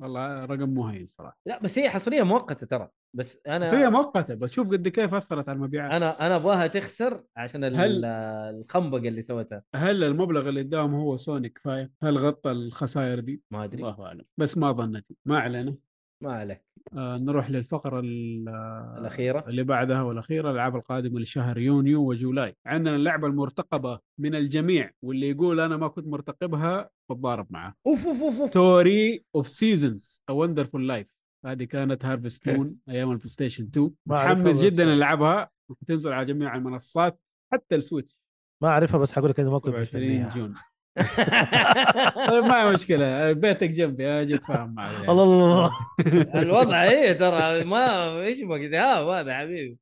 Speaker 1: والله رقم مهين صراحه
Speaker 2: لا بس هي حصريه مؤقته ترى بس انا
Speaker 1: بس هي مؤقته بس شوف قد كيف اثرت على المبيعات
Speaker 2: انا انا ابغاها تخسر عشان ال-
Speaker 1: هل-
Speaker 2: الخنبقه اللي سوتها
Speaker 1: هل المبلغ اللي اداهم هو سوني كفايه؟ هل غطى الخسائر دي؟
Speaker 2: ما ادري
Speaker 1: الله اعلم بس ما ظنتي ما علينا
Speaker 2: ما عليك
Speaker 1: آه نروح للفقره ال-
Speaker 2: الاخيره
Speaker 1: اللي بعدها والاخيره الالعاب القادمه لشهر يونيو وجولاي عندنا اللعبه المرتقبه من الجميع واللي يقول انا ما كنت مرتقبها بتضارب معه
Speaker 2: اوف اوف اوف, أوف.
Speaker 1: ستوري اوف سيزونز ا وندرفول لايف هذه كانت هارفست مون ايام البلاي ستيشن 2
Speaker 4: ما إيه. أعرفها
Speaker 1: متحمس
Speaker 4: بس-
Speaker 1: جدا العبها وتنزل على جميع المنصات حتى السويتش
Speaker 4: ما اعرفها بس حقول لك اذا ما كنت
Speaker 1: 27
Speaker 4: مستنيها
Speaker 1: جون طيب ما هي مشكله بيتك جنبي اجي اتفاهم معك يعني.
Speaker 4: الله الله الله
Speaker 2: الوضع ايه ترى ما ايش ما قد ها هذا يا حبيبي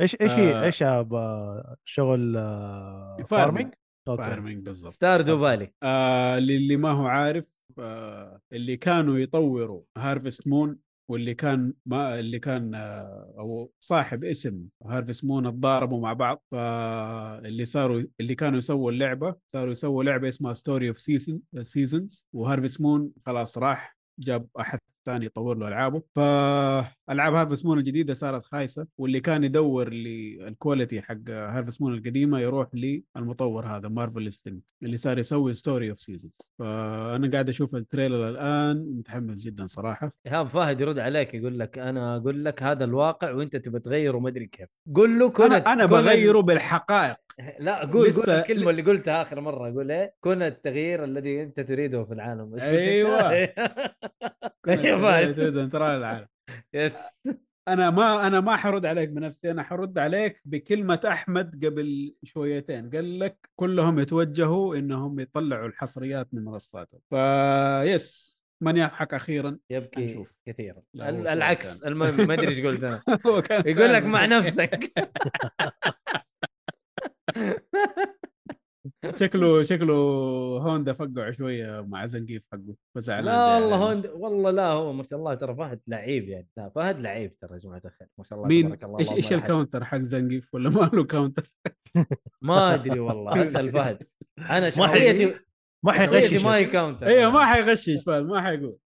Speaker 4: ايش ايش
Speaker 1: آه.
Speaker 4: هي- ايش يا ب- شغل آه، فارمينج
Speaker 1: فارمينج. فارمينج بالضبط
Speaker 2: ستار دوفالي
Speaker 1: آه للي ما هو عارف آه اللي كانوا يطوروا هارفست مون واللي كان ما اللي كان آه او صاحب اسم هارفست مون اتضاربوا مع بعض فاللي صاروا اللي كانوا يسووا اللعبه صاروا يسووا لعبه اسمها ستوري اوف سيزون سيزونز آه، وهارفست مون خلاص راح جاب احد ثاني يطور له العابه فالعاب هارفست مون الجديده صارت خايسه واللي كان يدور للكواليتي حق هارفست مون القديمه يروح للمطور هذا مارفل ستينك اللي صار يسوي ستوري اوف سيزون فانا قاعد اشوف التريلر الان متحمس جدا صراحه
Speaker 2: ايهاب فهد يرد عليك يقول لك انا اقول لك هذا الواقع وانت تبي تغيره وما ادري كيف قول له كنت
Speaker 1: انا انا
Speaker 2: كن ال-
Speaker 1: بغيره بالحقائق
Speaker 2: لا قول قول
Speaker 1: لسه-
Speaker 2: الكلمه اللي قلتها اخر مره قول ايه كن التغيير الذي انت تريده في العالم إيش قلت أنت؟
Speaker 1: أيوة.
Speaker 2: يا فهد
Speaker 1: ترى العالم
Speaker 2: يس
Speaker 1: انا ما انا ما حرد عليك بنفسي انا حرد عليك بكلمه احمد قبل شويتين قال لك كلهم يتوجهوا انهم يطلعوا الحصريات من منصاتهم فيس من يضحك اخيرا
Speaker 2: يبكي
Speaker 1: حنشوف.
Speaker 2: كثيرا
Speaker 1: لا، هو
Speaker 2: ال-
Speaker 1: سؤال
Speaker 2: العكس
Speaker 1: كان.
Speaker 2: المهم ما ادري ايش قلت انا
Speaker 1: هو كان
Speaker 2: يقول لك
Speaker 1: سامع.
Speaker 2: مع نفسك
Speaker 1: شكله شكله هوندا فقع شويه مع زنقيف حقه يعني. فزعل
Speaker 2: لا والله هوند والله لا هو ما شاء الله ترى فهد لعيب يعني لا فهد لعيب ترى يا جماعه الخير ما شاء الله
Speaker 1: مين
Speaker 2: تبارك الله
Speaker 1: ايش
Speaker 2: اللهم
Speaker 1: ايش
Speaker 2: لا حسد.
Speaker 1: الكاونتر حق زنقيف ولا ما له كاونتر
Speaker 2: ما ادري والله اسال فهد انا
Speaker 4: ما
Speaker 2: شخصيتي
Speaker 4: ما
Speaker 1: إيه
Speaker 2: شخصيتي
Speaker 4: حيغششك
Speaker 2: ما هي كاونتر
Speaker 1: ايوه ما حيغشش فهد ما حيقول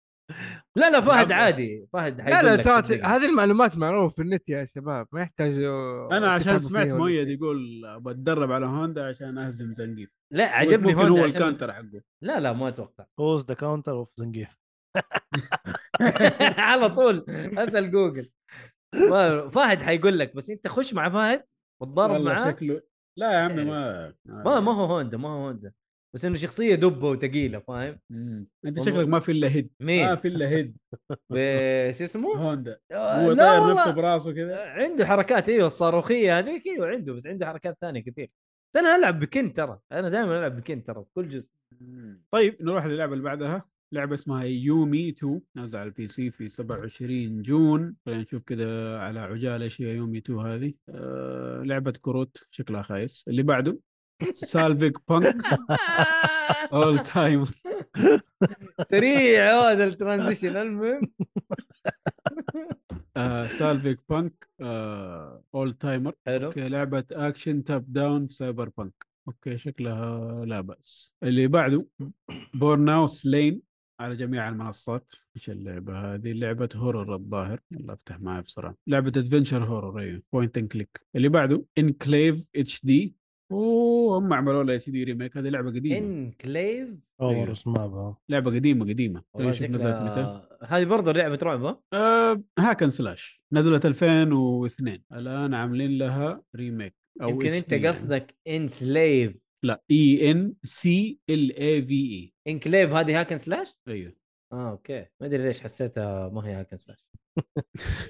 Speaker 2: لا لا فهد عادي فهد
Speaker 3: لا
Speaker 2: حيقول
Speaker 3: لا
Speaker 2: لك
Speaker 3: ترى
Speaker 2: صدقني.
Speaker 3: هذه المعلومات معروفه في النت يا شباب ما يحتاج
Speaker 1: انا عشان سمعت مؤيد يقول بتدرب على هوندا عشان اهزم زنقيف
Speaker 2: لا عجبني
Speaker 1: ممكن هو
Speaker 2: هوندا عشان...
Speaker 1: الكاونتر حقه
Speaker 2: لا لا ما اتوقع
Speaker 4: هوز ذا كاونتر اوف زنقيف
Speaker 2: على طول اسال جوجل ما- فهد حيقول لك بس انت خش مع فهد وتضارب
Speaker 1: والله
Speaker 2: معاه إيه.
Speaker 1: شكله لا يا عمي ما
Speaker 2: ما ما هو هوندا ما هو هوندا بس انه شخصيه دبه وثقيله فاهم
Speaker 1: مم. انت
Speaker 2: والله. إيه.
Speaker 1: شكلك ما في الا هيد ما
Speaker 2: مين
Speaker 1: في الا هيد
Speaker 2: ب- شو اسمه
Speaker 1: هوندا
Speaker 2: آه،
Speaker 1: آه، هو
Speaker 2: لا
Speaker 1: طاير
Speaker 2: والله.
Speaker 1: نفسه براسه كذا
Speaker 2: عنده حركات ايوه الصاروخيه هذيك ايوه عنده بس عنده حركات ثانيه كثير بس انا العب بكن ترى انا دائما العب بكن ترى في كل جزء
Speaker 1: طيب نروح للعبه اللي بعدها لعبه اسمها يومي 2 نازله على البي سي في 27 جون خلينا نشوف كذا على عجاله ايش هي يومي 2 هذه آه لعبه كروت شكلها خايس اللي بعده سالفيك بانك اول تايم
Speaker 2: سريع هذا الترانزيشن المهم
Speaker 1: آه، سالفيك بانك اول تايمر
Speaker 2: حلو
Speaker 1: اوكي لعبة اكشن تاب داون سايبر بانك اوكي شكلها لا بأس اللي بعده بورن ناو سلين على جميع المنصات ايش اللعبة هذه لعبة هورر الظاهر يلا افتح معي بسرعة لعبة ادفنشر هورر ايوه بوينت اند كليك اللي بعده انكليف اتش دي اوه هم عملوا لها اتش دي ريميك هذه لعبة قديمة
Speaker 2: انكليف
Speaker 1: أيوه.
Speaker 4: اوفر اسمها
Speaker 1: لعبة قديمة قديمة
Speaker 2: والله
Speaker 1: شوف نزلت طيب، متى
Speaker 2: شكلها هذه برضه لعبه رعب ها؟
Speaker 1: آه هاكن سلاش نزلت 2002 الان عاملين لها ريميك او
Speaker 2: يمكن انت
Speaker 1: HD يعني.
Speaker 2: قصدك انسليف
Speaker 1: لا اي ان سي ال اي في اي
Speaker 2: انكليف هذه هاكن سلاش؟
Speaker 1: ايوه
Speaker 2: اه اوكي ما ادري ليش حسيتها ما هي هاكن سلاش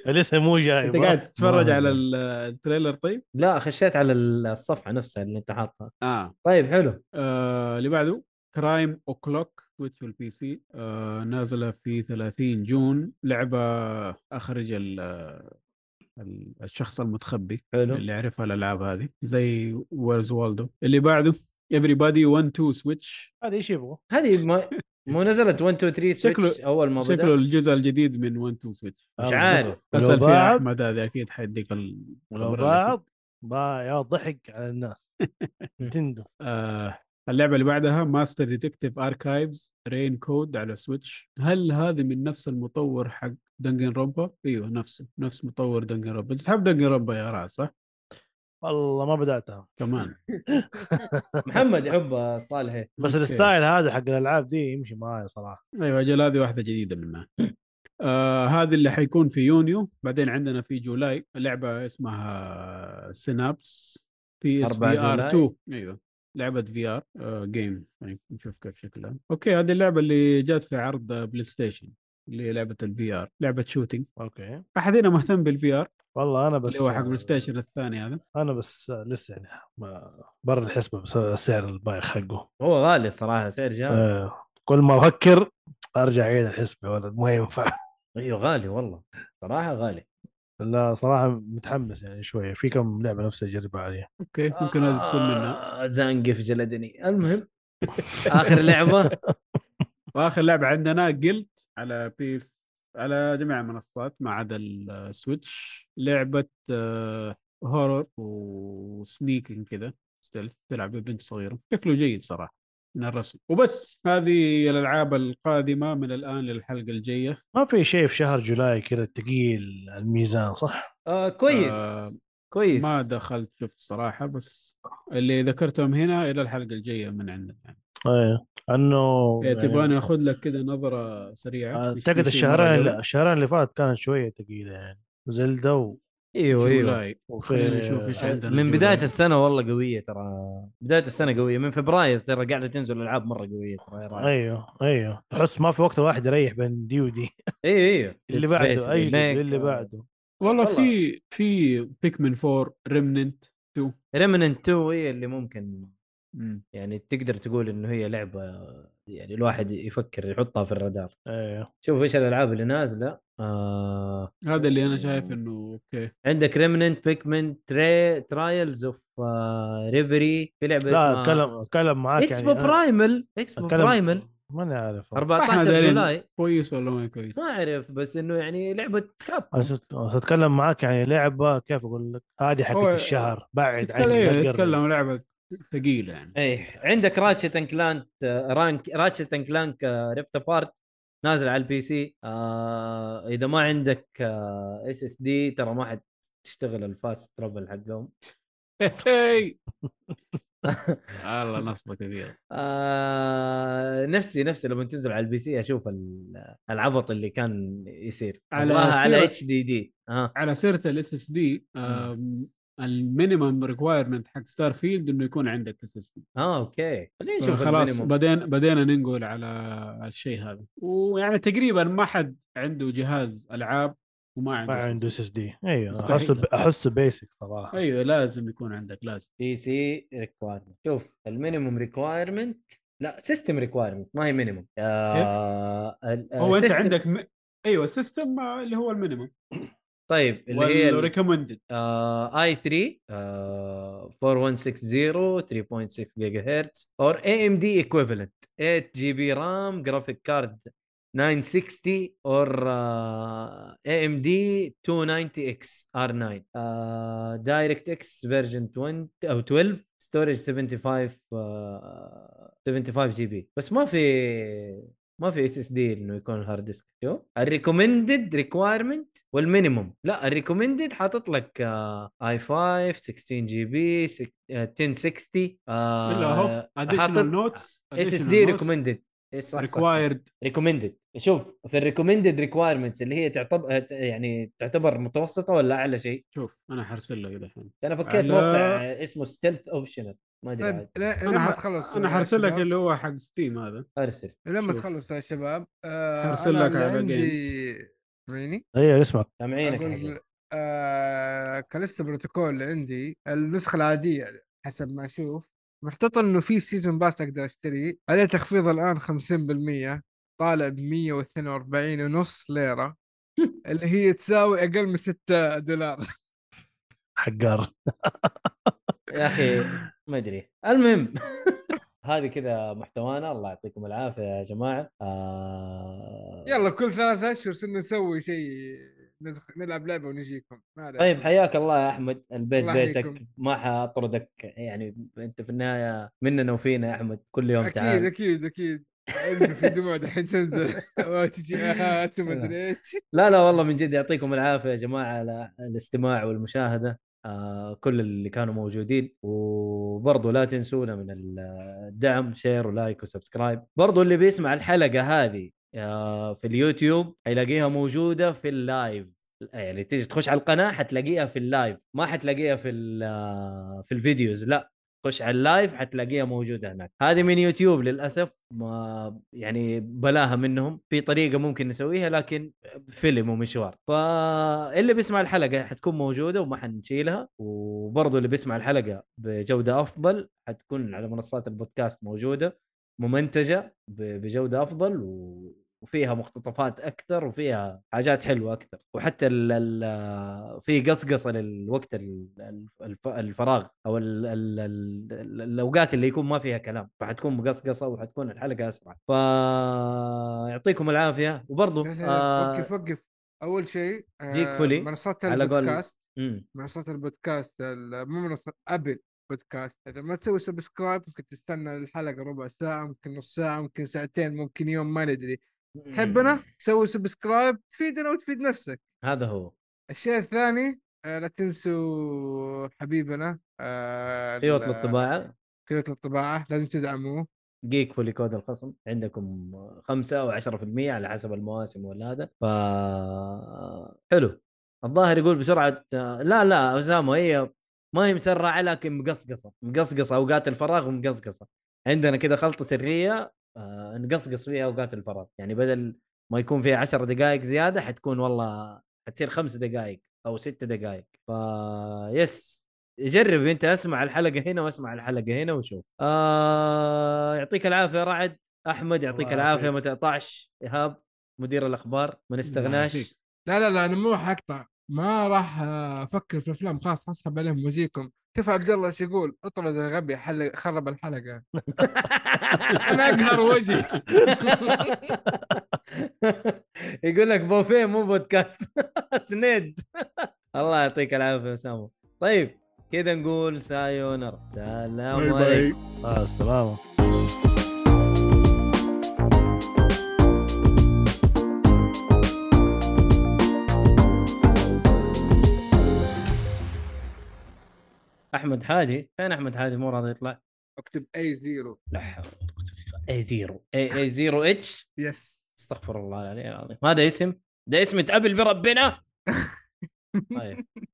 Speaker 4: لسه مو جايب
Speaker 1: انت قاعد تتفرج
Speaker 4: ما
Speaker 1: على
Speaker 4: هزم.
Speaker 1: ال- التريلر طيب؟
Speaker 2: لا خشيت على الصفحه نفسها اللي انت حاطها
Speaker 1: اه,
Speaker 2: طيب حلو
Speaker 1: آه اللي بعده كرايم او كلوك سويتش والبي سي آه نازله في 30 جون لعبه اخرج ال ال- الشخص المتخبي
Speaker 2: حلو
Speaker 1: اللي يعرفها الالعاب هذه زي ويرز والدو اللي بعده everybody 1 2 سويتش
Speaker 4: هذا ايش يبغوا؟
Speaker 2: هذه ما مو نزلت 1 2 3
Speaker 1: شكله-
Speaker 2: سويتش اول ما
Speaker 1: شكله
Speaker 2: بدا
Speaker 1: الجزء الجديد من 1 2 سويتش
Speaker 2: مش
Speaker 4: آه،
Speaker 2: عارف.
Speaker 4: لو
Speaker 1: اسال فيها
Speaker 4: بعض-
Speaker 1: احمد هذا اكيد حيديك
Speaker 4: ولو
Speaker 1: الخبر
Speaker 4: بعض ما يا ضحك على الناس تندم
Speaker 1: آه اللعبة اللي بعدها ماستر ديتكتيف اركايفز رين كود على سويتش هل هذه من نفس المطور حق دنجن روبا؟ ايوه نفسه نفس مطور دنجن روبا انت تحب دنجن روبا يا راس صح؟
Speaker 4: والله ما بداتها
Speaker 1: كمان
Speaker 2: محمد يحب صالح إيه.
Speaker 4: بس
Speaker 1: أوكي.
Speaker 4: الستايل هذا حق الالعاب دي يمشي معايا صراحه
Speaker 1: ايوه اجل هذه واحدة جديدة منها آه هذه اللي حيكون في يونيو بعدين عندنا في جولاي لعبة اسمها سينابس بي اس
Speaker 2: 4
Speaker 1: في ار
Speaker 2: جولاي.
Speaker 1: 2 ايوه لعبة في ار جيم يعني نشوف كيف شكلها اوكي هذه اللعبة اللي جات في عرض بلاي ستيشن اللي هي لعبة الفي ار لعبة شوتينج
Speaker 4: اوكي
Speaker 1: احد هنا مهتم بالفي ار
Speaker 4: والله انا بس
Speaker 1: اللي هو حق بلاي ستيشن الثاني هذا
Speaker 4: انا بس لسه يعني ما- برا الحسبه بس سعر البايخ حقه
Speaker 2: هو غالي صراحه سعر جاهز
Speaker 4: آه، كل ما افكر ارجع اعيد الحسبه يا ولد ما ينفع
Speaker 2: ايوه غالي والله صراحه غالي
Speaker 4: لا صراحه متحمس يعني شويه في كم لعبه نفسي اجربها عليها
Speaker 1: اوكي ممكن هذه تكون منها
Speaker 2: آه، زنقف جلدني المهم اخر لعبه
Speaker 1: واخر لعبة عندنا قلت على بيس على جميع المنصات ما عدا السويتش لعبة آه، هورر وسنيكينج كذا ستيلث تلعب ببنت صغيرة شكله جيد صراحة من الرسم وبس هذه الألعاب القادمة من الآن للحلقة الجاية
Speaker 4: ما في شيء في شهر جولاي كذا ثقيل على الميزان صح؟
Speaker 2: آه كويس
Speaker 1: آه،
Speaker 2: كويس
Speaker 1: ما دخلت شفت صراحة بس اللي ذكرتهم هنا إلى الحلقة الجاية من عندنا يعني
Speaker 4: ايه انه
Speaker 1: إيه،
Speaker 4: يعني
Speaker 1: تبغاني أخذ لك كذا نظرة سريعة إيش في
Speaker 4: اعتقد
Speaker 1: شيء مرة
Speaker 4: الشهرين
Speaker 1: قبل؟
Speaker 4: الشهرين اللي فات كانت شويه ثقيله يعني زلدا و...
Speaker 2: ايوه ايوه
Speaker 1: جولاي خلينا نشوف
Speaker 4: وفي
Speaker 1: ايش عندنا
Speaker 2: من
Speaker 1: جولاي.
Speaker 2: بدايه السنه والله قويه ترى بدايه السنه قويه من فبراير ترى قاعده تنزل العاب مره قويه ترى إيه، يا رائع.
Speaker 4: ايوه ايوه تحس ما في وقت الواحد يريح بين دي ودي
Speaker 2: ايوه ايوه
Speaker 4: اللي
Speaker 2: Dead Space
Speaker 4: بعده اي
Speaker 2: remake.
Speaker 4: اللي بعده
Speaker 1: والله
Speaker 2: والله.
Speaker 1: في في بيكمن 4 ريمننت
Speaker 2: ريمننت 2 هي اللي ممكن يعني تقدر تقول انه هي لعبه يعني الواحد يفكر يحطها في الرادار
Speaker 4: ايوه
Speaker 2: شوف ايش الالعاب اللي نازله آه...
Speaker 1: هذا اللي انا شايف انه اوكي
Speaker 2: عندك ريمننت بيكمن تري... ترايلز اوف ريفري آه، في
Speaker 1: طيب،
Speaker 2: لعبه
Speaker 4: لا
Speaker 2: اسمها
Speaker 4: اتكلم اتكلم معاك يعني،
Speaker 2: اكسبو
Speaker 4: أنا
Speaker 2: برايمل اكسبو
Speaker 4: آه. أتكلم-
Speaker 2: برايمل
Speaker 4: ماني عارف والله.
Speaker 1: إحنا
Speaker 2: 14
Speaker 1: دارين.
Speaker 2: جولاي
Speaker 1: كويس ولا ما كويس
Speaker 2: ما اعرف بس انه يعني لعبه كاب
Speaker 4: انا ست- أنا اتكلم معاك يعني لعبه كيف اقول لك هذه حقت
Speaker 1: هو-
Speaker 4: الشهر بعد
Speaker 1: يتكلم
Speaker 4: عني لا
Speaker 1: إيه،
Speaker 4: تقرب.
Speaker 1: يتكلم لعبه ثقيله يعني
Speaker 2: ايه عندك راتشت اند كلانك رانك راتشت اند كلانك ريفت ابارت آه، نازل على البي سي آه اذا ما عندك آه، اس اس دي ترى ما حد تشتغل الفاست ترافل حقهم
Speaker 1: الله نصبه كبيره
Speaker 2: آه نفسي نفسي لما تنزل على البي سي اشوف ال- العبط اللي كان يصير
Speaker 1: على
Speaker 2: على على
Speaker 1: سيرة-
Speaker 2: اتش دي دي ها
Speaker 1: على سيره الاس اس دي المينيمم ريكوايرمنت حق ستار فيلد انه يكون عندك اس اس دي
Speaker 2: اه اوكي خلينا نشوف
Speaker 1: آه، خلاص
Speaker 2: المينيموم.
Speaker 1: بعدين بدينا ننقل على الشيء هذا ويعني تقريبا ما حد عنده جهاز العاب وما عنده
Speaker 4: ما
Speaker 1: SSD.
Speaker 4: عنده اس اس دي ايوه
Speaker 1: مستحيل.
Speaker 4: احسه احسه بيسك صراحه
Speaker 1: ايوه لازم يكون عندك لازم
Speaker 2: بي سي ريكوايرمنت شوف المينيموم ريكوايرمنت لا سيستم ريكوايرمنت ما هي مينيموم آه ال-
Speaker 1: هو انت
Speaker 2: system-
Speaker 1: عندك م... ايوه السيستم اللي هو المينيمم
Speaker 2: طيب اللي هي ال-
Speaker 1: والريكومندد
Speaker 2: آه اي 3 آه 4160 3.6 جيجا هرتز اور اي ام دي ايكويفالنت 8 جي بي رام جرافيك كارد 960 اور اي ام دي 290 اكس ار 9 دايركت اكس فيرجن 20 او 12 ستورج 75 آه 75 جي بي بس ما في ما في اس اس دي انه يكون الهارد ديسك شو الريكومندد ريكوايرمنت والمينيموم لا الريكومندد حاطط لك آه، اي 5 16 جي بي آه، 1060 آه،
Speaker 1: الا هو اديشنال نوتس
Speaker 2: اس اس دي ريكومندد
Speaker 1: ريكوايرد
Speaker 2: ريكومندد شوف في الريكومندد ريكوايرمنتس اللي هي تعتبر يعني تعتبر متوسطه ولا اعلى شيء؟
Speaker 1: شوف انا حرسل لك دحين
Speaker 2: انا فكرت
Speaker 1: على-
Speaker 2: موقع اسمه ستيلث اوبشنال ما ادري
Speaker 3: طيب
Speaker 2: عاد.
Speaker 3: لا-
Speaker 1: أنا
Speaker 3: لما
Speaker 1: ح-
Speaker 3: تخلص
Speaker 1: انا
Speaker 3: يا
Speaker 1: حرسل لك
Speaker 3: شباب.
Speaker 1: اللي هو حق ستيم هذا
Speaker 2: ارسل
Speaker 3: لما
Speaker 1: شوف.
Speaker 3: تخلص يا شباب آه،
Speaker 1: أرسل
Speaker 3: أنا
Speaker 1: لك
Speaker 3: اللي
Speaker 1: على
Speaker 3: عندي سمعيني
Speaker 4: ايوه اسمع
Speaker 2: سامعينك يا
Speaker 3: أقول
Speaker 2: حبيبي.
Speaker 3: آه كاليستو بروتوكول اللي عندي النسخة العادية حسب ما أشوف محطوط إنه في سيزون باس أقدر أشتريه عليه تخفيض الآن 50% طالع ب 142 ونص ليرة اللي هي تساوي أقل من 6 دولار
Speaker 4: حقار
Speaker 2: يا اخي ما ادري المهم هذه كذا محتوانا الله يعطيكم العافيه يا جماعه آه...
Speaker 3: يلا كل ثلاثة أشهر صرنا نسوي شيء ندخ- نلعب لعبة ونجيكم ما عليك.
Speaker 2: طيب حياك الله يا احمد البيت
Speaker 3: الله
Speaker 2: بيتك
Speaker 3: يحييكم.
Speaker 2: ما حاطردك يعني انت في النهايه مننا وفينا يا احمد كل يوم
Speaker 3: اكيد
Speaker 2: تعال
Speaker 3: اكيد اكيد علمي في دموع دحين تنزل آه، وتجي اهات وما ادري ايش
Speaker 2: لا لا والله من جد يعطيكم العافيه يا جماعه على الاستماع والمشاهده آه كل اللي كانوا موجودين وبرضه لا تنسونا من الدعم شير ولايك وسبسكرايب برضه اللي بيسمع الحلقه هذه آه في اليوتيوب هيلاقيها موجوده في اللايف يعني تيجي تخش على القناه حتلاقيها في اللايف ما حتلاقيها في ال- آه، في الفيديوز لا خش على اللايف حتلاقيها موجوده هناك هذه من يوتيوب للاسف ما يعني بلاها منهم في طريقه ممكن نسويها لكن فيلم ومشوار فاللي بيسمع الحلقه حتكون موجوده وما حنشيلها وبرضه اللي بيسمع الحلقه بجوده افضل حتكون على منصات البودكاست موجوده ممنتجه ب- بجوده افضل و... وفيها مقتطفات اكثر وفيها حاجات حلوه اكثر وحتى ال ال في قصقصه للوقت ال- ال- الف- الفراغ او ال ال ال ال- الاوقات اللي يكون ما فيها كلام فحتكون مقصقصه وحتكون الحلقه اسرع فيعطيكم العافيه وبرضه
Speaker 3: لا، لا، لا،
Speaker 2: آه،
Speaker 3: وقف وقف اول شيء آه،
Speaker 2: جيك فولي
Speaker 3: منصات
Speaker 2: على قول-
Speaker 3: البودكاست
Speaker 2: امم
Speaker 3: منصات البودكاست ال- مو منصات ابل بودكاست اذا ما تسوي سبسكرايب ممكن تستنى الحلقه ربع ساعه ممكن نص ساعه ممكن ساعتين ممكن يوم ما ندري تحبنا سوي سبسكرايب تفيدنا وتفيد نفسك
Speaker 2: إمم. هذا هو
Speaker 3: الشيء الثاني آه، لا تنسوا حبيبنا آه،
Speaker 2: خيوط
Speaker 3: ال-
Speaker 2: للطباعه
Speaker 3: خيوط الطباعه لازم تدعموه
Speaker 2: جيك فولي كود الخصم عندكم 5 او 10% على حسب المواسم ولا هذا ف حلو الظاهر يقول بسرعه لا لا اسامه هي ما هي مسرعه لكن مقصقصه مقصقصه اوقات الفراغ ومقصقصه عندنا كذا خلطه سريه آه، نقصقص فيها اوقات الفراغ يعني بدل ما يكون فيها 10 دقائق زياده حتكون والله حتصير خمس دقائق او ست دقائق فا يس جرب انت اسمع الحلقه هنا واسمع الحلقه هنا وشوف آه يعطيك العافيه رعد احمد يعطيك
Speaker 1: الله
Speaker 2: العافيه
Speaker 1: يعافيك.
Speaker 2: ما تقطعش ايهاب مدير الاخبار ما نستغناش
Speaker 1: يعافيك.
Speaker 3: لا لا لا انا مو حقطع ما راح آه، افكر في الافلام خلاص اسحب عليهم وجيكم شوف عبد الله ايش يقول اطرد الغبي حلق خرب الحلقه انا اقهر وجهي
Speaker 2: يقول لك بوفيه مو بودكاست سند الله يعطيك العافيه اسامه طيب كذا نقول سايونر سلام عليكم
Speaker 4: مع السلامه
Speaker 2: احمد حادي فين احمد حادي مو راضي يطلع
Speaker 3: اكتب اي زيرو
Speaker 2: لا حول ولا قوة إلا بالله. اي زيرو اي اي زيرو اتش
Speaker 3: يس
Speaker 2: استغفر الله العلي العظيم هذا اسم ده اسم تقبل بربنا طيب